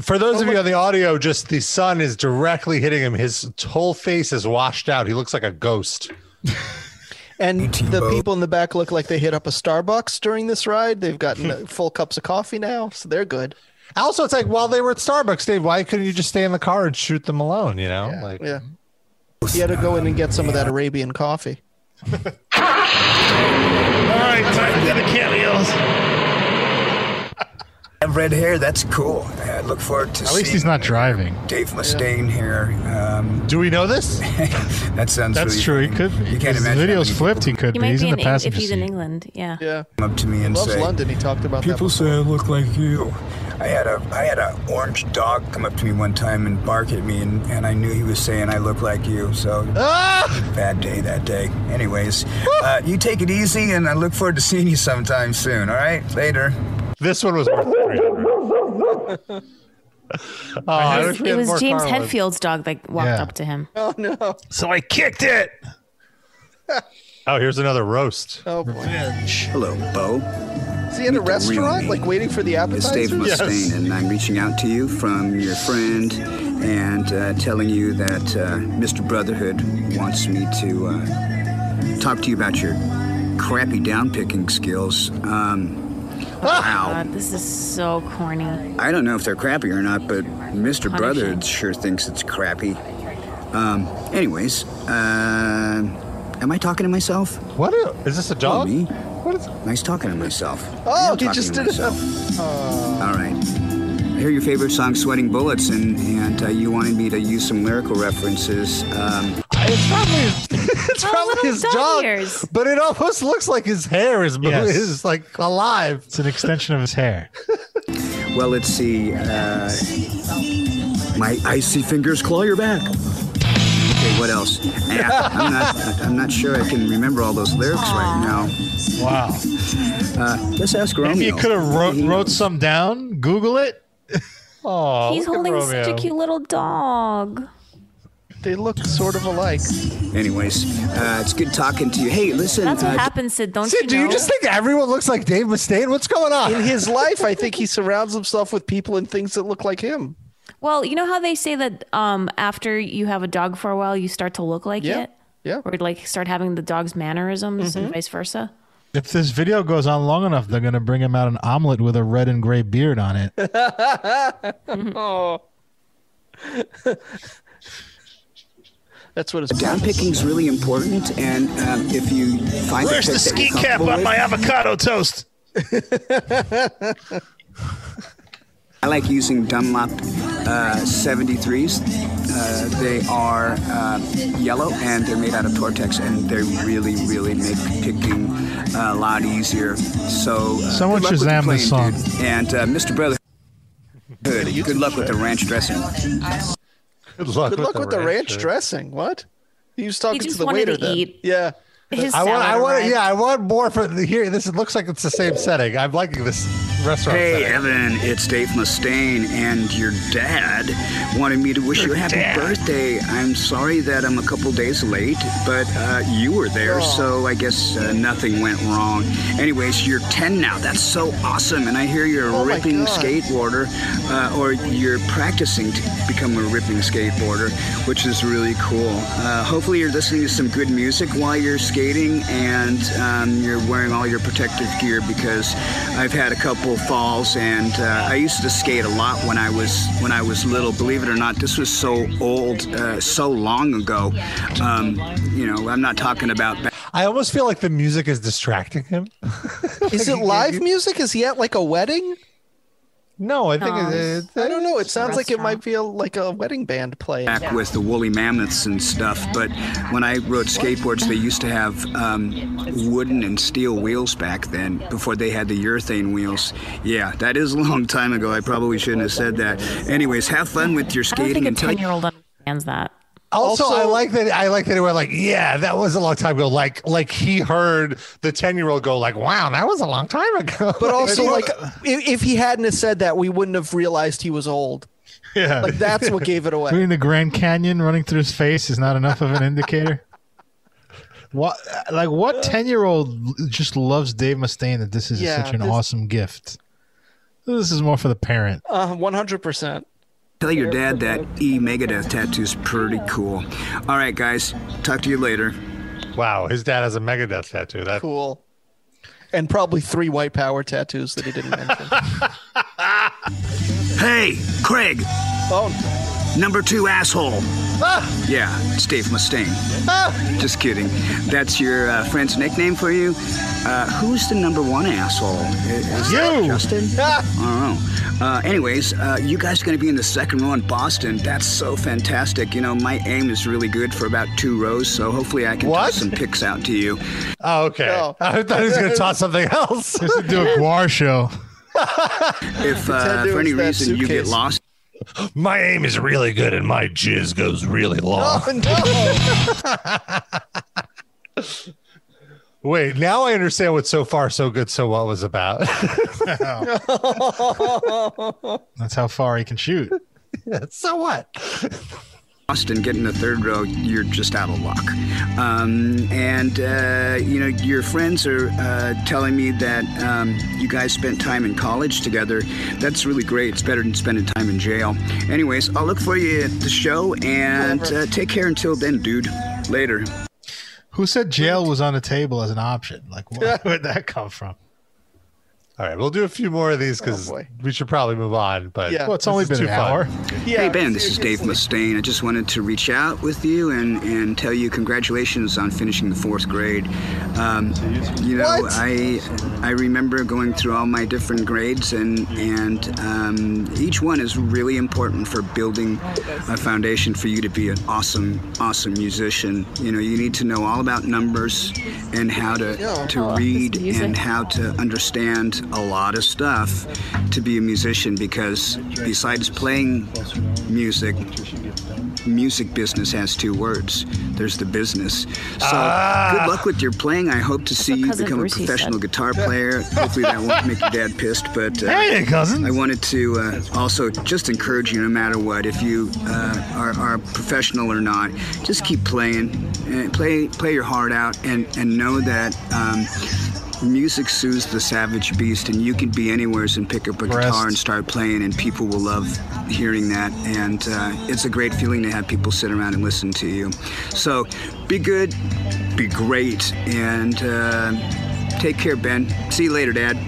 [SPEAKER 2] For those of
[SPEAKER 4] Oh,
[SPEAKER 2] you on the audio, just the sun is directly hitting him. His whole face is washed out. He looks like a ghost.
[SPEAKER 4] And the
[SPEAKER 7] Tebow.
[SPEAKER 4] people in the back look like they hit up a Starbucks during this ride. They've gotten uh, full cups of coffee now, so they're good.
[SPEAKER 2] Also, it's like while they were at Starbucks, Dave, why couldn't you just stay in the car and shoot them alone? You know, like
[SPEAKER 4] Yeah. He had to go in and get some of that Arabian coffee.
[SPEAKER 5] All right, time for the cameos.
[SPEAKER 7] I have red hair. That's cool. I look forward to
[SPEAKER 5] At
[SPEAKER 7] seeing
[SPEAKER 5] least he's not driving.
[SPEAKER 7] Dave Mustaine here. Um,
[SPEAKER 2] do we know this?
[SPEAKER 7] that sounds
[SPEAKER 5] That's
[SPEAKER 7] really
[SPEAKER 5] true. He
[SPEAKER 7] funny.
[SPEAKER 5] could be.
[SPEAKER 7] You
[SPEAKER 5] If
[SPEAKER 7] can't
[SPEAKER 5] the
[SPEAKER 7] imagine.
[SPEAKER 5] video's
[SPEAKER 7] how many
[SPEAKER 5] flipped. He could
[SPEAKER 3] He
[SPEAKER 5] be.
[SPEAKER 3] might
[SPEAKER 5] He's
[SPEAKER 3] be
[SPEAKER 5] in
[SPEAKER 3] in
[SPEAKER 5] the
[SPEAKER 3] Eng- if
[SPEAKER 5] passenger
[SPEAKER 3] he's
[SPEAKER 5] seat.
[SPEAKER 3] in England. Yeah.
[SPEAKER 4] Yeah.
[SPEAKER 7] people Come up to me and
[SPEAKER 4] Loves
[SPEAKER 7] say,
[SPEAKER 4] London. He talked about that.
[SPEAKER 7] People
[SPEAKER 4] before.
[SPEAKER 7] say I look like you. I had a I had an orange dog come up to me one time and bark at me, and, and I knew he was saying I look like you. So Ah! bad day that day. Anyways, uh, you take it easy, and I look forward to seeing you sometime soon. All right, later.
[SPEAKER 2] This one was worth three hundred. oh, I wish we
[SPEAKER 3] It
[SPEAKER 2] had
[SPEAKER 3] was
[SPEAKER 2] more
[SPEAKER 3] James
[SPEAKER 2] Carlin.
[SPEAKER 3] Hetfield's dog that walked
[SPEAKER 5] Yeah.
[SPEAKER 3] up to him.
[SPEAKER 4] Oh no.
[SPEAKER 5] So I kicked it.
[SPEAKER 2] Oh, here's another roast.
[SPEAKER 4] Oh boy.
[SPEAKER 7] Hello, Bo.
[SPEAKER 4] Is he in a
[SPEAKER 7] Meet the real
[SPEAKER 4] restaurant,
[SPEAKER 7] me.
[SPEAKER 4] like waiting for the
[SPEAKER 7] It's Dave
[SPEAKER 4] appetizers?
[SPEAKER 7] Mustaine, and I'm reaching out to you from your friend and uh, telling you that uh, Mr. Brotherhood wants me to uh, talk to you about your crappy down picking skills. Um, wow.
[SPEAKER 3] God, this is so corny.
[SPEAKER 7] I don't know if they're crappy or not, but Mr.
[SPEAKER 3] Punishing.
[SPEAKER 7] Brotherhood sure thinks it's crappy. Um, anyways, uh, am I talking to myself?
[SPEAKER 2] What is, is this a dog?
[SPEAKER 7] me.
[SPEAKER 2] What is?
[SPEAKER 7] Nice talking to myself.
[SPEAKER 4] Oh,
[SPEAKER 7] I'm
[SPEAKER 4] he
[SPEAKER 7] talking
[SPEAKER 4] just
[SPEAKER 7] to
[SPEAKER 4] did it.
[SPEAKER 7] All right. I hear your favorite song, Sweating Bullets, and, and uh, you wanted me to use some lyrical references. Um,
[SPEAKER 2] It's probably it's probably
[SPEAKER 3] little
[SPEAKER 2] his
[SPEAKER 3] dog
[SPEAKER 2] dog,
[SPEAKER 3] ears.
[SPEAKER 2] but it almost looks like his hair is mo-
[SPEAKER 5] Yes.
[SPEAKER 2] is like alive.
[SPEAKER 5] It's an extension of his hair.
[SPEAKER 7] well, let's see. Uh, my icy fingers claw your back. Okay, what else? Ah, I'm, not, I'm not sure I can remember all those lyrics right now. Uh,
[SPEAKER 5] Wow.
[SPEAKER 7] Let's ask Romeo.
[SPEAKER 5] Maybe you could have wrote, wrote some down. Google it.
[SPEAKER 2] Oh,
[SPEAKER 3] He's
[SPEAKER 2] look at
[SPEAKER 3] holding such a
[SPEAKER 2] Romeo.
[SPEAKER 3] cute little dog.
[SPEAKER 4] They look sort of alike.
[SPEAKER 7] Anyways, uh, it's good talking to you. Hey, listen.
[SPEAKER 3] That's what
[SPEAKER 7] uh,
[SPEAKER 3] happens, Sid. Don't
[SPEAKER 2] Sid,
[SPEAKER 3] you
[SPEAKER 2] do
[SPEAKER 3] know?
[SPEAKER 2] you just think everyone looks like Dave Mustaine? What's going on?
[SPEAKER 4] In his life, I think he surrounds himself with people and things that look like him.
[SPEAKER 3] well, you know how they say that um, after you have a dog for a while, you start to look like
[SPEAKER 4] Yeah.
[SPEAKER 3] it,
[SPEAKER 4] Yeah.
[SPEAKER 3] or like start having the dog's mannerisms and vice versa.
[SPEAKER 5] If this video goes on long enough, they're going to bring him out an omelet with a red and gray beard on it.
[SPEAKER 4] That's what it's
[SPEAKER 7] Down picking's really important, and um, if you find
[SPEAKER 6] Where's
[SPEAKER 7] a
[SPEAKER 6] the
[SPEAKER 7] pick that you're
[SPEAKER 6] ski cap
[SPEAKER 7] comfortable
[SPEAKER 6] on
[SPEAKER 7] with-
[SPEAKER 6] my avocado toast?
[SPEAKER 7] I like using Dunlop uh, 73s. Uh, they are uh, yellow and they're made out of Tortex, and they really, really make picking uh, a lot easier. So, uh,
[SPEAKER 5] Someone
[SPEAKER 7] good luck with
[SPEAKER 5] Shazam
[SPEAKER 7] the
[SPEAKER 5] this
[SPEAKER 7] plane,
[SPEAKER 5] song.
[SPEAKER 7] dude. And uh, Mr. Brotherhood, good luck with the ranch dressing.
[SPEAKER 2] Good luck,
[SPEAKER 4] Good luck with the ranch uh,
[SPEAKER 2] dress.
[SPEAKER 4] dressing. What? He was talking
[SPEAKER 3] just
[SPEAKER 4] to the
[SPEAKER 3] wanted
[SPEAKER 4] waiter
[SPEAKER 3] to
[SPEAKER 4] then.
[SPEAKER 3] eat.
[SPEAKER 4] Yeah.
[SPEAKER 3] His
[SPEAKER 2] I want, I
[SPEAKER 3] salad
[SPEAKER 2] want,
[SPEAKER 3] arrived.
[SPEAKER 2] yeah, I want more for the, here. This it looks like it's the same setting. I'm liking this restaurant.
[SPEAKER 7] Hey,
[SPEAKER 2] setting.
[SPEAKER 7] Evan, it's Dave Mustaine, and your dad wanted me to wish you a happy birthday. I'm sorry that I'm a couple days late, but uh, you were there, so I guess uh, nothing went wrong. Anyways, you're 10 now. That's so awesome, and I hear you're a
[SPEAKER 4] Oh my
[SPEAKER 7] ripping
[SPEAKER 4] God.
[SPEAKER 7] skateboarder, uh, or you're practicing to become a ripping skateboarder, which is really cool. Uh, hopefully, you're listening to some good music while you're skating and um, you're wearing all your protective gear because I've had a couple falls and uh, I used to skate a lot when I was when I was little. Believe it or not, this was so old, uh, so long ago. Um, you know, I'm not talking about. Back
[SPEAKER 2] I almost feel like the music is distracting him.
[SPEAKER 4] Is it live music? Is he at like a wedding?
[SPEAKER 2] No, I think
[SPEAKER 3] Oh,
[SPEAKER 2] it,
[SPEAKER 3] it's-
[SPEAKER 2] it-
[SPEAKER 4] I don't know. It sounds like it
[SPEAKER 3] Restaurant.
[SPEAKER 4] might be a, like a wedding band playing.
[SPEAKER 7] back with the woolly mammoths and stuff, but when I rode skateboards, they used to have um, wooden and steel wheels back then before they had the urethane wheels. Yeah, that is a long time ago. I probably shouldn't have said that. Anyways, have fun with your
[SPEAKER 3] I don't
[SPEAKER 7] skating
[SPEAKER 3] think a
[SPEAKER 7] and tell
[SPEAKER 3] ten-year-old understands that.
[SPEAKER 2] Also, I
[SPEAKER 4] Also-
[SPEAKER 2] like that. I like that they were like, yeah, that was a long time ago. Like, like he heard the ten year old go, like, wow, that was a long time ago.
[SPEAKER 4] But also, like, if, if he hadn't have said that, we wouldn't have realized he was old.
[SPEAKER 5] Yeah.
[SPEAKER 4] Like, that's what gave it away.
[SPEAKER 5] Doing the Grand Canyon running through his face is not enough of an indicator. What like what ten year old just loves Dave Mustaine that this is
[SPEAKER 4] Yeah,
[SPEAKER 5] such an
[SPEAKER 4] this-
[SPEAKER 5] awesome gift. This is more for the parent.
[SPEAKER 4] Uh, 100%.
[SPEAKER 7] Tell your dad that E Megadeth tattoo's pretty cool. All right, guys. Talk to you later.
[SPEAKER 2] wow, his dad has a Megadeth tattoo. That
[SPEAKER 4] Cool. And probably three white power tattoos that he didn't mention.
[SPEAKER 7] Hey, Craig,
[SPEAKER 4] oh,
[SPEAKER 7] number two asshole. Yeah, it's Dave Mustaine. Just kidding. That's your uh, friend's nickname for you. Uh, who's the number one asshole? Is is that
[SPEAKER 5] You!
[SPEAKER 7] Justin? I don't know. Uh, anyways, uh, you guys are going to be in the second row in Boston. That's so fantastic. You know, my aim is really good for about two rows, so hopefully I can
[SPEAKER 2] What?
[SPEAKER 7] toss some picks out to you.
[SPEAKER 2] oh, okay.
[SPEAKER 4] No.
[SPEAKER 2] I thought he was going to toss something else.
[SPEAKER 5] This is do a Guar show.
[SPEAKER 7] If uh,
[SPEAKER 4] Pretend it
[SPEAKER 7] for any
[SPEAKER 4] was that
[SPEAKER 7] reason you get
[SPEAKER 4] suitcase.
[SPEAKER 7] lost
[SPEAKER 2] my aim is really good, and my jizz goes really long.
[SPEAKER 4] oh, no.
[SPEAKER 2] Wait, now I understand what so far so good so what was about.
[SPEAKER 5] That's how far he can shoot.
[SPEAKER 2] so what?
[SPEAKER 7] lost and get in the third row, you're just out of luck. Um, and uh, you know, your friends are uh, telling me that um, you guys spent time in college together. That's really great. It's better than spending time in jail. Anyways, I'll look for you at the show, and uh, take care until then, dude. Later.
[SPEAKER 5] Who said jail was on the table as an option? Like where would that come from?
[SPEAKER 2] All right, we'll do a few more of these because
[SPEAKER 4] Oh, boy.
[SPEAKER 2] we should probably move on. But
[SPEAKER 4] Yeah.
[SPEAKER 5] Well, it's
[SPEAKER 2] this
[SPEAKER 5] only
[SPEAKER 2] is
[SPEAKER 5] been
[SPEAKER 2] too
[SPEAKER 5] an
[SPEAKER 2] fun.
[SPEAKER 5] hour.
[SPEAKER 4] Yeah,
[SPEAKER 7] Hey Ben, this is Dave Mustaine. I just wanted to reach out with you and, and tell you congratulations on finishing the fourth grade. Um, you know,
[SPEAKER 4] What?
[SPEAKER 7] I I remember going through all my different grades and and um, each one is really important for building a foundation for you to be an awesome awesome musician. You know, you need to know all about numbers and how to to read
[SPEAKER 3] This music.
[SPEAKER 7] and how to understand a lot of stuff to be a musician because besides playing music music business has two words there's the business so good luck with your playing i hope to see
[SPEAKER 3] what
[SPEAKER 7] you
[SPEAKER 3] Cousin
[SPEAKER 7] become
[SPEAKER 3] Brucey
[SPEAKER 7] a professional
[SPEAKER 3] said.
[SPEAKER 7] guitar player hopefully that won't make your dad pissed but uh,
[SPEAKER 5] Hey cousin.
[SPEAKER 7] I wanted to uh, also just encourage you, no matter what, if you uh, are, are professional or not, just keep playing, and play play your heart out, and and know that. Um, Music soothes the savage beast, and you can be anywhere and pick up a guitar and start playing, and people will love hearing that. And uh, it's a great feeling to have people sit around and listen to you. So, be good, be great, and uh, take care, Ben. See you later, Dad.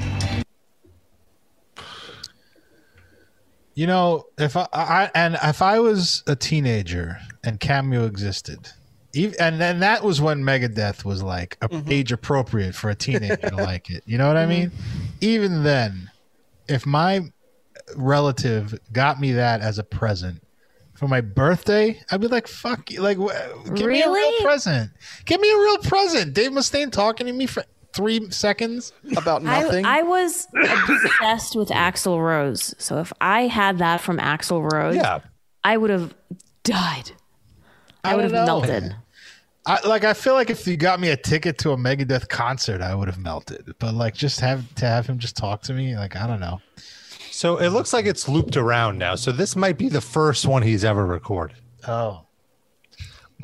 [SPEAKER 5] You know, if I, I and if I was a teenager and Cameo existed, ev and then that was when Megadeth was like a, age appropriate for a teenager to like it. You know what I mean? Even then, if my relative got me that as a present for my birthday, I'd be like, "Fuck you!" Like, wh- give me a real
[SPEAKER 3] Really?
[SPEAKER 5] present. Give me a real present. Dave Mustaine talking to me for three seconds.
[SPEAKER 4] about
[SPEAKER 3] I,
[SPEAKER 4] nothing.
[SPEAKER 3] I was obsessed with Axl Rose. So if I had that from Axl Rose,
[SPEAKER 2] Yeah.
[SPEAKER 3] I would have died. I, would have
[SPEAKER 5] don't know.
[SPEAKER 3] melted.
[SPEAKER 5] I, like I feel like if you got me a ticket to a Megadeth concert, I would have melted. But like just have to have him just talk to me, like I don't know.
[SPEAKER 2] So it looks like it's looped around now. So this might be the first one he's ever recorded,
[SPEAKER 5] Oh,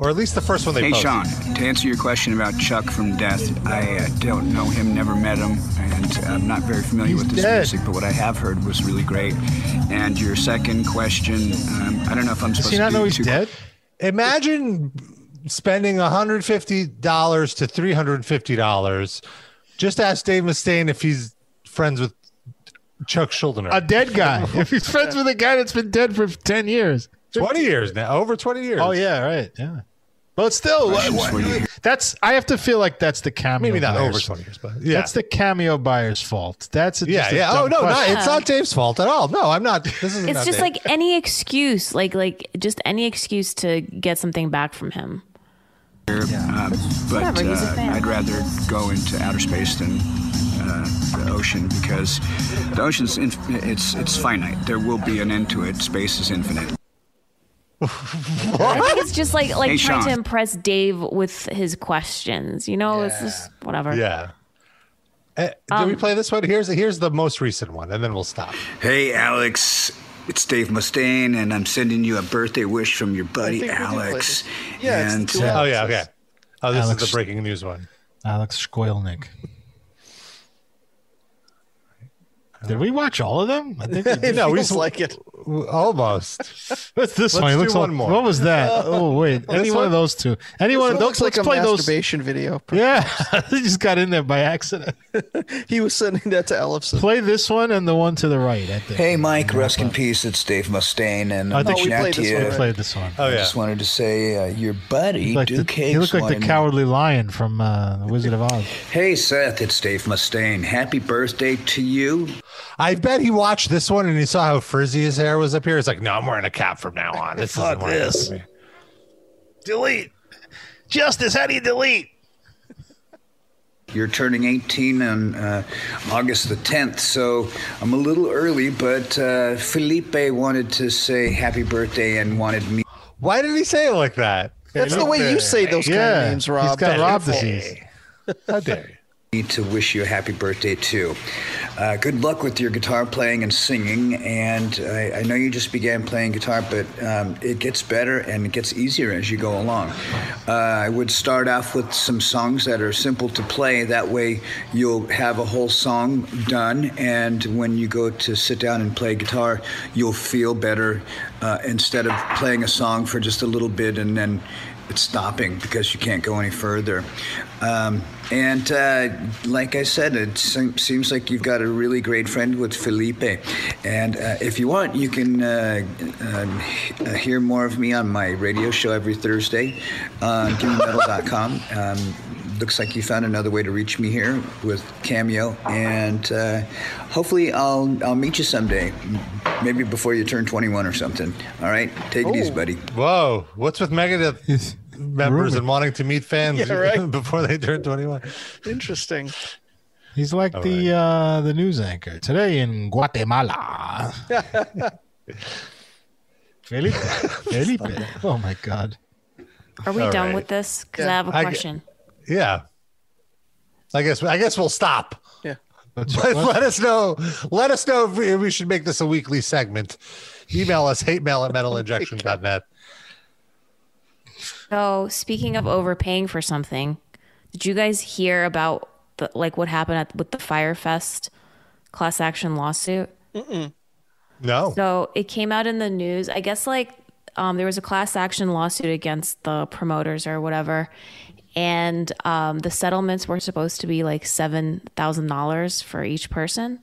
[SPEAKER 2] or at least the first one they
[SPEAKER 7] Hey,
[SPEAKER 2] posted.
[SPEAKER 7] Sean, to answer your question about Chuck from Death, I uh, don't know him, never met him, and I'm not very familiar
[SPEAKER 5] He's
[SPEAKER 7] with this
[SPEAKER 5] dead.
[SPEAKER 7] music, but what I have heard was really great. And your second question, um, I don't know if I'm
[SPEAKER 5] does
[SPEAKER 7] supposed
[SPEAKER 5] he not
[SPEAKER 7] to be
[SPEAKER 5] know he's
[SPEAKER 7] too-
[SPEAKER 5] dead?
[SPEAKER 2] Imagine spending $150 to $350. Just ask Dave Mustaine if he's friends with Chuck Schuldiner.
[SPEAKER 5] A dead guy. if he's friends with a guy that's been dead for ten years.
[SPEAKER 2] 20 years now, over 20 years.
[SPEAKER 5] Oh yeah, right. Yeah. But still, what,
[SPEAKER 7] Questions for you.
[SPEAKER 5] that's I have to feel like that's the cameo.
[SPEAKER 2] Maybe not
[SPEAKER 5] buyer's-
[SPEAKER 2] over 20 years, but yeah.
[SPEAKER 5] That's the cameo buyer's fault. That's a,
[SPEAKER 2] yeah,
[SPEAKER 5] just a
[SPEAKER 2] yeah. Oh
[SPEAKER 5] dumb
[SPEAKER 2] no, no,
[SPEAKER 5] question.
[SPEAKER 2] it's not Dave's fault at all. No, I'm not. This is
[SPEAKER 3] It's just like any excuse, like like just any excuse to get something back from him.
[SPEAKER 7] Uh, but
[SPEAKER 3] Whatever, he's a
[SPEAKER 7] uh,
[SPEAKER 3] fan.
[SPEAKER 7] I'd rather go into outer space than uh, the ocean because the ocean's inf- it's it's finite. There will be an end to it. Space is infinite.
[SPEAKER 3] I think it's just like like
[SPEAKER 7] Hey,
[SPEAKER 3] trying to
[SPEAKER 7] Sean.
[SPEAKER 3] impress Dave with his questions. You know, it's just whatever.
[SPEAKER 2] yeah. Eh, did
[SPEAKER 3] Um,
[SPEAKER 2] we play this one? Here's here's the most recent one, and then we'll stop.
[SPEAKER 7] Hey, Alex. It's Dave Mustaine, and I'm sending you a birthday wish from your buddy
[SPEAKER 4] think we did play this.
[SPEAKER 7] Alex.
[SPEAKER 4] Yeah, it's
[SPEAKER 7] and
[SPEAKER 4] two
[SPEAKER 2] Oh yeah, okay. Oh, this
[SPEAKER 5] Alex-
[SPEAKER 2] is the breaking news one.
[SPEAKER 5] Alex Skoilnik. Did we watch all of them? I think we did.
[SPEAKER 4] it
[SPEAKER 2] no, we
[SPEAKER 4] feels
[SPEAKER 2] just-
[SPEAKER 4] like it.
[SPEAKER 2] Almost.
[SPEAKER 5] What's this
[SPEAKER 2] Let's
[SPEAKER 5] one? It
[SPEAKER 2] do
[SPEAKER 5] looks
[SPEAKER 2] one
[SPEAKER 5] like,
[SPEAKER 2] more.
[SPEAKER 5] What was that? Oh wait, any
[SPEAKER 2] This
[SPEAKER 5] one
[SPEAKER 2] one?
[SPEAKER 5] of those two. Any one of
[SPEAKER 4] It looks
[SPEAKER 5] those.
[SPEAKER 4] like
[SPEAKER 5] Let's
[SPEAKER 4] a
[SPEAKER 5] play those.
[SPEAKER 4] masturbation video.
[SPEAKER 5] Yeah, they just got in there by accident.
[SPEAKER 4] He was sending that to Ellison.
[SPEAKER 5] Play this one and the one to the right. I think.
[SPEAKER 7] Hey, Mike. Rest in peace. It's Dave Mustaine, and
[SPEAKER 5] I
[SPEAKER 7] I'm
[SPEAKER 5] think
[SPEAKER 7] reaching
[SPEAKER 4] we
[SPEAKER 7] out
[SPEAKER 4] played
[SPEAKER 7] to
[SPEAKER 4] this
[SPEAKER 7] you.
[SPEAKER 4] one
[SPEAKER 5] I played this one.
[SPEAKER 4] Uh,
[SPEAKER 2] Oh
[SPEAKER 7] I
[SPEAKER 2] yeah.
[SPEAKER 7] just wanted to say uh, your buddy
[SPEAKER 5] Like the,
[SPEAKER 7] Duke Hicks
[SPEAKER 5] you look like
[SPEAKER 7] wanted
[SPEAKER 5] the
[SPEAKER 7] me-
[SPEAKER 5] cowardly lion from uh, The Wizard of Oz.
[SPEAKER 7] Hey Seth, it's Dave Mustaine. Happy birthday to you.
[SPEAKER 2] I bet he watched this one and he saw how frizzy his hair was up here. He's like, no, I'm wearing a cap from now on. This
[SPEAKER 6] Fuck
[SPEAKER 2] isn't working
[SPEAKER 6] this.
[SPEAKER 2] for me."
[SPEAKER 6] Delete. Justice, how do you delete?
[SPEAKER 7] You're turning 18 on uh, August the 10th, so I'm a little early, but uh, Felipe wanted to say happy birthday and wanted me.
[SPEAKER 2] Why did he say it like that?
[SPEAKER 4] That's the way you say those kind of
[SPEAKER 5] Yeah,
[SPEAKER 4] names, Rob.
[SPEAKER 5] he's got Rob
[SPEAKER 4] Painful.
[SPEAKER 5] disease.
[SPEAKER 2] How dare you?
[SPEAKER 7] me To wish you a happy birthday too. Uh, good luck with your guitar playing and singing. And I, I know you just began playing guitar, but um, it gets better and it gets easier as you go along. Uh, I would start off with some songs that are simple to play. That way, you'll have a whole song done. And when you go to sit down and play guitar, you'll feel better uh, instead of playing a song for just a little bit and then it's stopping because you can't go any further. Um, and uh, like I said, it se- seems like you've got a really great friend with Felipe. And uh, if you want, you can uh, um, he- uh, hear more of me on my radio show every Thursday on GimmeMetal.com. Um, looks like you found another way to reach me here with Cameo. And uh, hopefully, I'll, I'll meet you someday, maybe before you turn 21 or something. All right, take it easy, buddy.
[SPEAKER 2] Whoa, what's with Megadeth members and wanting to meet fans
[SPEAKER 4] Yeah, right.
[SPEAKER 2] before they turn 21?
[SPEAKER 4] Interesting.
[SPEAKER 5] He's like the uh, the news anchor today in Guatemala. Felipe, Felipe. Oh my God.
[SPEAKER 3] Are we
[SPEAKER 2] All
[SPEAKER 3] done
[SPEAKER 2] right.
[SPEAKER 3] with this? Because I
[SPEAKER 4] Yeah.
[SPEAKER 3] have a
[SPEAKER 2] I g-
[SPEAKER 3] question.
[SPEAKER 2] Yeah. I guess I guess we'll stop.
[SPEAKER 4] Yeah.
[SPEAKER 5] That's-
[SPEAKER 2] But let us know. Let us know if we, if we should make this a weekly segment. Email us hate mail at metalinjection.net.
[SPEAKER 3] So speaking of overpaying for something, did you guys hear about the, like what happened at, with the Firefest class action lawsuit?
[SPEAKER 2] No.
[SPEAKER 3] So it came out in the news. I guess like um, there was a class action lawsuit against the promoters or whatever, and um, the settlements were supposed to be like seven thousand dollars for each person,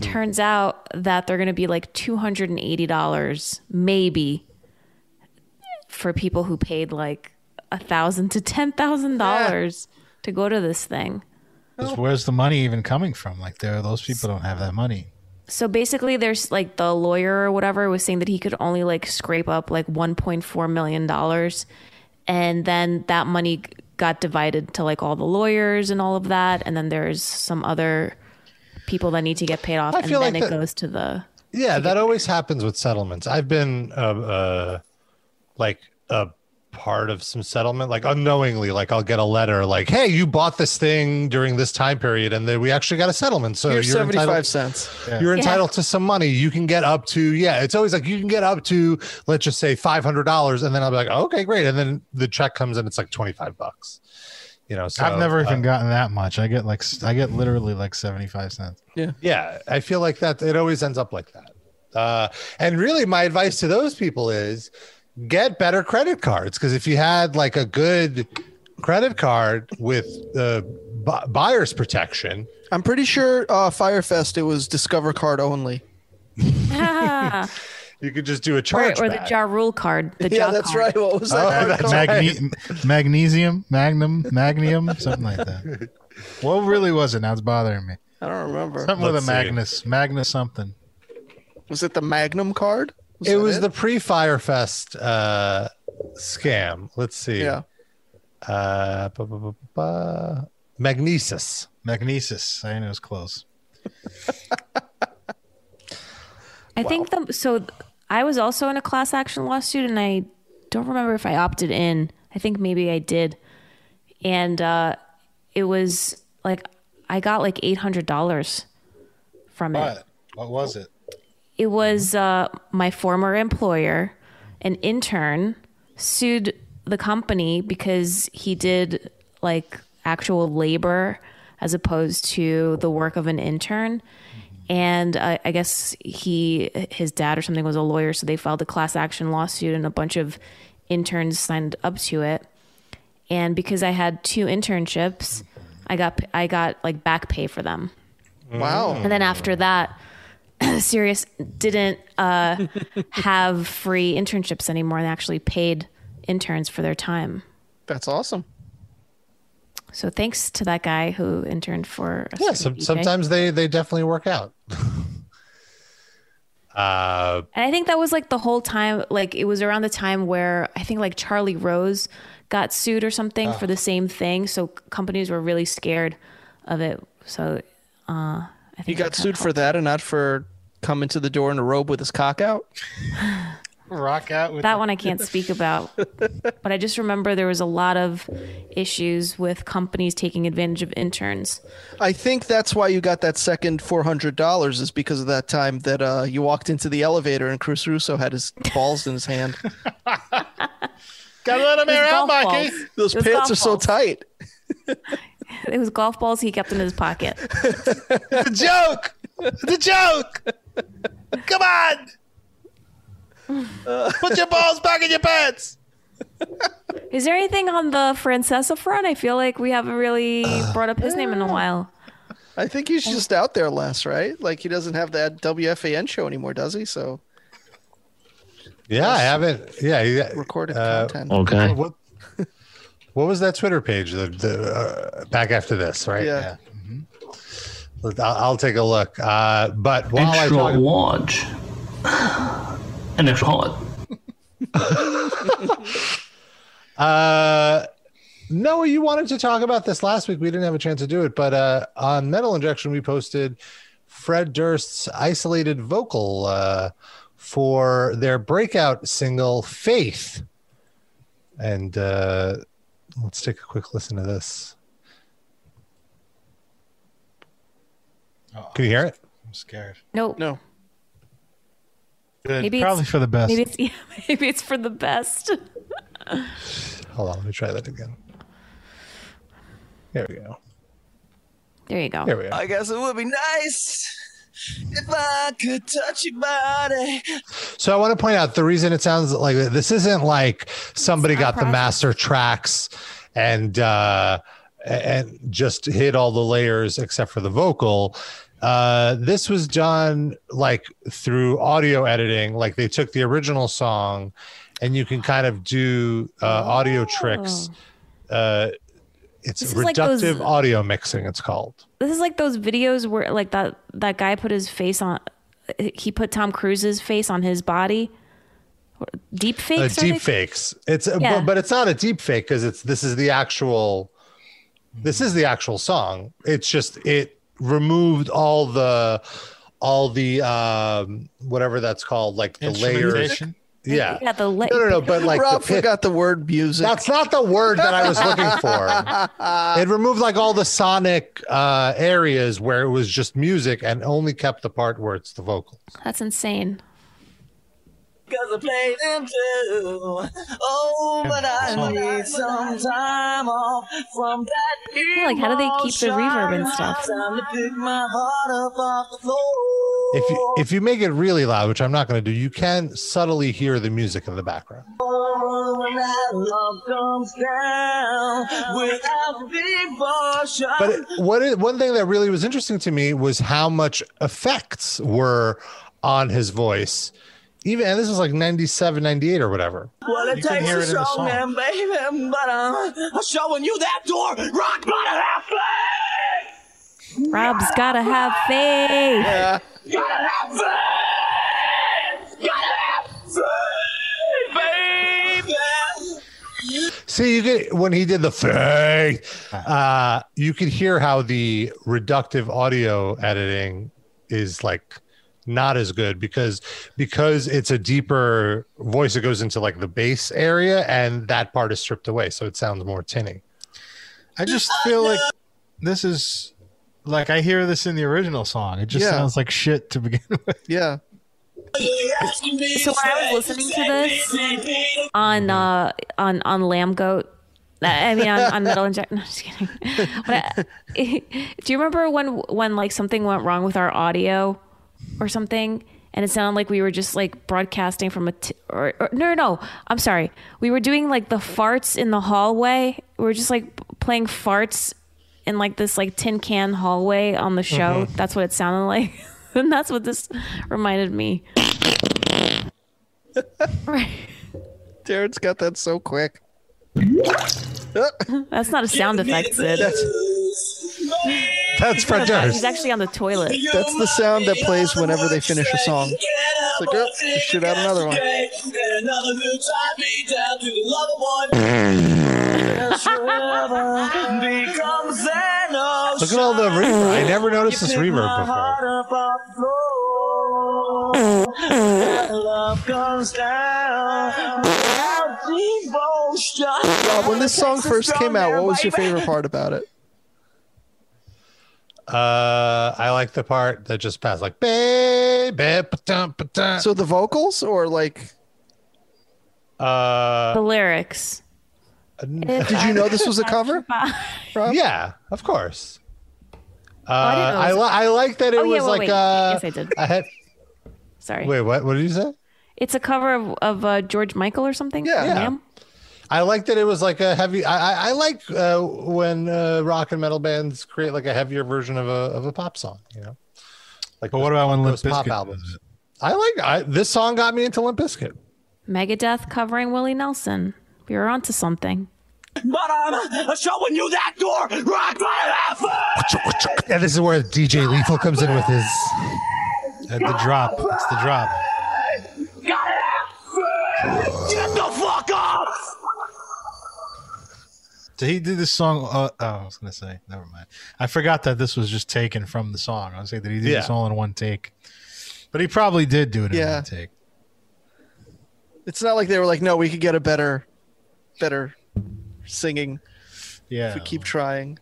[SPEAKER 3] Turns out that they're going to be like $280 maybe for people who paid like a thousand to ten thousand dollars to go to this thing.
[SPEAKER 5] 'Cause Where's the money even coming from? Like, there, those people don't have that money.
[SPEAKER 3] So basically, there's like the lawyer or whatever was saying that he could only like scrape up like 1.4 million dollars, and then that money got divided to like all the lawyers and all of that, and then there's some other people that need to get paid off,
[SPEAKER 2] I
[SPEAKER 3] and
[SPEAKER 2] feel
[SPEAKER 3] then
[SPEAKER 2] like
[SPEAKER 3] it
[SPEAKER 2] that-
[SPEAKER 3] goes to the.
[SPEAKER 2] Yeah, that always happens with settlements. I've been uh, uh, like a part of some settlement, like unknowingly, like I'll get a letter like, hey, you bought this thing during this time period and then we actually got a settlement. So
[SPEAKER 4] Here's
[SPEAKER 2] you're
[SPEAKER 4] 75
[SPEAKER 2] entitled,
[SPEAKER 4] cents.
[SPEAKER 2] you're entitled to some money. You can get up to, yeah, it's always like you can get up to, let's just say $500. And then I'll be like, okay, great. And then the check comes and it's like 25 bucks. You know, so
[SPEAKER 5] I've never
[SPEAKER 2] uh,
[SPEAKER 5] even gotten that much. I get like, s- I get literally like seventy-five cents.
[SPEAKER 2] yeah i feel like that it always ends up like that uh, and really my advice to those people is get better credit cards because if you had like a good credit card with uh, bu- buyer's protection
[SPEAKER 4] I'm pretty sure uh, Firefest, it was Discover Card only.
[SPEAKER 3] Ah,
[SPEAKER 2] you could just do a
[SPEAKER 3] or,
[SPEAKER 2] charge
[SPEAKER 3] or the Ja Rule card. The
[SPEAKER 4] yeah,
[SPEAKER 3] Ja
[SPEAKER 4] that's
[SPEAKER 3] card.
[SPEAKER 4] right. What was
[SPEAKER 5] Oh,
[SPEAKER 4] that? card
[SPEAKER 2] that's
[SPEAKER 4] called?
[SPEAKER 2] right.
[SPEAKER 5] Magne- magnesium, magnum, magnium, something like that. What really was it? Now it's bothering me.
[SPEAKER 4] I don't remember.
[SPEAKER 5] Something with
[SPEAKER 2] Let's
[SPEAKER 5] a
[SPEAKER 2] see.
[SPEAKER 5] Magnus, Magnus something.
[SPEAKER 4] Was it the Magnum card?
[SPEAKER 2] it
[SPEAKER 4] that
[SPEAKER 2] was the pre-firefest uh, scam let's see
[SPEAKER 4] Yeah.
[SPEAKER 2] uh, bu- bu- bu- bu- bu- magnesis
[SPEAKER 5] Magnesis. I knew it was close.
[SPEAKER 3] I think the so th- I was also in a class action lawsuit, and I don't remember if I opted in. I think maybe I did, and uh, it was like I got like eight hundred dollars from it.
[SPEAKER 5] But what was it?
[SPEAKER 3] It was uh, my former employer, an intern, sued the company because he did like actual labor as opposed to the work of an intern. And uh, I guess he, his dad or something was a lawyer, so they filed a class action lawsuit, and a bunch of interns signed up to it. And because I had two internships, I got I got like back pay for them.
[SPEAKER 4] Wow.
[SPEAKER 3] And then after that, Sirius didn't uh, have free internships anymore. They actually paid interns for their time.
[SPEAKER 4] That's awesome.
[SPEAKER 3] So thanks to that guy who interned for us
[SPEAKER 2] yeah
[SPEAKER 3] at
[SPEAKER 2] some,
[SPEAKER 3] BJ.
[SPEAKER 2] sometimes they they definitely work out uh
[SPEAKER 3] And I think that was like the whole time, like it was around the time where I think like Charlie Rose got sued or something
[SPEAKER 4] Ah.
[SPEAKER 3] for the same thing. So companies were really scared of it. So uh, I think
[SPEAKER 4] He
[SPEAKER 3] that
[SPEAKER 4] got
[SPEAKER 3] kinda
[SPEAKER 4] sued for that and not for coming to the door in a robe with his cock out.
[SPEAKER 5] Rock out with
[SPEAKER 3] That one I can't speak about. but I just remember there was a lot of issues with companies taking advantage of interns.
[SPEAKER 4] I think that's why you got that second four hundred dollars is because of that time that uh, you walked into the elevator and Chris Russo had his balls in his hand.
[SPEAKER 5] Gotta let him air
[SPEAKER 3] golf
[SPEAKER 5] out, Mikey.
[SPEAKER 3] balls.
[SPEAKER 4] Those
[SPEAKER 3] It was
[SPEAKER 4] pants
[SPEAKER 3] golf
[SPEAKER 4] are so
[SPEAKER 3] balls.
[SPEAKER 4] tight.
[SPEAKER 3] It was golf balls he kept in his pocket.
[SPEAKER 4] The joke. The joke.
[SPEAKER 6] Come on! Put your balls back in your pants!
[SPEAKER 3] Is there anything on the Francesa front? I feel like we haven't really
[SPEAKER 2] Uh,
[SPEAKER 3] brought up his name in a while.
[SPEAKER 4] I think he's just out there less, right? Like he doesn't have that WFAN show anymore, does he? So
[SPEAKER 2] Yeah, I haven't. Yeah, yeah.
[SPEAKER 4] recorded
[SPEAKER 2] Uh,
[SPEAKER 4] content.
[SPEAKER 2] what,
[SPEAKER 8] Okay.
[SPEAKER 2] what what was that Twitter page? The, the uh, back after this, right? Mm-hmm.
[SPEAKER 4] Yeah.
[SPEAKER 2] I'll, I'll take a look. Uh, but while I
[SPEAKER 8] extra
[SPEAKER 2] talk,
[SPEAKER 8] large. An extra hot.
[SPEAKER 2] uh, Noah, you wanted to talk about this last week. We didn't have a chance to do it, but uh, on Metal Injection, we posted Fred Durst's isolated vocal uh, for their breakout single "Faith," and uh, let's take a quick listen to this. Can you hear it?
[SPEAKER 5] I'm scared.
[SPEAKER 3] Nope.
[SPEAKER 4] No.
[SPEAKER 5] Good.
[SPEAKER 3] Maybe
[SPEAKER 5] Probably
[SPEAKER 3] it's-
[SPEAKER 5] for the best.
[SPEAKER 3] Maybe it's yeah, maybe it's for the best.
[SPEAKER 2] Hold on, let me try that again. There we go.
[SPEAKER 3] There you go.
[SPEAKER 2] There we go.
[SPEAKER 6] I guess it would be nice if I could touch your body.
[SPEAKER 2] So I want to point out the reason it sounds like this isn't like somebody
[SPEAKER 3] It's not
[SPEAKER 2] got the
[SPEAKER 3] processed.
[SPEAKER 2] master tracks and uh and just hit all the layers except for the vocal. Uh, this was done like through audio editing. Like they took the original song, and you can kind of do uh, audio tricks. Uh, it's
[SPEAKER 3] Oh. This is like those-
[SPEAKER 2] reductive audio mixing. It's called.
[SPEAKER 3] This is like those videos where like that that guy put his face on. He put Tom Cruise's face on his body. Deep
[SPEAKER 2] uh,
[SPEAKER 3] fakes.
[SPEAKER 2] deep fakes. It's uh, bu-
[SPEAKER 3] Yeah.
[SPEAKER 2] but, it's not a deep fake because it's this is the actual this is the actual song. It's just it removed all the all the um whatever that's called like the layers.
[SPEAKER 5] Instrumentation.
[SPEAKER 2] Yeah.
[SPEAKER 3] Yeah, the la-
[SPEAKER 2] No, no, no. But like
[SPEAKER 4] Rob
[SPEAKER 2] the,
[SPEAKER 4] forgot the word music.
[SPEAKER 2] that's not the word that I was looking for. It removed like all the sonic uh areas where it was just music and only kept the part where it's the vocals.
[SPEAKER 3] That's insane.
[SPEAKER 9] Cause I played them too. Oh, but I need some time off from that.
[SPEAKER 3] Yeah, like how do they keep the reverb and stuff?
[SPEAKER 9] Time to pick my heart up off the floor.
[SPEAKER 2] If you if you make it really loud, which I'm not going to do, you can subtly hear the music in the background.
[SPEAKER 9] When that love comes down without devotion.
[SPEAKER 2] But it, what it, one thing that really was interesting to me was how much effects were on his voice. Even and this was like 97, 98 or whatever.
[SPEAKER 9] Well, it
[SPEAKER 5] You can
[SPEAKER 9] takes
[SPEAKER 5] hear
[SPEAKER 9] a
[SPEAKER 5] it in the
[SPEAKER 9] strong
[SPEAKER 5] song.
[SPEAKER 9] man, baby, but uh, I'm showing you that door. Rock bottom after.
[SPEAKER 3] Rob's gotta have faith.
[SPEAKER 9] Gotta have faith. Gotta have faith, baby.
[SPEAKER 2] See, you could when he did the fake,
[SPEAKER 3] Uh-huh.
[SPEAKER 2] uh, you could hear how the reductive audio editing is like not as good because because it's a deeper voice that goes into like the bass area and that part is stripped away, so it sounds more tinny.
[SPEAKER 5] I just feel like this is like I hear this in the original song. It just
[SPEAKER 4] Yeah.
[SPEAKER 5] sounds like shit to begin with.
[SPEAKER 4] yeah.
[SPEAKER 3] So when I was listening to this on uh, on on Lamb Goat, Uh, I mean on, on Metal Injection. No, just kidding. When I- do you remember when when like something went wrong with our audio or something, and it sounded like we were just like broadcasting from a t- or, or no no I'm sorry we were doing like the farts in the hallway. We were just like playing farts in like this like tin can hallway on the show. That's what it sounded like. And that's what this reminded me. Right.
[SPEAKER 4] Darren's got that so quick.
[SPEAKER 3] That's not a sound effect, Sid.
[SPEAKER 2] That's Fred Durst.
[SPEAKER 3] He's actually on the toilet.
[SPEAKER 4] That's the sound that plays whenever they finish a song. It's like, oh, we should add another one.
[SPEAKER 2] Look at all the reverb. I never noticed this reverb before.
[SPEAKER 4] Rob, when this song first came out, what was your favorite part about it?
[SPEAKER 2] Uh, I like the part that just passed, like baby. ba-dum, ba-dum.
[SPEAKER 4] So the vocals or like
[SPEAKER 2] Uh,
[SPEAKER 3] The lyrics.
[SPEAKER 4] did you know this was a cover?
[SPEAKER 2] yeah, of course. Uh,
[SPEAKER 3] I didn't know
[SPEAKER 2] I,
[SPEAKER 3] it
[SPEAKER 2] li-
[SPEAKER 3] was-
[SPEAKER 2] I like that it
[SPEAKER 3] Oh, yeah,
[SPEAKER 2] was
[SPEAKER 3] well,
[SPEAKER 2] like
[SPEAKER 3] wait.
[SPEAKER 2] uh,
[SPEAKER 3] Yes, I did.
[SPEAKER 2] had,
[SPEAKER 3] Sorry.
[SPEAKER 2] wait, what? What did you say?
[SPEAKER 3] It's a cover of, of uh, George Michael or something?
[SPEAKER 4] Yeah. Yeah.
[SPEAKER 3] Lamb?
[SPEAKER 2] I like that it was like a heavy. I, I, I like uh, when uh, rock and metal bands create like a heavier version of a of a pop song. You know, like
[SPEAKER 5] But what about when Limp
[SPEAKER 2] those pop
[SPEAKER 5] Bizkit does
[SPEAKER 2] albums? I like I, this song got me into Limp Bizkit.
[SPEAKER 3] Megadeth covering Willie Nelson. We were onto something.
[SPEAKER 9] But I'm showing you that door. Rock bottom after.
[SPEAKER 2] And this is where DJ Lethal comes in with his.
[SPEAKER 5] At the drop, it's the drop.
[SPEAKER 9] Gotta have faith. Get the fuck up.
[SPEAKER 5] Did he do this song? Uh, oh, I was gonna say, never mind. I forgot that this was just taken from the song. I was saying that he did
[SPEAKER 2] Yeah.
[SPEAKER 5] this all in one take, but he probably did do it in
[SPEAKER 4] Yeah.
[SPEAKER 5] one take.
[SPEAKER 4] It's not like they were like, no, we could get a better, better singing
[SPEAKER 5] Yeah,
[SPEAKER 4] if we keep trying.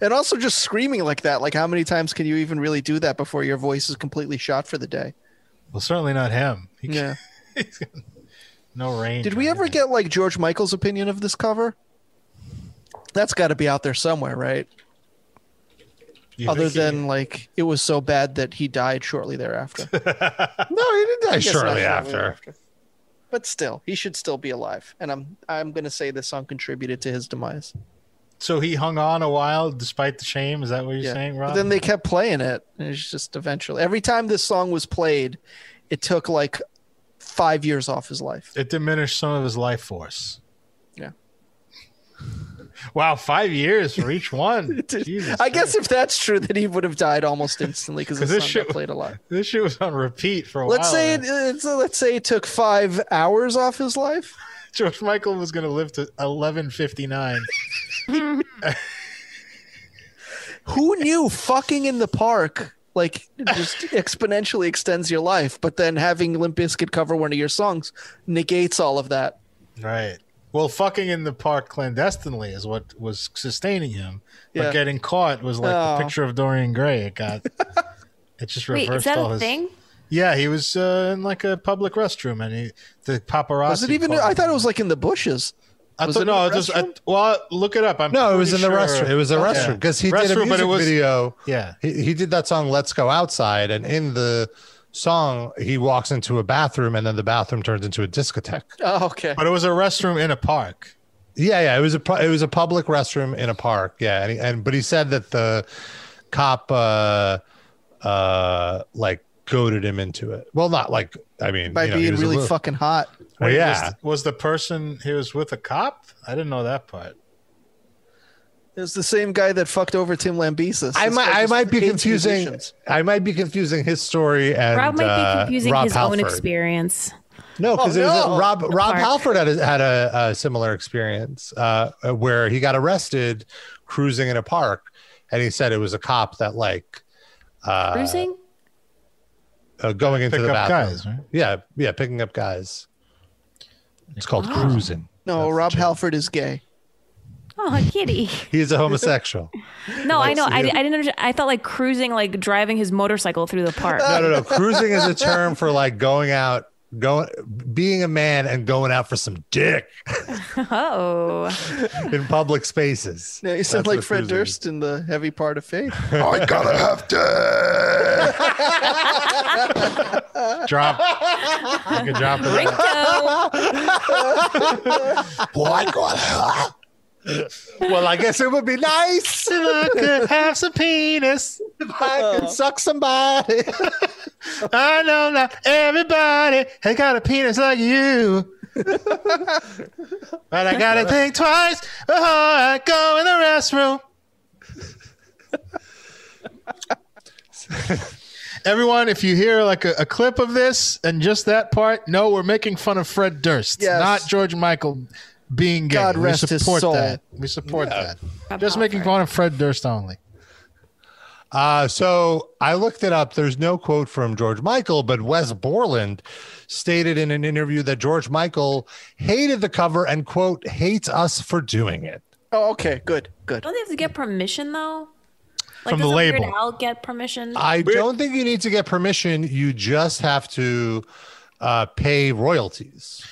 [SPEAKER 4] And also just screaming like that. Like, how many times can you even really do that before your voice is completely shot for the day?
[SPEAKER 5] well, certainly not him. He
[SPEAKER 4] Yeah.
[SPEAKER 5] no
[SPEAKER 4] Mm.
[SPEAKER 5] range.
[SPEAKER 4] Did
[SPEAKER 5] or
[SPEAKER 4] we ever
[SPEAKER 5] anything.
[SPEAKER 4] get like George Michael's opinion of this cover? That's got to be out there somewhere, right?
[SPEAKER 5] You
[SPEAKER 4] Other
[SPEAKER 5] think
[SPEAKER 4] than like it was so bad that he died shortly thereafter.
[SPEAKER 2] No, he didn't die
[SPEAKER 4] Guess not
[SPEAKER 2] shortly after.
[SPEAKER 4] But still, he should still be alive. And I'm I'm gonna say this song contributed to his demise.
[SPEAKER 5] So he hung on a while despite the shame. Is that what you're
[SPEAKER 4] Yeah.
[SPEAKER 5] saying,
[SPEAKER 4] But
[SPEAKER 5] Rob?
[SPEAKER 4] then they kept playing it. and It's just eventually every time this song was played, it took like five years off his life.
[SPEAKER 5] it diminished some of his life force.
[SPEAKER 4] Yeah.
[SPEAKER 5] Wow, five years for each one. Jesus,
[SPEAKER 4] I guess if that's true, then he would have died almost instantly because
[SPEAKER 5] 'Cause
[SPEAKER 4] this
[SPEAKER 5] this
[SPEAKER 4] song
[SPEAKER 5] shit-
[SPEAKER 4] got played a lot.
[SPEAKER 5] this shit was on repeat for a
[SPEAKER 4] Let's
[SPEAKER 5] while.
[SPEAKER 4] say it, it's, let's say it took five hours off his life.
[SPEAKER 5] George Michael was going to live to 1159.
[SPEAKER 4] Who knew? Fucking in the park. Like it just exponentially extends your life, but then having Limp Bizkit cover one of your songs negates all of that.
[SPEAKER 5] Right. Well, fucking in the park clandestinely is what was sustaining him,
[SPEAKER 4] Yeah.
[SPEAKER 5] but getting caught was like
[SPEAKER 4] Oh.
[SPEAKER 5] the picture of Dorian Gray. It got it just reversed
[SPEAKER 3] Wait, is that
[SPEAKER 5] all
[SPEAKER 3] a
[SPEAKER 5] his.
[SPEAKER 3] thing?
[SPEAKER 5] Yeah, he was uh, in like a public restroom, and he the paparazzi.
[SPEAKER 4] Was it even?
[SPEAKER 5] caught
[SPEAKER 4] I
[SPEAKER 5] him.
[SPEAKER 4] thought it was like in the bushes.
[SPEAKER 5] I
[SPEAKER 4] was
[SPEAKER 5] thought
[SPEAKER 4] it in
[SPEAKER 5] no.
[SPEAKER 4] the
[SPEAKER 5] just I,
[SPEAKER 4] restroom?
[SPEAKER 5] well, look it up. I'm
[SPEAKER 2] No, it was in
[SPEAKER 5] pretty
[SPEAKER 2] the
[SPEAKER 5] sure-
[SPEAKER 2] restroom. It was a restroom because he did a
[SPEAKER 5] Restroom,
[SPEAKER 2] music
[SPEAKER 5] but it was-
[SPEAKER 2] video.
[SPEAKER 5] Yeah.
[SPEAKER 2] he, he did that song "Let's Go Outside," and in the song, he walks into a bathroom, and then the bathroom turns into a discotheque.
[SPEAKER 4] Oh, okay.
[SPEAKER 5] But it was a restroom in a park.
[SPEAKER 2] Yeah, yeah, it was a pu- it was a public restroom in a park. Yeah, and, he, and but he said that the cop uh uh like goaded him into it. Well, not like I mean,
[SPEAKER 4] By
[SPEAKER 2] you know, he
[SPEAKER 4] being
[SPEAKER 2] was a
[SPEAKER 4] really
[SPEAKER 2] little-
[SPEAKER 4] fucking hot.
[SPEAKER 2] Well,
[SPEAKER 5] Wait,
[SPEAKER 2] yeah,
[SPEAKER 5] Was, was the person he was with a cop? I didn't know that part.
[SPEAKER 4] It was the same guy that fucked over Tim Lambesis.
[SPEAKER 2] I
[SPEAKER 4] This
[SPEAKER 2] might
[SPEAKER 4] guy
[SPEAKER 2] I
[SPEAKER 4] just
[SPEAKER 2] might be
[SPEAKER 4] hates
[SPEAKER 2] confusing
[SPEAKER 4] musicians.
[SPEAKER 2] I might be confusing his story and
[SPEAKER 3] Rob might be
[SPEAKER 2] uh,
[SPEAKER 3] confusing
[SPEAKER 2] Rob
[SPEAKER 3] his
[SPEAKER 2] Halford.
[SPEAKER 3] own experience.
[SPEAKER 2] No, because
[SPEAKER 4] Oh,
[SPEAKER 2] it was
[SPEAKER 4] no.
[SPEAKER 2] a, Rob Rob
[SPEAKER 3] park.
[SPEAKER 2] Halford had a, had a, a similar experience uh, where he got arrested cruising in a park, and he said it was a cop that like uh,
[SPEAKER 3] Cruising?
[SPEAKER 2] uh, going into
[SPEAKER 5] Pick
[SPEAKER 2] the
[SPEAKER 5] up
[SPEAKER 2] bathroom.
[SPEAKER 5] guys, right?
[SPEAKER 2] Yeah, yeah, picking up guys. It's called cruising.
[SPEAKER 4] No, Rob Halford is gay.
[SPEAKER 3] Oh, kitty.
[SPEAKER 2] He's a homosexual.
[SPEAKER 3] No, I know. I, I didn't understand. I thought like cruising, like driving his motorcycle through the park.
[SPEAKER 2] No, no, no. Cruising is a term for like going out, going, being a man and going out for some dick
[SPEAKER 3] Oh,
[SPEAKER 2] in public spaces.
[SPEAKER 4] No, you
[SPEAKER 2] That's
[SPEAKER 4] sound like
[SPEAKER 2] what
[SPEAKER 4] Fred
[SPEAKER 2] cruising is.
[SPEAKER 4] Durst in the heavy part of Faith.
[SPEAKER 7] I gotta have to.
[SPEAKER 5] Drop. Take a drop of that.
[SPEAKER 3] Ringo.
[SPEAKER 7] Well, I gotta.
[SPEAKER 2] Well, I guess it would be nice if I could,
[SPEAKER 5] Have some penis.
[SPEAKER 2] if I could suck somebody.
[SPEAKER 5] I know not everybody has got a penis like you. but I gotta think twice before I go in the restroom. Everyone, if you hear like a, a clip of this and just that part, no, we're making fun of Fred Durst,
[SPEAKER 4] Yes.
[SPEAKER 5] not George Michael being gay.
[SPEAKER 4] God
[SPEAKER 5] we
[SPEAKER 4] rest his
[SPEAKER 5] support
[SPEAKER 4] soul.
[SPEAKER 5] that. We support that. Just making fun of Fred Durst only.
[SPEAKER 2] Uh, so I looked it up. There's no quote from George Michael, but Wes Borland stated in an interview that George Michael hated the cover and, quote, hates us for doing it.
[SPEAKER 4] Oh, okay. Good. Good.
[SPEAKER 3] Don't they have to get permission though? Like,
[SPEAKER 5] From the
[SPEAKER 3] doesn't Weird
[SPEAKER 5] label.
[SPEAKER 3] Al get permission.
[SPEAKER 2] I don't think you need to get permission. You just have to uh, pay royalties.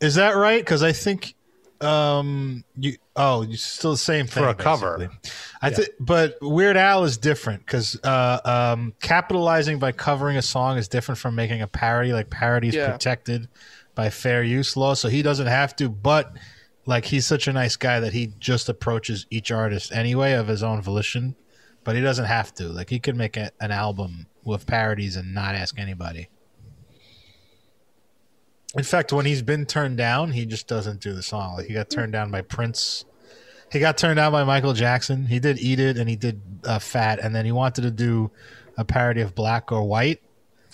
[SPEAKER 5] Is that right? Because I think um you oh you still the same thing
[SPEAKER 2] For a cover.
[SPEAKER 5] basically. I think, but Weird Al is different because uh, um, capitalizing by covering a song is different from making a parody. Like parody is
[SPEAKER 4] Yeah.
[SPEAKER 5] protected by fair use law, so he doesn't have to. But like he's such a nice guy that he just approaches each artist anyway of his own volition. But he doesn't have to. Like he could make a, an album with parodies and not ask anybody. In fact, when he's been turned down, he just doesn't do the song. Like he got turned down by Prince. He got turned down by Michael Jackson. He did "Eat It" and he did uh, "Fat," and then he wanted to do a parody of "Black or White."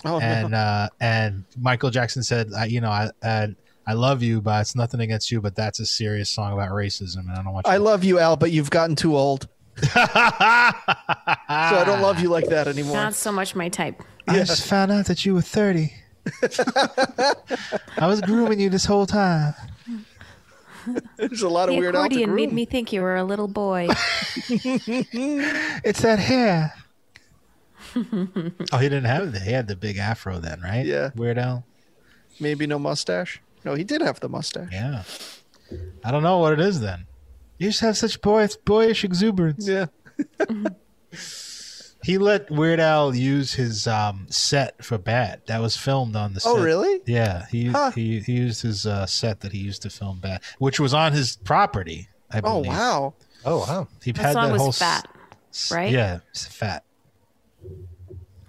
[SPEAKER 4] Oh, no.
[SPEAKER 5] and uh, and Michael Jackson said, I, "You know, I, I I love you, but it's nothing against you, but that's a serious song about racism, and I don't want you."
[SPEAKER 4] I love you, Al, but you've gotten too old. so I don't love you like that anymore.
[SPEAKER 3] Not so much my type.
[SPEAKER 5] I just found out that you were thirty. I was grooming you this whole time.
[SPEAKER 4] There's a lot of
[SPEAKER 3] The
[SPEAKER 4] weird Al to
[SPEAKER 3] accordion made
[SPEAKER 4] groom.
[SPEAKER 3] me think you were a little boy.
[SPEAKER 5] It's that hair. oh, he didn't have it. He had the big afro then, right?
[SPEAKER 4] Yeah.
[SPEAKER 5] Weirdo.
[SPEAKER 4] Maybe no mustache. No, he did have the mustache.
[SPEAKER 5] Yeah. I don't know what it is then. You just have such boy- boyish exuberance.
[SPEAKER 4] Yeah.
[SPEAKER 5] He let Weird Al use his um, set for Bat. That was filmed on the set.
[SPEAKER 4] Oh, really?
[SPEAKER 5] Yeah. He
[SPEAKER 4] Huh.
[SPEAKER 5] he, he used his uh, set that he used to film Bat, which was on his property. I
[SPEAKER 4] Oh,
[SPEAKER 5] believe.
[SPEAKER 4] wow.
[SPEAKER 2] Oh wow.
[SPEAKER 5] He
[SPEAKER 3] That song was fat,
[SPEAKER 5] s-
[SPEAKER 3] right?
[SPEAKER 5] Yeah, it's fat.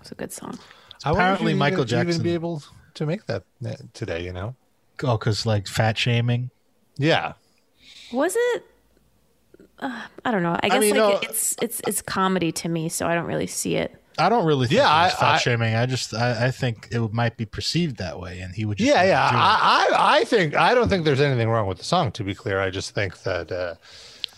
[SPEAKER 3] It's a good song.
[SPEAKER 2] I wonder if
[SPEAKER 5] Apparently
[SPEAKER 2] you'd
[SPEAKER 5] Michael
[SPEAKER 2] even, even
[SPEAKER 5] Jackson.
[SPEAKER 2] be able to make that uh, today. You know.
[SPEAKER 5] Oh, because like fat shaming.
[SPEAKER 2] Yeah.
[SPEAKER 3] Was it? Uh, I don't know. I guess
[SPEAKER 5] mean,
[SPEAKER 3] like
[SPEAKER 5] no,
[SPEAKER 3] it- it's it's it's comedy to me, so I don't really see it.
[SPEAKER 5] I don't really think
[SPEAKER 2] Yeah,
[SPEAKER 5] yeah,
[SPEAKER 2] I-
[SPEAKER 5] fat
[SPEAKER 2] I-
[SPEAKER 5] shaming. I just I, I think it might be perceived that way, and he would just
[SPEAKER 2] Yeah,
[SPEAKER 5] not
[SPEAKER 2] yeah.
[SPEAKER 5] do it.
[SPEAKER 2] I, I, I think I don't think there's anything wrong with the song. To be clear, I just think that uh,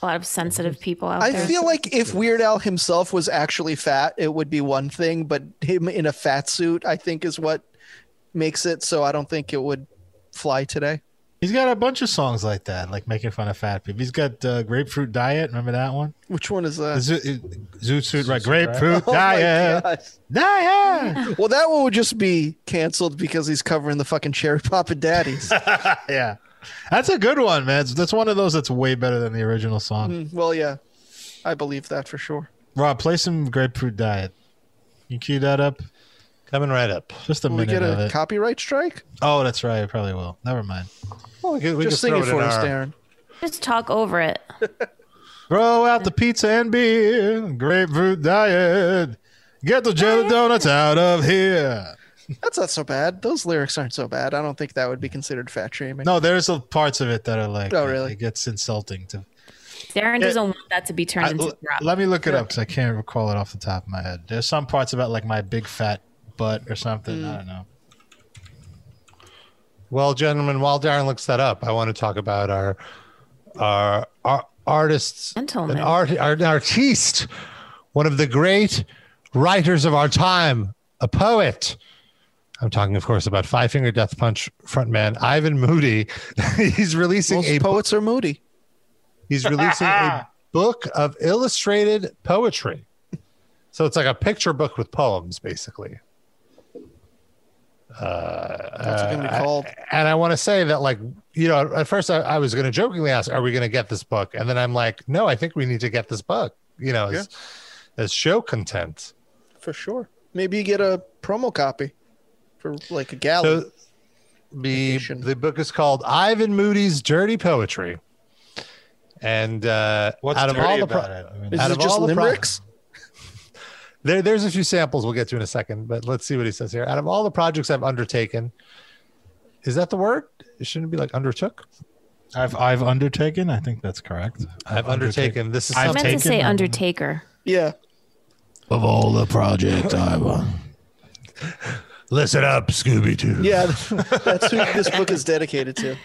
[SPEAKER 3] A lot of sensitive people out
[SPEAKER 4] I
[SPEAKER 3] there.
[SPEAKER 4] feel like if Weird Al himself was actually fat, it would be one thing, but him in a fat suit, I think, is what makes it so I don't think it would fly today.
[SPEAKER 5] He's got a bunch of songs like that, like making fun of fat people. He's got uh, grapefruit diet. Remember that one?
[SPEAKER 4] Which one is that?
[SPEAKER 5] Zoot, zoot suit, right? Grapefruit
[SPEAKER 4] Oh my
[SPEAKER 5] diet,
[SPEAKER 4] gosh.
[SPEAKER 5] diet.
[SPEAKER 4] Well, that one would just be canceled because he's covering the fucking Cherry Pop and Daddies.
[SPEAKER 5] yeah, that's a good one, man. That's one of those that's way better than the original song.
[SPEAKER 4] well, yeah, I believe that for sure.
[SPEAKER 5] Rob, play some grapefruit diet. You cue that up.
[SPEAKER 2] coming right up.
[SPEAKER 5] Just a
[SPEAKER 4] Will we
[SPEAKER 5] minute
[SPEAKER 4] get
[SPEAKER 5] of
[SPEAKER 4] a
[SPEAKER 5] it.
[SPEAKER 4] copyright strike?
[SPEAKER 5] oh, that's right. I probably will. Never mind.
[SPEAKER 2] Well, we could, we
[SPEAKER 4] just
[SPEAKER 2] could
[SPEAKER 4] sing it for
[SPEAKER 2] throw in
[SPEAKER 4] us,
[SPEAKER 2] our-
[SPEAKER 4] Darren.
[SPEAKER 3] just talk over it.
[SPEAKER 5] Throw out the pizza and beer. Grapefruit diet. Get the jelly donuts out of here.
[SPEAKER 4] That's not so bad. Those lyrics aren't so bad. I don't think that would be considered fat shaming.
[SPEAKER 5] No, there's a parts of it that are like.
[SPEAKER 4] Oh, really?
[SPEAKER 5] It gets insulting to.
[SPEAKER 3] Darren doesn't want that to be turned
[SPEAKER 5] I-
[SPEAKER 3] into
[SPEAKER 5] l-
[SPEAKER 3] rap.
[SPEAKER 5] let me look it up because I can't recall it off the top of my head. There's some parts about like my big fat butt or something.
[SPEAKER 4] Mm.
[SPEAKER 5] I don't know.
[SPEAKER 2] Well, gentlemen, while Darren looks that up, I want to talk about our our, our artists,
[SPEAKER 3] Gentlemen.
[SPEAKER 2] an art, our, an artiste, one of the great writers of our time, a poet. I'm talking, of course, about Five Finger Death Punch frontman Ivan Moody. he's releasing
[SPEAKER 4] Most
[SPEAKER 2] a
[SPEAKER 4] poets are moody.
[SPEAKER 2] He's releasing a book of illustrated poetry. So it's like a picture book with poems, basically.
[SPEAKER 4] That's what it's gonna be called.
[SPEAKER 2] And Uh, I want to say that, like, you know, at first I, I was going to jokingly ask, are we going to get this book? And then I'm like, no, I think we need to get this book, you know, as, as show content.
[SPEAKER 4] For sure. Maybe you get a promo copy for like a galley.
[SPEAKER 2] So the,
[SPEAKER 4] Vacation.
[SPEAKER 2] the book is called Ivan Moody's Dirty Poetry. And uh, out of all the pro-
[SPEAKER 5] it?
[SPEAKER 4] is
[SPEAKER 2] out
[SPEAKER 4] it
[SPEAKER 2] of
[SPEAKER 4] just
[SPEAKER 2] all the pro-
[SPEAKER 4] limericks?
[SPEAKER 2] There, there's a few samples we'll get to in a second, but let's see what he says here. Out of all the projects I've undertaken, is that the word? It shouldn't be like undertook.
[SPEAKER 5] I've I've undertaken. I think that's correct.
[SPEAKER 2] I've undertaken. This is
[SPEAKER 5] I've
[SPEAKER 3] I
[SPEAKER 2] something.
[SPEAKER 3] meant to say
[SPEAKER 5] taken them.
[SPEAKER 3] Undertaker.
[SPEAKER 4] Yeah.
[SPEAKER 6] Of all the projects I want.
[SPEAKER 2] Listen up, Scooby Doo.
[SPEAKER 4] Yeah. That's who this book is dedicated to.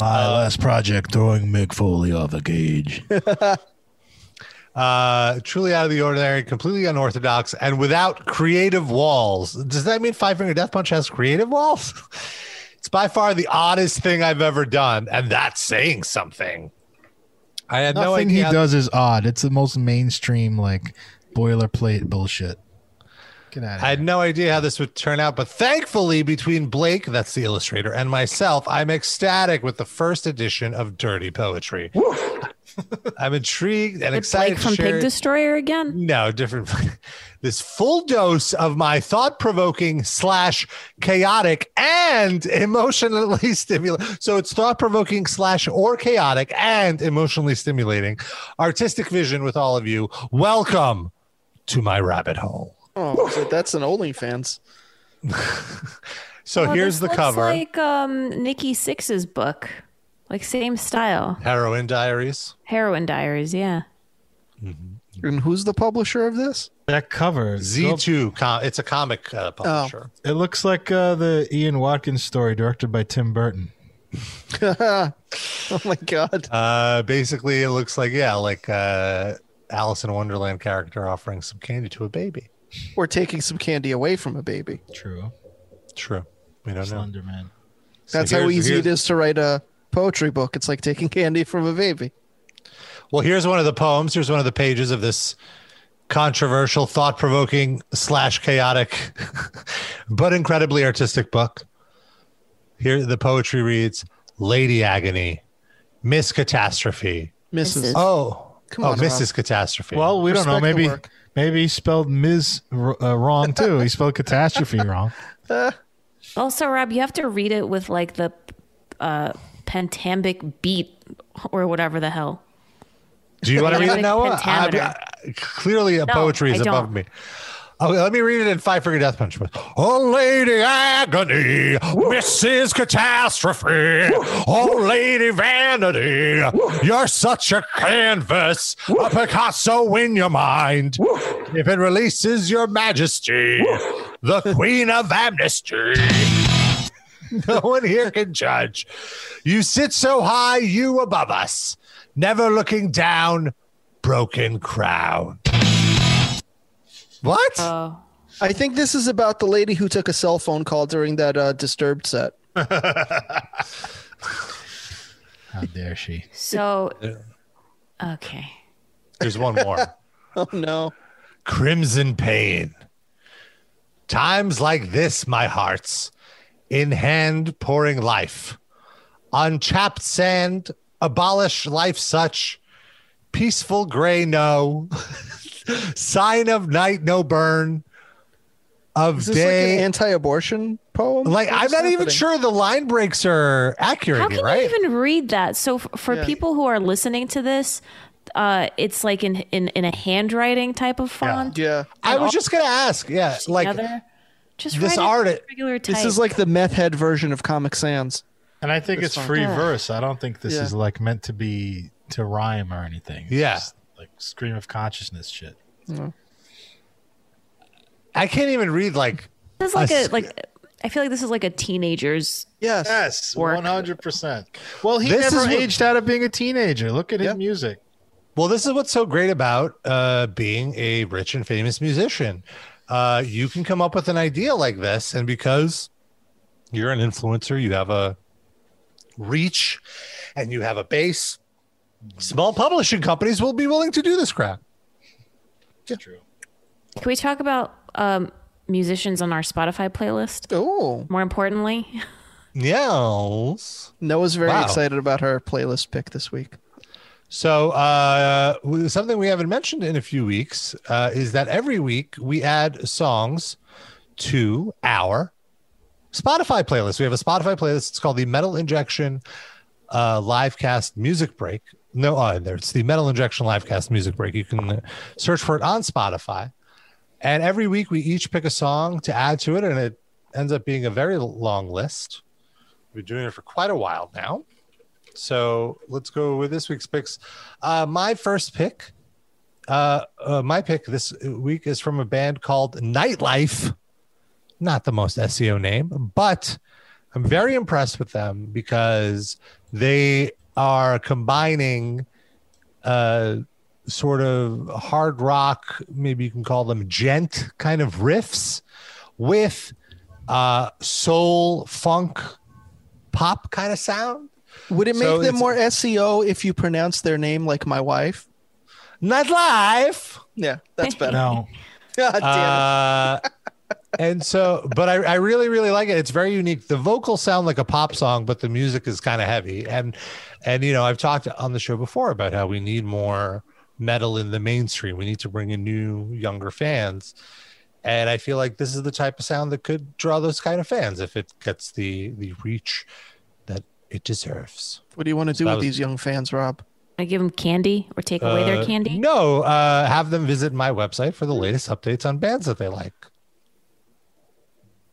[SPEAKER 6] My
[SPEAKER 5] Uh,
[SPEAKER 6] last project, throwing Mick Foley off a cage.
[SPEAKER 2] Uh, truly out of the ordinary, completely unorthodox, and without creative walls. Does that mean Five Finger Death Punch has creative walls? it's by far the oddest thing I've ever done, and that's saying something. I had no
[SPEAKER 5] Nothing
[SPEAKER 2] idea.
[SPEAKER 5] he does is odd. It's the most mainstream like boilerplate bullshit. Get out of here.
[SPEAKER 2] I had no idea how this would turn out, but thankfully, between Blake, that's the illustrator, and myself, I'm ecstatic with the first edition of Dirty Poetry. I'm intrigued
[SPEAKER 3] Did
[SPEAKER 2] and
[SPEAKER 3] Blake
[SPEAKER 2] excited
[SPEAKER 3] from
[SPEAKER 2] to share.
[SPEAKER 3] Pig Destroyer again?
[SPEAKER 2] no, different. this full dose of my thought-provoking slash chaotic and emotionally stimulating. So it's thought-provoking slash or chaotic and emotionally stimulating artistic vision with all of you. Welcome to my rabbit hole.
[SPEAKER 4] Oh, so that's an OnlyFans.
[SPEAKER 2] So
[SPEAKER 3] Oh,
[SPEAKER 2] here's
[SPEAKER 3] this
[SPEAKER 2] the
[SPEAKER 3] looks
[SPEAKER 2] cover.
[SPEAKER 3] Like um, Nikki Six's book, like same style.
[SPEAKER 2] Heroin Diaries.
[SPEAKER 3] Heroin Diaries. Yeah.
[SPEAKER 4] And who's the publisher of this?
[SPEAKER 5] that cover
[SPEAKER 2] Z two. Com- it's a comic uh, publisher.
[SPEAKER 5] It looks like uh, the Ian Watkins story directed by Tim Burton.
[SPEAKER 4] Oh my god.
[SPEAKER 2] Uh, basically, it looks like yeah, like uh, Alice in Wonderland character offering some candy to a baby.
[SPEAKER 4] We're taking some candy away from a baby.
[SPEAKER 5] True.
[SPEAKER 2] True. We don't know.
[SPEAKER 5] Slender Man.
[SPEAKER 2] So
[SPEAKER 4] That's how
[SPEAKER 2] here's-
[SPEAKER 4] easy it
[SPEAKER 2] here's-
[SPEAKER 4] is to write a poetry book. It's like taking candy from a baby.
[SPEAKER 2] Well, here's one of the poems. Here's one of the pages of this controversial, thought-provoking slash chaotic, but incredibly artistic book. Here, the poetry reads: "Lady agony, Miss catastrophe."
[SPEAKER 4] Mrs.
[SPEAKER 3] Mrs.
[SPEAKER 2] Oh,
[SPEAKER 4] Come
[SPEAKER 2] oh,
[SPEAKER 4] on, Rob.
[SPEAKER 2] Mrs. Catastrophe.
[SPEAKER 5] Well, we don't know.
[SPEAKER 4] Respect the
[SPEAKER 5] Maybe
[SPEAKER 4] work.
[SPEAKER 5] maybe he spelled Ms. r- uh, wrong too. He spelled catastrophe wrong.
[SPEAKER 3] Also, Rob, you have to read it with like the uh, pentambic beat or whatever the hell.
[SPEAKER 2] Do you want to read it,
[SPEAKER 3] Pentameter.
[SPEAKER 2] Noah? I'm- I- clearly, a
[SPEAKER 3] No,
[SPEAKER 2] poetry is
[SPEAKER 3] I
[SPEAKER 2] above
[SPEAKER 3] don't.
[SPEAKER 2] me. Okay, let me read it in Five Finger Death Punch. Oh, Lady Agony, Mrs. Catastrophe, Oh, Lady Vanity, you're such a canvas, a Picasso in your mind. If it releases your majesty, the Queen of Amnesty no one here can judge. You sit so high, you above us, never looking down, broken crown. What?
[SPEAKER 3] Oh,
[SPEAKER 4] I think this is about the lady who took a cell phone call during that uh, disturbed set.
[SPEAKER 5] How dare she?
[SPEAKER 3] so okay.
[SPEAKER 2] There's one more.
[SPEAKER 4] Oh no.
[SPEAKER 2] Crimson pain. Times like this, my hearts, in hand pouring life. On chapped sand, abolish life such. Peaceful gray, no. Sign of night, no burn. Of
[SPEAKER 4] Is this
[SPEAKER 2] day,
[SPEAKER 4] like an anti-abortion poem?
[SPEAKER 2] Like,
[SPEAKER 4] What
[SPEAKER 2] I'm
[SPEAKER 4] is
[SPEAKER 2] not even
[SPEAKER 4] happening?
[SPEAKER 2] sure the line breaks are accurate,
[SPEAKER 3] How
[SPEAKER 2] here,
[SPEAKER 3] can
[SPEAKER 2] right?
[SPEAKER 3] you even read that? So f- for
[SPEAKER 4] Yeah.
[SPEAKER 3] people who are listening to this, uh, it's like in, in in a handwriting type of font.
[SPEAKER 4] Yeah.
[SPEAKER 2] I was just gonna ask. Yeah, like
[SPEAKER 3] Together. Just write it
[SPEAKER 2] this
[SPEAKER 3] in
[SPEAKER 2] art-
[SPEAKER 3] regular type.
[SPEAKER 4] This is like the meth head version of Comic Sans.
[SPEAKER 5] And I think it's free verse. I don't think this
[SPEAKER 4] Yeah.
[SPEAKER 5] is like meant to be to rhyme or anything. It's
[SPEAKER 2] Yeah.
[SPEAKER 5] just, like stream of consciousness shit.
[SPEAKER 2] I can't even read. Like
[SPEAKER 3] this is like
[SPEAKER 2] a
[SPEAKER 3] a
[SPEAKER 2] s-
[SPEAKER 3] like. I feel like this is like a teenager's.
[SPEAKER 4] Yes.
[SPEAKER 5] Yes,
[SPEAKER 3] Work.
[SPEAKER 5] one hundred percent. Well, he
[SPEAKER 2] This
[SPEAKER 5] never
[SPEAKER 2] is what-
[SPEAKER 5] aged out of being a teenager. Look at his
[SPEAKER 4] Yep.
[SPEAKER 5] music.
[SPEAKER 2] Well, this is what's so great about uh, being a rich and famous musician. Uh, you can come up with an idea like this, and because you're an influencer, you have a reach and you have a base, small publishing companies will be willing to do this crap.
[SPEAKER 5] True.
[SPEAKER 3] Can we talk about um, musicians on our Spotify playlist?
[SPEAKER 4] Oh,
[SPEAKER 3] More importantly,
[SPEAKER 2] Yes.
[SPEAKER 4] Noah's very
[SPEAKER 2] Wow.
[SPEAKER 4] excited about her playlist pick this week.
[SPEAKER 2] So, uh, w- something we haven't mentioned in a few weeks uh, is that every week we add songs to our Spotify playlist. We have a Spotify playlist. It's called the Metal Injection uh, Livecast Music Break. No, uh, there it's the Metal Injection Livecast Music Break. You can uh, search for it on Spotify. And every week we each pick a song to add to it, and it ends up being a very long list. We've been doing it for quite a while now. So let's go with this week's picks. Uh, my first pick, uh, uh, my pick this week is from a band called Nightlife. Not the most SEO name, but I'm very impressed with them because they are combining uh, sort of hard rock, maybe you can call them gent kind of riffs with uh, soul, funk, pop kind of sound.
[SPEAKER 4] Would it make
[SPEAKER 2] So
[SPEAKER 4] them
[SPEAKER 2] it's-
[SPEAKER 4] more SEO if you pronounce their name like my wife?
[SPEAKER 2] Nightlife.
[SPEAKER 4] Yeah, that's better.
[SPEAKER 5] No,
[SPEAKER 4] God damn it.
[SPEAKER 2] Uh, and so, but I, I really, really like it. It's very unique. The vocals sound like a pop song, but the music is kind of heavy. And, and, you know, I've talked on the show before about how we need more metal in the mainstream. We need to bring in new, younger fans. And I feel like this is the type of sound that could draw those kind of fans if it gets the, the reach that it deserves.
[SPEAKER 4] what do you want to do
[SPEAKER 2] that
[SPEAKER 4] with
[SPEAKER 2] was-
[SPEAKER 4] these young fans, Rob?
[SPEAKER 3] I give them candy or take away
[SPEAKER 2] Uh,
[SPEAKER 3] their candy.
[SPEAKER 2] No, uh, have them visit my website for the latest updates on bands that they like.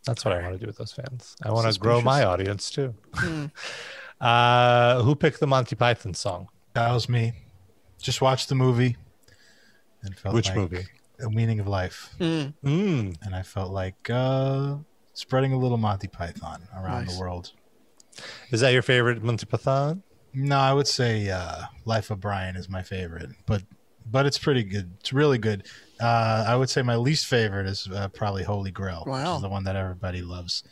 [SPEAKER 2] That's what I want to do with those fans. I want to grow my audience too. uh, who picked the Monty Python song?
[SPEAKER 5] that was me. Just watched the movie. And felt
[SPEAKER 2] Which
[SPEAKER 5] like
[SPEAKER 2] movie?
[SPEAKER 5] A meaning of life,
[SPEAKER 2] Mm,
[SPEAKER 5] and I felt like uh, spreading a little Monty Python around
[SPEAKER 4] Nice.
[SPEAKER 5] the world.
[SPEAKER 2] is that your favorite Monty Python?
[SPEAKER 5] No, I would say uh, Life of Brian is my favorite, but but it's pretty good. It's really good. Uh, I would say my least favorite is uh, probably Holy Grail, which
[SPEAKER 4] Wow.
[SPEAKER 5] is the one that everybody loves.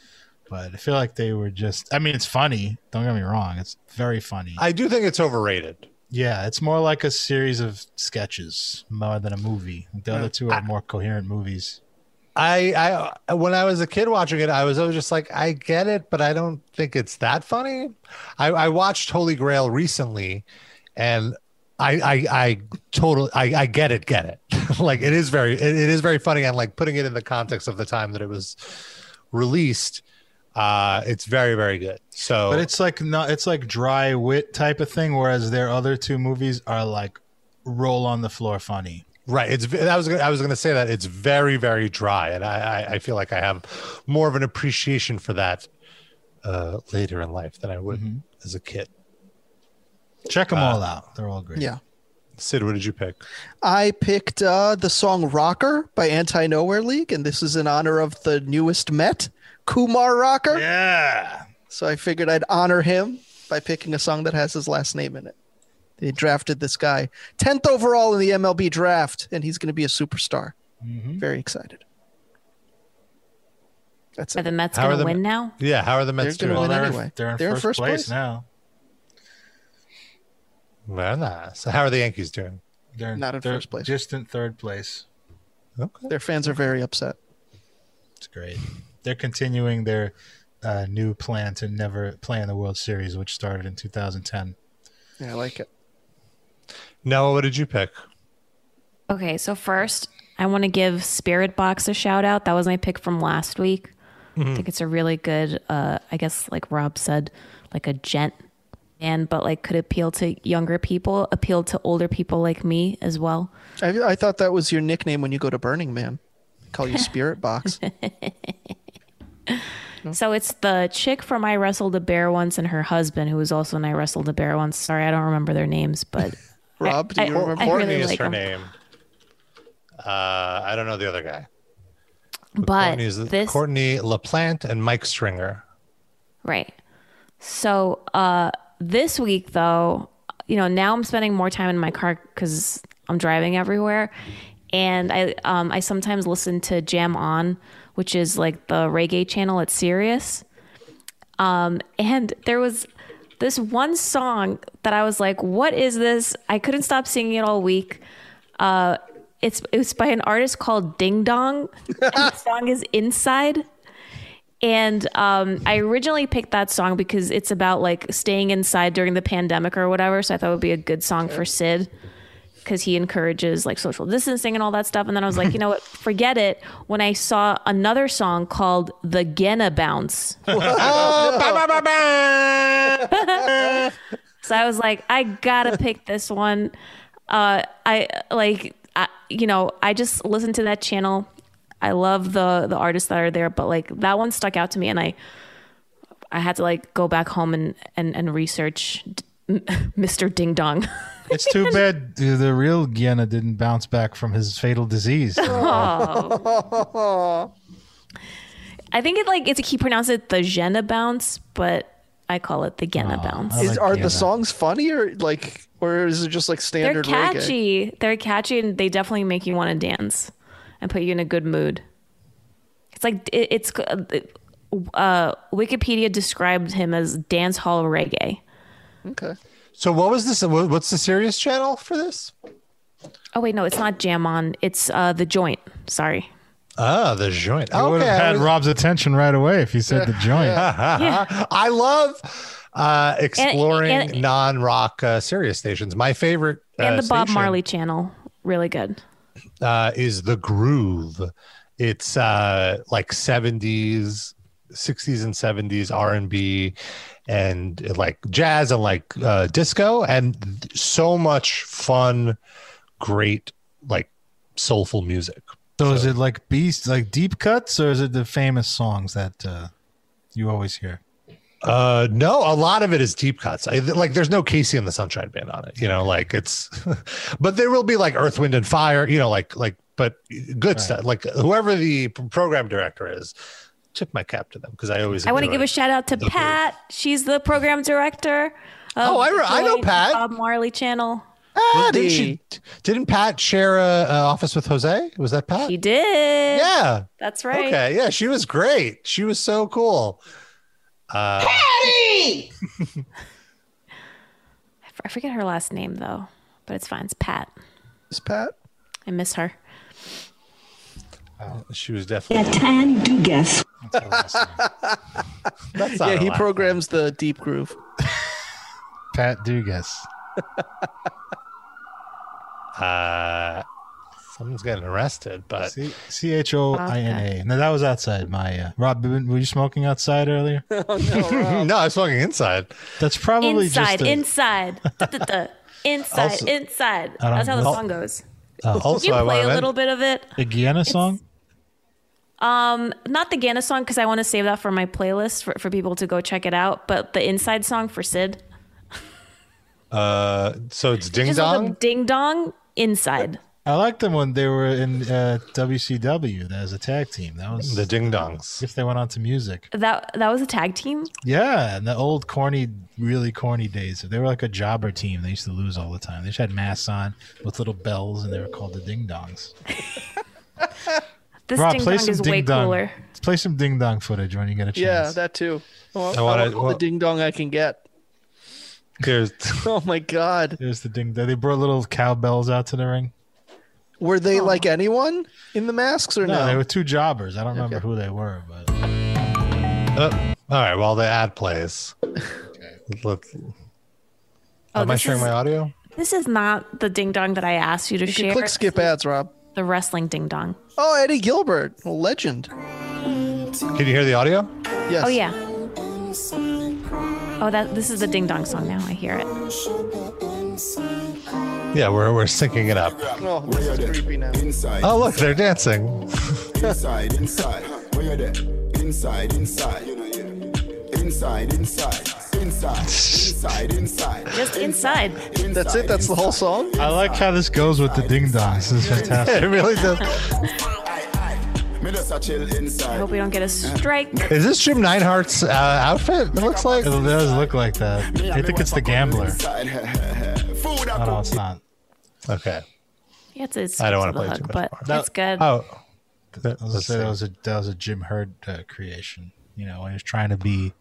[SPEAKER 5] But I feel like they were just. I mean, it's funny. Don't get me wrong. It's very funny.
[SPEAKER 2] I do think it's overrated.
[SPEAKER 5] yeah, it's more like a series of sketches more than a movie. The other two are more coherent movies.
[SPEAKER 2] I, I when I was a kid watching it, I was always just like, I get it, but I don't think it's that funny. I, I watched Holy Grail recently, and I I, I totally I, I get it, get it. like it is very it, it is very funny, and like putting it in the context of the time that it was released, Uh, it's very, very good. So,
[SPEAKER 5] But it's like not it's like dry wit type of thing, whereas their other two movies are like roll on the floor funny.
[SPEAKER 2] Right. It's I was gonna, I was going to say that it's very very dry, and I, I I feel like I have more of an appreciation for that uh, later in life than I would as a kid.
[SPEAKER 5] Check them all out; they're all great.
[SPEAKER 4] Uh, Yeah.
[SPEAKER 2] Sid, what did you pick?
[SPEAKER 4] I picked uh, the song Rocker by Anti Nowhere League, and this is in honor of the newest Met, Kumar Rocker.
[SPEAKER 5] Yeah.
[SPEAKER 4] So I figured I'd honor him by picking a song that has his last name in it. They drafted this guy 10th overall in the MLB draft, and he's going to be a superstar. Very excited. That's
[SPEAKER 3] Are
[SPEAKER 4] it.
[SPEAKER 3] the Mets
[SPEAKER 2] How are
[SPEAKER 3] going to
[SPEAKER 2] the-
[SPEAKER 3] win now?
[SPEAKER 2] Yeah, how are the Mets
[SPEAKER 4] They're
[SPEAKER 2] doing?
[SPEAKER 4] gonna
[SPEAKER 5] Well,
[SPEAKER 4] Win
[SPEAKER 5] they're,
[SPEAKER 4] anyway.
[SPEAKER 5] they're in
[SPEAKER 4] They're in first
[SPEAKER 5] first, place,
[SPEAKER 4] place.
[SPEAKER 5] now.
[SPEAKER 2] Well, nah. So how are the Yankees doing?
[SPEAKER 5] They're
[SPEAKER 4] Not in
[SPEAKER 5] they're
[SPEAKER 4] first place.
[SPEAKER 5] Distant third place.
[SPEAKER 2] Okay.
[SPEAKER 4] Their fans are very upset.
[SPEAKER 5] It's great. They're continuing their uh, new plan to never play in the World Series, which started in 2010.
[SPEAKER 4] Yeah, I like it.
[SPEAKER 2] Noah, what did you pick?
[SPEAKER 3] Okay, so first, I want to give Spirit Box a shout out. That was my pick from last week.
[SPEAKER 2] Mm-hmm.
[SPEAKER 3] I think it's a really good, uh, I guess, like Rob said, like a gent man, but like could appeal to younger people, appeal to older people like me as well.
[SPEAKER 4] I, I thought that was your nickname when you go to Burning Man. They call you Spirit Box.
[SPEAKER 2] Mm-hmm.
[SPEAKER 3] So it's the chick from I Wrestled a Bear Once and her husband, who was also in I Wrestled a Bear Once. Sorry, I don't remember their names, but
[SPEAKER 4] Rob, do
[SPEAKER 3] I-
[SPEAKER 4] you
[SPEAKER 3] I-
[SPEAKER 4] remember?
[SPEAKER 3] I
[SPEAKER 2] Courtney
[SPEAKER 3] really
[SPEAKER 2] is
[SPEAKER 3] like
[SPEAKER 2] her
[SPEAKER 3] him.
[SPEAKER 2] name. Uh, I don't know the other guy.
[SPEAKER 3] but
[SPEAKER 2] Courtney, is
[SPEAKER 3] this
[SPEAKER 2] Courtney LaPlante and Mike Stringer.
[SPEAKER 3] Right. So uh, this week, though, you know, now I'm spending more time in my car because I'm driving everywhere, and I um, I sometimes listen to Jam On, which is like the reggae channel at Sirius. Um, and there was this one song that I was like, "What is this?" I couldn't stop singing it all week. Uh, it's it's by an artist called Ding Dong. and the song is Inside. And um, I originally picked that song because it's about like staying inside during the pandemic or whatever. So I thought it would be a good song for Sid because he encourages like social distancing and all that stuff. And then I was like, you know what? Forget it. When I saw another song called The Genna Bounce. so I was like, I gotta pick this one. Uh, I like, I, you know, I just listened to that channel. I love the the artists that are there, but like that one stuck out to me, and I I had to like go back home and and and research d- Mr. Ding Dong.
[SPEAKER 5] It's too bad the the real Gianna didn't bounce back from his fatal disease.
[SPEAKER 3] I think it like it's he pronounced it the Jenna bounce, but I call it the Genna bounce.
[SPEAKER 4] Is,
[SPEAKER 5] like
[SPEAKER 4] are
[SPEAKER 5] Gianna.
[SPEAKER 4] the songs funny or like, or is it just like
[SPEAKER 3] They're
[SPEAKER 4] standard reggae?
[SPEAKER 3] catchy. They're catchy, and they definitely make you want to dance and put you in a good mood. It's like it, it's uh, Wikipedia described him as dance hall reggae.
[SPEAKER 4] Okay.
[SPEAKER 2] So what was this? what- What's the serious channel for this?
[SPEAKER 3] Oh wait, no, it's not Jam On. It's uh, the Joint. Sorry.
[SPEAKER 2] Ah, the joint.
[SPEAKER 5] I would
[SPEAKER 2] okay,
[SPEAKER 5] have
[SPEAKER 2] I
[SPEAKER 5] had
[SPEAKER 2] was-
[SPEAKER 5] Rob's attention right away if you said the joint.
[SPEAKER 2] I love uh, exploring
[SPEAKER 3] and-
[SPEAKER 2] non-rock uh, Sirius stations. My favorite uh,
[SPEAKER 3] and the Bob
[SPEAKER 2] station,
[SPEAKER 3] Marley channel, really good.
[SPEAKER 2] uh, is the Groove. It's uh, like seventies, sixties, and seventies R and B, and like jazz and like uh, disco, and th- so much fun, great like soulful music.
[SPEAKER 5] So, is it like beast, like deep cuts, or is it the famous songs that uh, you always hear?
[SPEAKER 2] Uh, no, a lot of it is deep cuts. I, like, there's no Casey and the Sunshine Band on it. You know, like it's, but there will be like Earth, Wind, and Fire. You know, like like, but good stuff. Like whoever the p- program director is, tip my cap to them because I always.
[SPEAKER 3] I want to
[SPEAKER 2] enjoy
[SPEAKER 3] give a
[SPEAKER 2] it.
[SPEAKER 3] shout out to Pat. She's the program director. of
[SPEAKER 2] Oh, I
[SPEAKER 3] the
[SPEAKER 2] re- I know
[SPEAKER 3] Joint
[SPEAKER 2] Pat.
[SPEAKER 3] Bob Marley channel.
[SPEAKER 2] Well, didn't she? Didn't Pat share a, a office with Jose? Was that Pat?
[SPEAKER 3] She did.
[SPEAKER 2] yeah.
[SPEAKER 3] That's right.
[SPEAKER 2] Okay. Yeah, she was great. She was so cool.
[SPEAKER 3] I f- I forget her last name though, but it's fine. It's Pat.
[SPEAKER 4] Is Pat?
[SPEAKER 3] I miss her.
[SPEAKER 2] She was definitely.
[SPEAKER 10] Time to guess.
[SPEAKER 2] That's not
[SPEAKER 4] Yeah,
[SPEAKER 2] a
[SPEAKER 4] he
[SPEAKER 2] lot.
[SPEAKER 4] programs the deep groove.
[SPEAKER 5] Pat Dugas.
[SPEAKER 2] Uh, Someone's getting arrested, but
[SPEAKER 5] C H O I N A. No, that was outside my. Uh, Rob, were you smoking outside earlier?
[SPEAKER 2] no, I was smoking inside.
[SPEAKER 5] That's probably
[SPEAKER 3] inside,
[SPEAKER 5] just. a-
[SPEAKER 3] inside, duh, duh, duh. inside,
[SPEAKER 5] Also-
[SPEAKER 3] inside.
[SPEAKER 5] I don't
[SPEAKER 3] That's how the
[SPEAKER 5] know.
[SPEAKER 3] song goes.
[SPEAKER 5] Oh.
[SPEAKER 2] Also,
[SPEAKER 3] Can you
[SPEAKER 2] I
[SPEAKER 3] play
[SPEAKER 2] want
[SPEAKER 3] a
[SPEAKER 2] to
[SPEAKER 3] little bit of it?
[SPEAKER 5] the Guyana song?
[SPEAKER 3] Not the Ghana song because I want to save that for my playlist for, for people to go check it out. But the inside song for Sid,
[SPEAKER 2] Uh, so it's ding
[SPEAKER 3] just a little
[SPEAKER 2] dong.
[SPEAKER 3] ding dong inside.
[SPEAKER 5] I liked them when they were in uh, WCW as a tag team. That was
[SPEAKER 2] The ding dongs.
[SPEAKER 5] if they went on to music.
[SPEAKER 3] That that was a tag team.
[SPEAKER 5] Yeah, in the old corny, really corny days. They were like a jobber team. They used to lose all the time. They just had masks on with little bells, and they were called the Ding Dongs.
[SPEAKER 3] This
[SPEAKER 5] Rob,
[SPEAKER 3] ding
[SPEAKER 5] play
[SPEAKER 3] dong
[SPEAKER 5] some
[SPEAKER 3] is way
[SPEAKER 5] Ding Dong.
[SPEAKER 3] cooler.
[SPEAKER 5] Play some Ding Dong footage when you get a
[SPEAKER 4] Yeah,
[SPEAKER 5] chance.
[SPEAKER 4] that too. Oh,
[SPEAKER 2] I
[SPEAKER 4] I
[SPEAKER 2] wanna-
[SPEAKER 4] want all
[SPEAKER 2] well-
[SPEAKER 4] the ding dong I can get.
[SPEAKER 2] Here's
[SPEAKER 4] Oh my god,
[SPEAKER 5] There's the Ding Dong. They brought little cowbells out to the ring.
[SPEAKER 4] were they like anyone in the masks or
[SPEAKER 5] No,
[SPEAKER 4] no?
[SPEAKER 5] they were two jobbers. I don't remember who they were, but
[SPEAKER 2] uh, all right. While the ad plays, Look,
[SPEAKER 3] Oh,
[SPEAKER 2] am I
[SPEAKER 3] this
[SPEAKER 2] sharing
[SPEAKER 3] is,
[SPEAKER 2] my audio?
[SPEAKER 3] this is not the ding dong that I asked you to
[SPEAKER 4] you
[SPEAKER 3] share.
[SPEAKER 4] can click skip ads, Rob.
[SPEAKER 3] The wrestling ding dong.
[SPEAKER 4] Oh, Eddie Gilbert, a legend.
[SPEAKER 2] Can you hear the audio?
[SPEAKER 4] Yes.
[SPEAKER 3] Oh yeah. Oh, that this is the ding dong song now. I hear it.
[SPEAKER 2] Yeah, we're we're syncing it up.
[SPEAKER 4] Oh, this is creepy now.
[SPEAKER 10] Inside,
[SPEAKER 2] Oh, look, they're dancing.
[SPEAKER 10] inside, inside. Where you there? Inside, inside. Inside, inside. Inside, inside, inside.
[SPEAKER 3] Just inside.
[SPEAKER 4] That's it. That's the whole song.
[SPEAKER 5] I like how this goes with the Ding Dongs. This is fantastic.
[SPEAKER 2] It really does.
[SPEAKER 10] Me just a chill
[SPEAKER 3] I
[SPEAKER 10] inside.
[SPEAKER 3] hope we don't get a strike.
[SPEAKER 2] Is this Jim Neinhart's uh, outfit? It looks like.
[SPEAKER 5] It does look like that. I think it's the Gambler.
[SPEAKER 10] Inside. Food
[SPEAKER 5] Oh,
[SPEAKER 10] I
[SPEAKER 5] no,
[SPEAKER 10] cook.
[SPEAKER 5] it's not.
[SPEAKER 2] Okay.
[SPEAKER 3] Yeah, it's, it's
[SPEAKER 2] I don't wanna
[SPEAKER 3] the
[SPEAKER 2] play
[SPEAKER 3] hook,
[SPEAKER 2] too much
[SPEAKER 3] but
[SPEAKER 2] more.
[SPEAKER 3] that's good.
[SPEAKER 5] I
[SPEAKER 2] Oh,
[SPEAKER 5] was gonna
[SPEAKER 2] let's
[SPEAKER 5] say
[SPEAKER 2] see.
[SPEAKER 5] that was a that was a Jim Hurd uh, creation. You know, when he was trying to be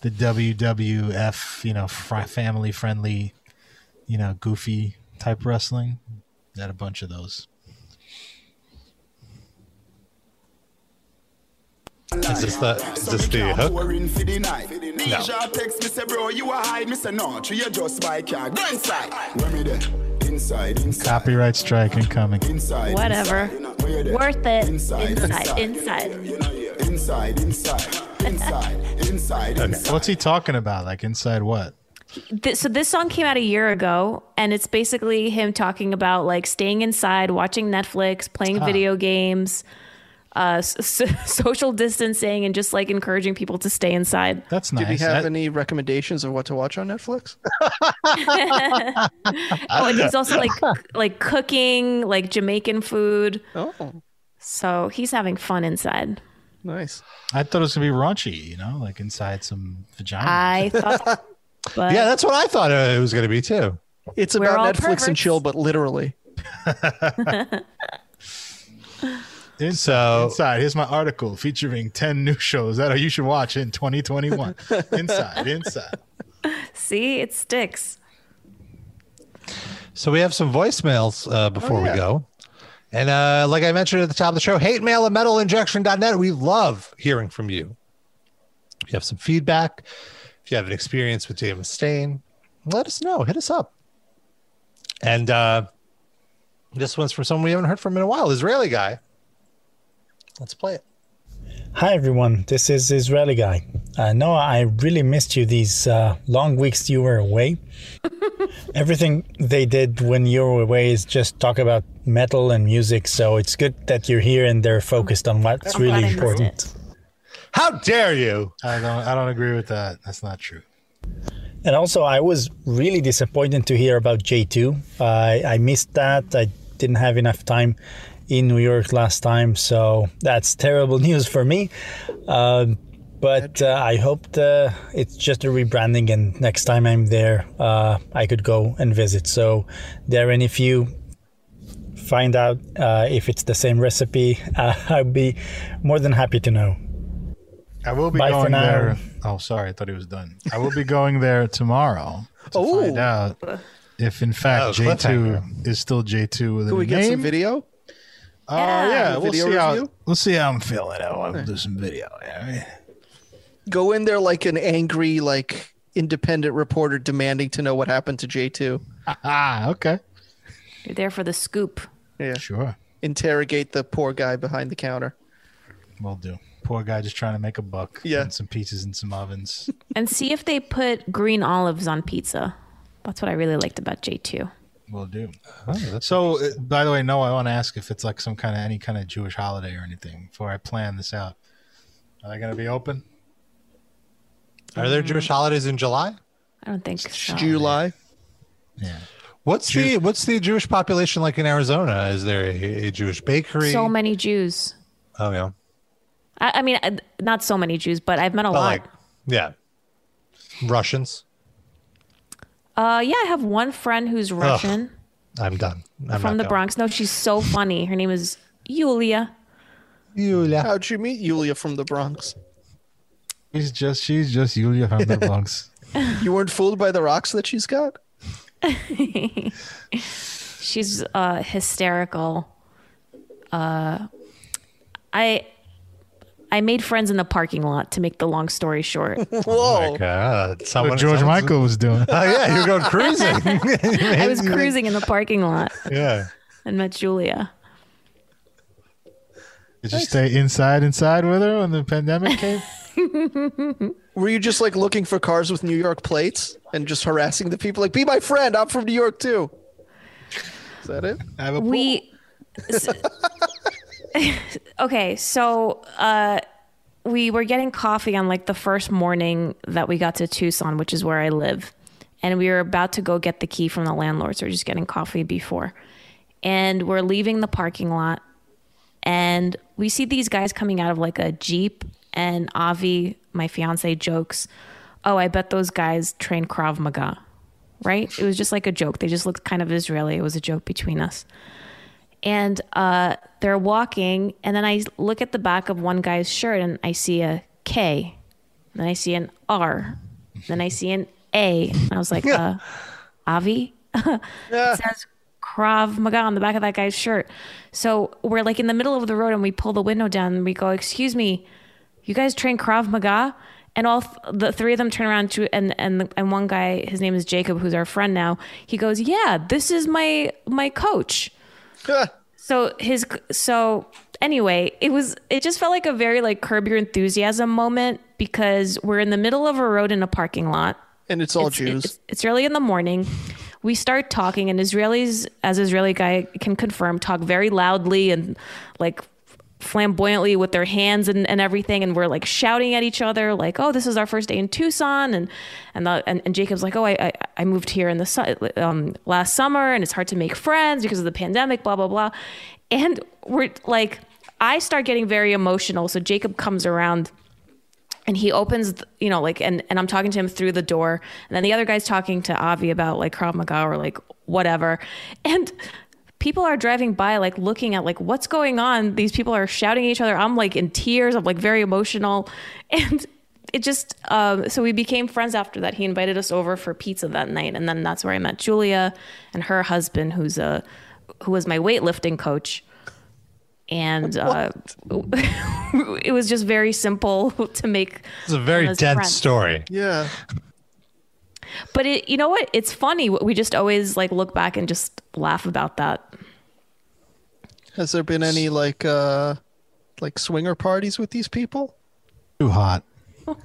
[SPEAKER 5] the WWF, you know, fr- family friendly, you know, goofy type wrestling. Got a bunch of those.
[SPEAKER 2] Is this the is this Uh, the hook?
[SPEAKER 10] Boring for the night. Deja text me say, bro, you a hide. Me say, no, tree you just buy car. Go inside. Where me there? Inside, inside.
[SPEAKER 5] Copyright strike incoming.
[SPEAKER 2] Oh.
[SPEAKER 10] Inside.
[SPEAKER 3] Whatever.
[SPEAKER 10] inside. Where you there?
[SPEAKER 3] Worth it.
[SPEAKER 10] Inside,
[SPEAKER 3] Inside,
[SPEAKER 10] inside.
[SPEAKER 3] inside.
[SPEAKER 10] You know, yeah. Inside, inside. Inside, inside, inside.
[SPEAKER 5] What's he talking about? Like inside what?
[SPEAKER 3] Th- so this song came out a year ago, and it's basically him talking about like staying inside, watching Netflix, playing video games, uh, s- s- social distancing, and just like encouraging people to stay inside.
[SPEAKER 5] That's
[SPEAKER 4] Do
[SPEAKER 5] nice.
[SPEAKER 4] we have
[SPEAKER 5] That-
[SPEAKER 4] any recommendations of what to watch on Netflix?
[SPEAKER 2] Ah.
[SPEAKER 3] Oh, and he's also like like cooking like Jamaican food,
[SPEAKER 4] Oh,
[SPEAKER 3] so he's having fun inside.
[SPEAKER 4] nice.
[SPEAKER 5] I thought it was gonna be raunchy. You know, like inside some vagina.
[SPEAKER 3] I thought, but
[SPEAKER 2] Yeah, that's what I thought it was going to be too.
[SPEAKER 4] It's
[SPEAKER 3] We're all
[SPEAKER 4] about Netflix and
[SPEAKER 3] perverts.
[SPEAKER 4] chill, but literally.
[SPEAKER 2] So
[SPEAKER 5] Inside. Here's my article featuring 10 new shows that you should watch in 2021. Inside, inside.
[SPEAKER 3] see, it sticks.
[SPEAKER 2] So we have some voicemails uh, before we go. And uh, like I mentioned at the top of the show, hate mail at metalinjection.net. We love hearing from you. If you have some feedback, if you have an experience with Dave Mustaine, let us know. Hit us up. And uh, this one's from someone we haven't heard from in a while, Israeli guy. Let's play it.
[SPEAKER 11] Hi everyone, this is Israeli guy. Uh, Noah, I really missed you these uh, long weeks you were away. Everything they did when you were away is just talk about metal and music, so it's good that you're here and they're focused on what's
[SPEAKER 3] I'm glad I
[SPEAKER 11] really
[SPEAKER 3] missed
[SPEAKER 11] important.
[SPEAKER 3] it.
[SPEAKER 2] How dare you?
[SPEAKER 5] I don't I don't agree with that. That's not true.
[SPEAKER 11] And also, I was really disappointed to hear about J2. I I missed that. I didn't have enough time in New York last time, so that's terrible news for me. Um, but uh, I hope the, it's just a rebranding, and next time I'm there, uh, I could go and visit. So, Darren, if you find out uh, if it's the same recipe, uh, I'd be more than happy to know.
[SPEAKER 5] I will be
[SPEAKER 11] Bye for
[SPEAKER 5] going
[SPEAKER 11] now.
[SPEAKER 5] there. Oh, sorry. I thought he was done. I will be going there tomorrow to
[SPEAKER 4] Oh.
[SPEAKER 5] find out if, in fact,
[SPEAKER 2] Oh,
[SPEAKER 5] J2 is still J2 with a
[SPEAKER 4] Can we
[SPEAKER 5] new
[SPEAKER 4] get
[SPEAKER 5] name.
[SPEAKER 4] some video?
[SPEAKER 5] Oh,
[SPEAKER 3] Yeah.
[SPEAKER 5] yeah.
[SPEAKER 4] A
[SPEAKER 5] We'll,
[SPEAKER 4] video
[SPEAKER 5] see how,
[SPEAKER 4] review?
[SPEAKER 5] we'll see how I'm feeling. I'll I'll do some video. Yeah, all right.
[SPEAKER 4] Go in there like an angry, like independent reporter demanding to know what happened to J two.
[SPEAKER 5] Ah, okay.
[SPEAKER 3] You're there for the scoop.
[SPEAKER 5] Sure.
[SPEAKER 4] interrogate the poor guy behind the counter.
[SPEAKER 5] Will do. Poor guy just trying to make a buck.
[SPEAKER 4] Yeah.
[SPEAKER 5] And some pizzas and some ovens.
[SPEAKER 3] and see if they put green olives on pizza. That's what I really liked about J2.
[SPEAKER 5] Will do. so, uh, by the way, no, I want to ask if it's like some kind of any kind of Jewish holiday or anything before I plan this out. Are they going to be open?
[SPEAKER 2] Are there Jewish holidays in July?
[SPEAKER 3] I don't think so.
[SPEAKER 4] July.
[SPEAKER 5] Yeah.
[SPEAKER 2] What's the what's the Jewish population like in Arizona? Is there a, a Jewish bakery?
[SPEAKER 3] So many Jews.
[SPEAKER 2] oh yeah,
[SPEAKER 3] I, I mean, I- not so many Jews, but I've met a
[SPEAKER 2] But,
[SPEAKER 3] lot.
[SPEAKER 2] like yeah, Russians.
[SPEAKER 3] uh, yeah, I have one friend who's Russian
[SPEAKER 2] I'm done. I'm
[SPEAKER 3] from the
[SPEAKER 2] not going.
[SPEAKER 3] Bronx. No, she's so funny. Her name is Yulia.
[SPEAKER 2] Yulia.
[SPEAKER 4] How'd you meet Yulia from the Bronx?
[SPEAKER 5] She's just she's just Yulia from the Bronx.
[SPEAKER 4] You weren't fooled by the rocks that she's got?
[SPEAKER 3] she's uh, hysterical. Uh, I I made friends in the parking lot. To make the long story short,
[SPEAKER 4] Whoa!
[SPEAKER 2] God, someone,
[SPEAKER 5] what George
[SPEAKER 2] someone's-
[SPEAKER 5] Michael was doing.
[SPEAKER 2] Oh yeah, you're going cruising.
[SPEAKER 3] I was cruising in the parking lot
[SPEAKER 2] Yeah.
[SPEAKER 3] and met Julia.
[SPEAKER 5] Did you stay inside inside with her when the pandemic came?
[SPEAKER 4] Were you just like looking for cars with New York plates and just harassing the people? Like, be my friend. I'm from New York too. Is that it?
[SPEAKER 5] I have a
[SPEAKER 3] we s- okay so uh we were getting coffee on like the first morning that we got to tucson which is where i live and we were about to go get the key from the landlord so we're just getting coffee before and we're leaving the parking lot and we see these guys coming out of like a jeep and avi my fiance jokes oh i bet those guys train krav maga right it was just like a joke they just looked kind of israeli it was a joke between us and uh, they're walking, and then I look at the back of one guy's shirt, and I see a K, then I see an R, then I see an A, and I was like, uh, Avi. it says Krav Maga on the back of that guy's shirt. So we're like in the middle of the road, and we pull the window down, and we go, "Excuse me, you guys train Krav Maga?" And all th- the three of them turn around to and and and one guy, his name is Jacob, who's our friend now. He goes, "Yeah, this is my my coach." So his so anyway, it was it just felt like a very like curb your enthusiasm moment because we're in the middle of a road in a parking lot.
[SPEAKER 4] And it's all Jews.
[SPEAKER 3] It's, it's early in the morning. We start talking, and Israelis, as Israeli guy can confirm, talk very loudly and like flamboyantly with their hands and, and everything and we're like shouting at each other like oh this is our first day in tucson and and the, and, and jacob's like oh I, I i moved here in the su- um last summer and it's hard to make friends because of the pandemic blah blah blah and we're like i start getting very emotional so jacob comes around and he opens th- you know like and, and i'm talking to him through the door and then the other guy's talking to avi about like krav maga or like whatever and people are driving by like looking at like what's going on these people are shouting at each other i'm like in tears i'm like very emotional and it just um, so we became friends after that he invited us over for pizza that night and then that's where i met julia and her husband who's a who was my weightlifting coach and uh, it was just very simple to make
[SPEAKER 2] It's a very
[SPEAKER 3] them as
[SPEAKER 2] dense
[SPEAKER 3] friends.
[SPEAKER 2] story.
[SPEAKER 4] Yeah.
[SPEAKER 3] but it, you know what it's funny we just always like look back and just laugh about that
[SPEAKER 4] Has there been any like uh like swinger parties with these people?
[SPEAKER 5] Too hot.
[SPEAKER 3] what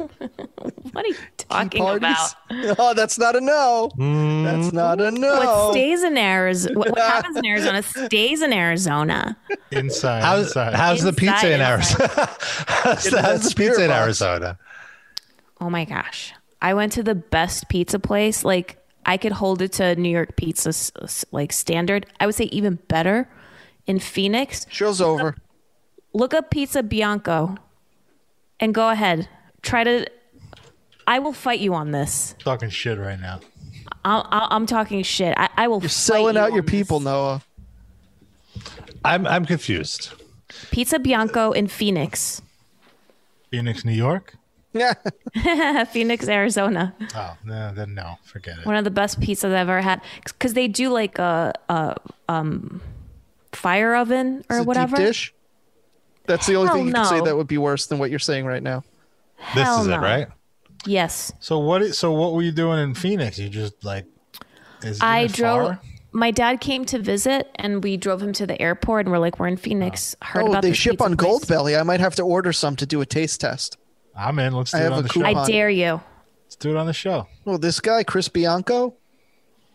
[SPEAKER 3] are you talking about
[SPEAKER 4] Parties? Oh, that's not a no. That's not a no.
[SPEAKER 3] what stays in arizona what, what happens in arizona stays in arizona
[SPEAKER 5] Inside.
[SPEAKER 2] How's
[SPEAKER 5] inside.
[SPEAKER 2] how's the
[SPEAKER 3] Inside,
[SPEAKER 2] pizza in
[SPEAKER 3] inside.
[SPEAKER 2] Arizona? how's, the, how's the pizza in Arizona?
[SPEAKER 3] oh my gosh i went to the best pizza place like i could hold it to new york pizza s- s- like standard i would say even better in phoenix
[SPEAKER 4] Show's over.
[SPEAKER 3] look up pizza bianco and go ahead try to i will fight you on this
[SPEAKER 5] Talking shit right now.
[SPEAKER 3] I'll, I'll, i'm talking shit i, I will
[SPEAKER 4] You're selling out your
[SPEAKER 3] pizza.
[SPEAKER 4] people, Noah.
[SPEAKER 2] I'm I'm confused.
[SPEAKER 3] pizza bianco in phoenix
[SPEAKER 5] Phoenix, New York.
[SPEAKER 4] Yeah.
[SPEAKER 3] phoenix arizona
[SPEAKER 5] Oh no, then no, forget it.
[SPEAKER 3] one of the best pizzas i've ever had because they do like a, a um fire oven or
[SPEAKER 4] Is it
[SPEAKER 3] whatever
[SPEAKER 4] Deep dish? That's the only
[SPEAKER 3] Hell
[SPEAKER 4] thing you can say
[SPEAKER 3] no.
[SPEAKER 4] that would be worse than what you're saying right now.
[SPEAKER 2] This
[SPEAKER 3] Hell
[SPEAKER 2] is
[SPEAKER 3] no.
[SPEAKER 2] it, right?
[SPEAKER 3] yes
[SPEAKER 5] So what? Is, so what were you doing in Phoenix? You just like. Is it
[SPEAKER 3] I
[SPEAKER 5] even
[SPEAKER 3] drove.
[SPEAKER 5] far?
[SPEAKER 3] my dad came to visit and we drove him to the airport and we're like, we're in Phoenix. Heard
[SPEAKER 4] Oh,
[SPEAKER 3] about
[SPEAKER 4] they
[SPEAKER 3] this
[SPEAKER 4] ship
[SPEAKER 3] pizza
[SPEAKER 4] on
[SPEAKER 3] place.
[SPEAKER 4] Gold Belly. I might have to order some to do a taste test.
[SPEAKER 5] I'm in. Let's
[SPEAKER 4] I
[SPEAKER 5] do it
[SPEAKER 4] have
[SPEAKER 5] on
[SPEAKER 4] a
[SPEAKER 5] the
[SPEAKER 4] coupon.
[SPEAKER 5] show.
[SPEAKER 3] I dare you.
[SPEAKER 5] Let's do it on the show.
[SPEAKER 4] Well, Oh, this guy Chris Bianco,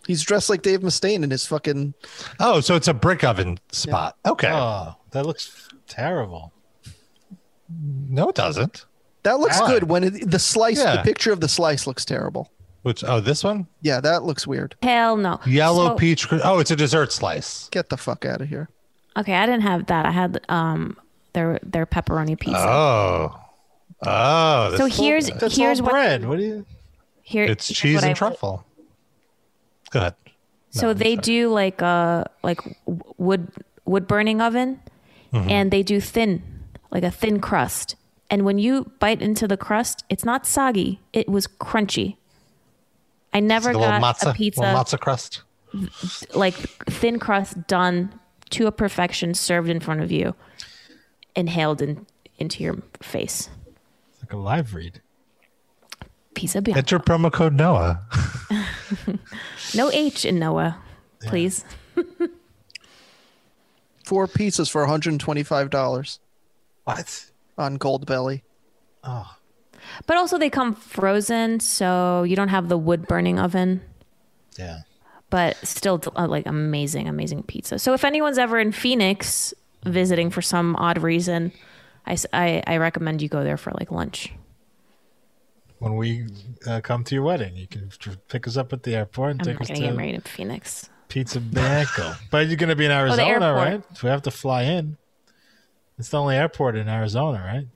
[SPEAKER 4] he's dressed like Dave Mustaine in his fucking.
[SPEAKER 2] Oh, so it's a brick oven spot. Okay.
[SPEAKER 5] Oh, that looks terrible.
[SPEAKER 2] No, it doesn't.
[SPEAKER 4] That looks
[SPEAKER 2] Why?
[SPEAKER 4] good when it, the slice,
[SPEAKER 2] Yeah.
[SPEAKER 4] the picture of the slice looks terrible.
[SPEAKER 2] Which oh, this one
[SPEAKER 4] Yeah, that looks weird.
[SPEAKER 3] Hell no.
[SPEAKER 2] yellow
[SPEAKER 3] So-
[SPEAKER 2] peach. cri- Oh, it's a dessert slice.
[SPEAKER 4] Get the fuck out of here.
[SPEAKER 3] Okay, I didn't have that. I had um their their pepperoni pizza.
[SPEAKER 2] Oh, oh.
[SPEAKER 3] so
[SPEAKER 2] this-
[SPEAKER 3] here's
[SPEAKER 5] That's
[SPEAKER 3] here's
[SPEAKER 5] all
[SPEAKER 3] what
[SPEAKER 5] bread. What do you?
[SPEAKER 3] here
[SPEAKER 2] it's
[SPEAKER 3] here's
[SPEAKER 2] cheese
[SPEAKER 3] what
[SPEAKER 2] and
[SPEAKER 3] I-
[SPEAKER 2] truffle. Go ahead.
[SPEAKER 3] So they do like uh like w- wood wood burning oven,
[SPEAKER 2] Mm-hmm.
[SPEAKER 3] and they do thin like a thin crust. And when you bite into the crust, it's not soggy. It was crunchy. I never
[SPEAKER 2] Like a little
[SPEAKER 3] got
[SPEAKER 2] matzo,
[SPEAKER 3] a pizza
[SPEAKER 2] little matzo crust.
[SPEAKER 3] like thin crust done to a perfection, served in front of you, inhaled in, into your face.
[SPEAKER 5] It's like a live read.
[SPEAKER 3] Pizza Bianco.
[SPEAKER 2] Enter promo code Noah.
[SPEAKER 3] No H in Noah, please.
[SPEAKER 4] Four pizzas for $125
[SPEAKER 5] What?
[SPEAKER 4] on Gold Belly.
[SPEAKER 3] But also they come frozen, so you don't have the wood burning oven.
[SPEAKER 5] Yeah.
[SPEAKER 3] But still, uh, like amazing, amazing pizza. So if anyone's ever in Phoenix visiting for some odd reason, I, s- I- I recommend you go there for like lunch.
[SPEAKER 5] When we uh, come to your wedding, you can tr- pick us up at the airport and
[SPEAKER 3] I'm
[SPEAKER 5] take
[SPEAKER 3] not
[SPEAKER 5] us
[SPEAKER 3] gonna get married
[SPEAKER 5] to
[SPEAKER 3] in Pizza.
[SPEAKER 5] Pizza Bianco. but you're going to be in Arizona,
[SPEAKER 3] Oh, airport.
[SPEAKER 5] right? So we have to fly in. It's the only airport in Arizona, right?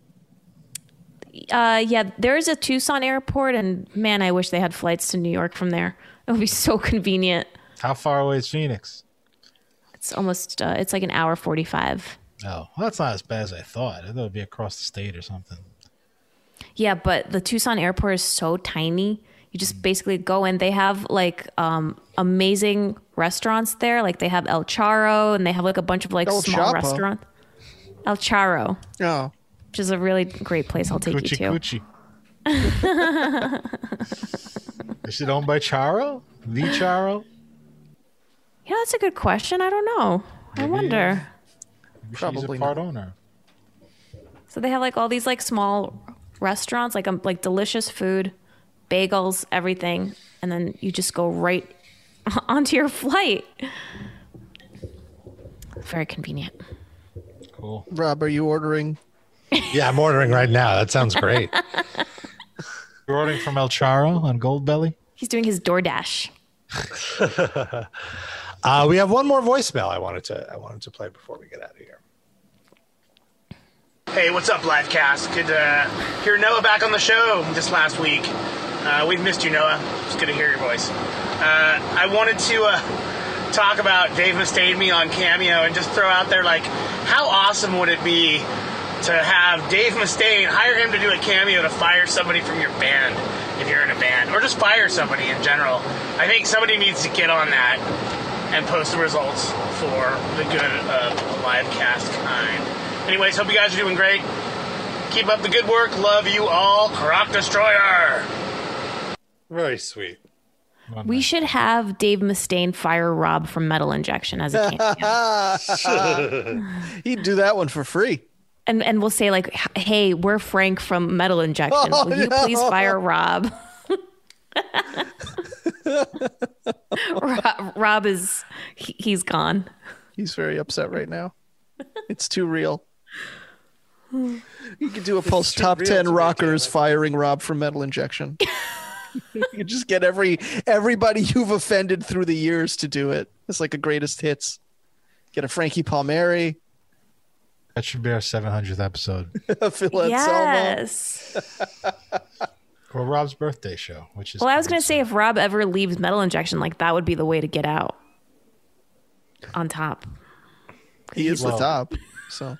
[SPEAKER 3] Uh, yeah, there is a Tucson airport, and man, I wish they had flights to New York from there. It would be so convenient.
[SPEAKER 5] How far away is Phoenix?
[SPEAKER 3] It's almost uh, it's like an hour forty five.
[SPEAKER 5] Oh, well, that's not as bad as I thought. I thought it'd be across the state or something.
[SPEAKER 3] Yeah, but the Tucson airport is so tiny. You just basically go in. They have like um, amazing restaurants there. Like they have El Charo and they have like a bunch of like
[SPEAKER 4] El
[SPEAKER 3] small
[SPEAKER 4] Chapo?
[SPEAKER 3] restaurants. El Charo,
[SPEAKER 4] Oh,
[SPEAKER 3] which is a really great place I'll take
[SPEAKER 5] Coochie
[SPEAKER 3] you to.
[SPEAKER 5] coochie. is it owned by Charo? The Charo?
[SPEAKER 3] Yeah, that's a good question. I don't know. I wonder.
[SPEAKER 5] She's
[SPEAKER 4] Probably
[SPEAKER 5] a part owner.
[SPEAKER 3] So they have like all these like small restaurants, like um, like delicious food, bagels, everything, and then you just go right onto your flight. Very convenient.
[SPEAKER 5] Cool.
[SPEAKER 4] Rob, are you ordering?
[SPEAKER 2] Yeah, I'm ordering right now. That sounds great.
[SPEAKER 5] You're ordering from El Charo on Gold Belly?
[SPEAKER 3] He's doing his DoorDash.
[SPEAKER 2] Oh, uh, we have one more voicemail I wanted to I wanted to play before we get out of here.
[SPEAKER 12] Hey, what's up, Livecast? Good to hear Noah back on the show this last week. Uh, we've missed you, Noah. It's good to hear your voice. Uh, I wanted to uh, talk about Dave Mustaine me on Cameo and just throw out there, like, how awesome would it be to have Dave Mustaine hire him to do a cameo to fire somebody from your band if you're in a band, or just fire somebody in general? I think somebody needs to get on that and post the results for the good of a live cast kind. Anyways, hope you guys are doing great. Keep up the good work. Love you all. Karak Destroyer.
[SPEAKER 2] Very sweet.
[SPEAKER 3] We should have Dave Mustaine fire Rob from Metal Injection as a cameo,
[SPEAKER 4] He'd do that one for free.
[SPEAKER 3] and and we'll say like, "Hey, we're Frank from Metal Injection.
[SPEAKER 4] Oh,
[SPEAKER 3] Will you please
[SPEAKER 4] no.
[SPEAKER 3] fire Rob?" Rob, Rob is he, he's gone.
[SPEAKER 4] He's very upset right now. It's too real. You could do a post top ten rockers firing Rob for metal injection. you could just get every everybody you've offended through the years to do it. It's like a greatest hits. Get a Frankie Palmieri,
[SPEAKER 5] That should be our 700th episode.
[SPEAKER 4] a Phil Anselmo.
[SPEAKER 3] yes.
[SPEAKER 5] or Rob's birthday show, which is
[SPEAKER 3] Well, I was gonna say if Rob ever leaves Metal Injection, like that would be the way to get out on top.
[SPEAKER 4] He is the
[SPEAKER 5] Well,
[SPEAKER 4] top. So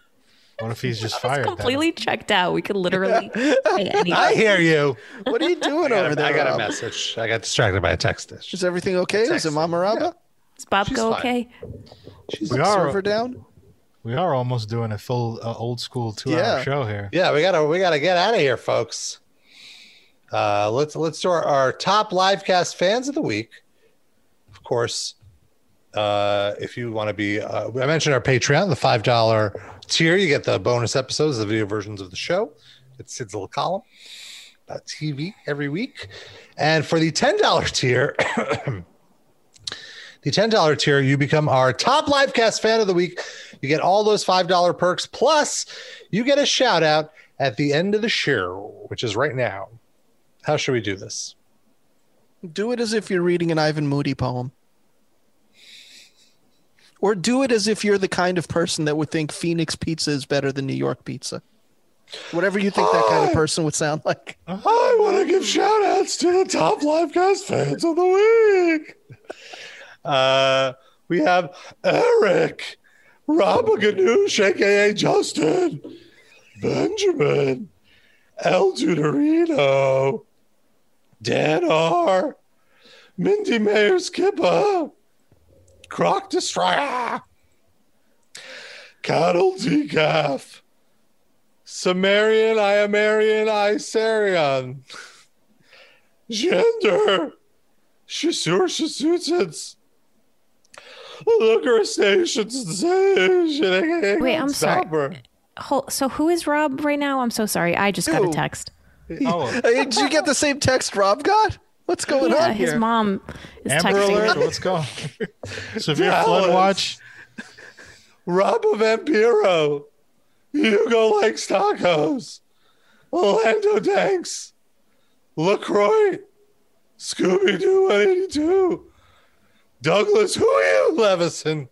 [SPEAKER 5] what if he's just
[SPEAKER 3] He's
[SPEAKER 5] fired? then?
[SPEAKER 3] completely checked out. We could literally say anything.
[SPEAKER 2] I hear you.
[SPEAKER 4] what are you doing
[SPEAKER 2] I got,
[SPEAKER 4] over
[SPEAKER 2] a,
[SPEAKER 4] there?
[SPEAKER 2] I got a
[SPEAKER 4] Rob?
[SPEAKER 2] message. I got distracted by a text. dish.
[SPEAKER 4] Is everything okay? Is it
[SPEAKER 2] Texting.
[SPEAKER 4] Mama Raba?
[SPEAKER 3] Is Bob
[SPEAKER 2] She's
[SPEAKER 3] go
[SPEAKER 2] fine.
[SPEAKER 3] okay?
[SPEAKER 5] We
[SPEAKER 4] Server
[SPEAKER 5] are
[SPEAKER 4] down?
[SPEAKER 5] we are almost doing a full uh, old school two
[SPEAKER 4] Yeah.
[SPEAKER 5] hour show here.
[SPEAKER 2] Yeah, we gotta we gotta get out of here, folks. Uh, let's let's do our, our top livecast fans of the week. Of course, uh, if you want to be, uh, I mentioned our Patreon, the five dollar tier. You get the bonus episodes, the video versions of the show. It's Sid's little column about TV every week, and for the ten dollar tier. the $10 tier, you become our top livecast fan of the week. You get all those $5 perks, plus you get a shout out at the end of the show, which is right now. How should we do this?
[SPEAKER 4] Do it as if you're reading an Ivan Moody poem. Or do it as if you're the kind of person that would think Phoenix pizza is better than New York pizza. Whatever you think that kind of person would sound like.
[SPEAKER 2] I want to give shout outs to the top livecast fans of the week. Uh, we have Eric, Robert Ganoush, aka Justin, Benjamin, El Tutorino, Dan R, Mindy Mayer's Kippa, Croc Destroyer, Cattle Decaf, Sumerian, Iamarian, Isarian, Gender, Shasur Shasutans, Looker Station Station.
[SPEAKER 3] Wait, I'm sorry. Hol- So who is Rob right now? I'm so sorry. I just got a
[SPEAKER 4] Who?
[SPEAKER 3] text.
[SPEAKER 4] Hey, Did you get the same text Rob got? What's going
[SPEAKER 3] yeah,
[SPEAKER 4] on here?
[SPEAKER 3] his mom is
[SPEAKER 4] Amber
[SPEAKER 3] texting.
[SPEAKER 4] alert,
[SPEAKER 3] me.
[SPEAKER 4] what's going on?
[SPEAKER 5] Severe flood watch.
[SPEAKER 2] Rob of Vampiro. Hugo likes tacos. Orlando Danks. LaCroix. Scooby Doo 182. Douglas, who are you, Levison?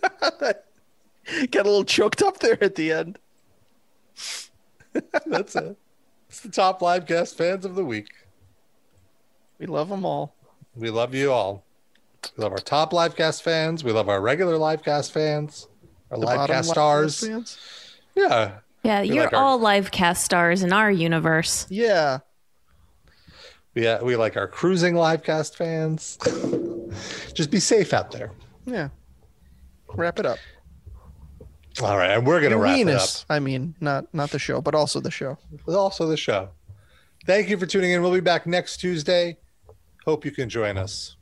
[SPEAKER 4] Got a little choked up there at the end.
[SPEAKER 2] That's it. It's the top live guest fans of the week.
[SPEAKER 4] We love them all.
[SPEAKER 2] We love you all. We love our top livecast fans. We love our regular livecast fans, our
[SPEAKER 4] The bottom
[SPEAKER 2] livecast
[SPEAKER 4] left
[SPEAKER 2] stars.
[SPEAKER 4] fans.
[SPEAKER 2] Yeah.
[SPEAKER 3] Yeah,
[SPEAKER 2] We
[SPEAKER 3] you're
[SPEAKER 2] like our-
[SPEAKER 3] all live cast stars in our universe.
[SPEAKER 4] Yeah.
[SPEAKER 2] We, uh, we like our cruising livecast fans. Just be safe out there.
[SPEAKER 4] Yeah. Wrap it up.
[SPEAKER 2] All right, and we're going to wrap it up.
[SPEAKER 4] Uranus, I mean, not not the show, but also the show.
[SPEAKER 2] But also the show. Thank you for tuning in. We'll be back next Tuesday. Hope you can join us.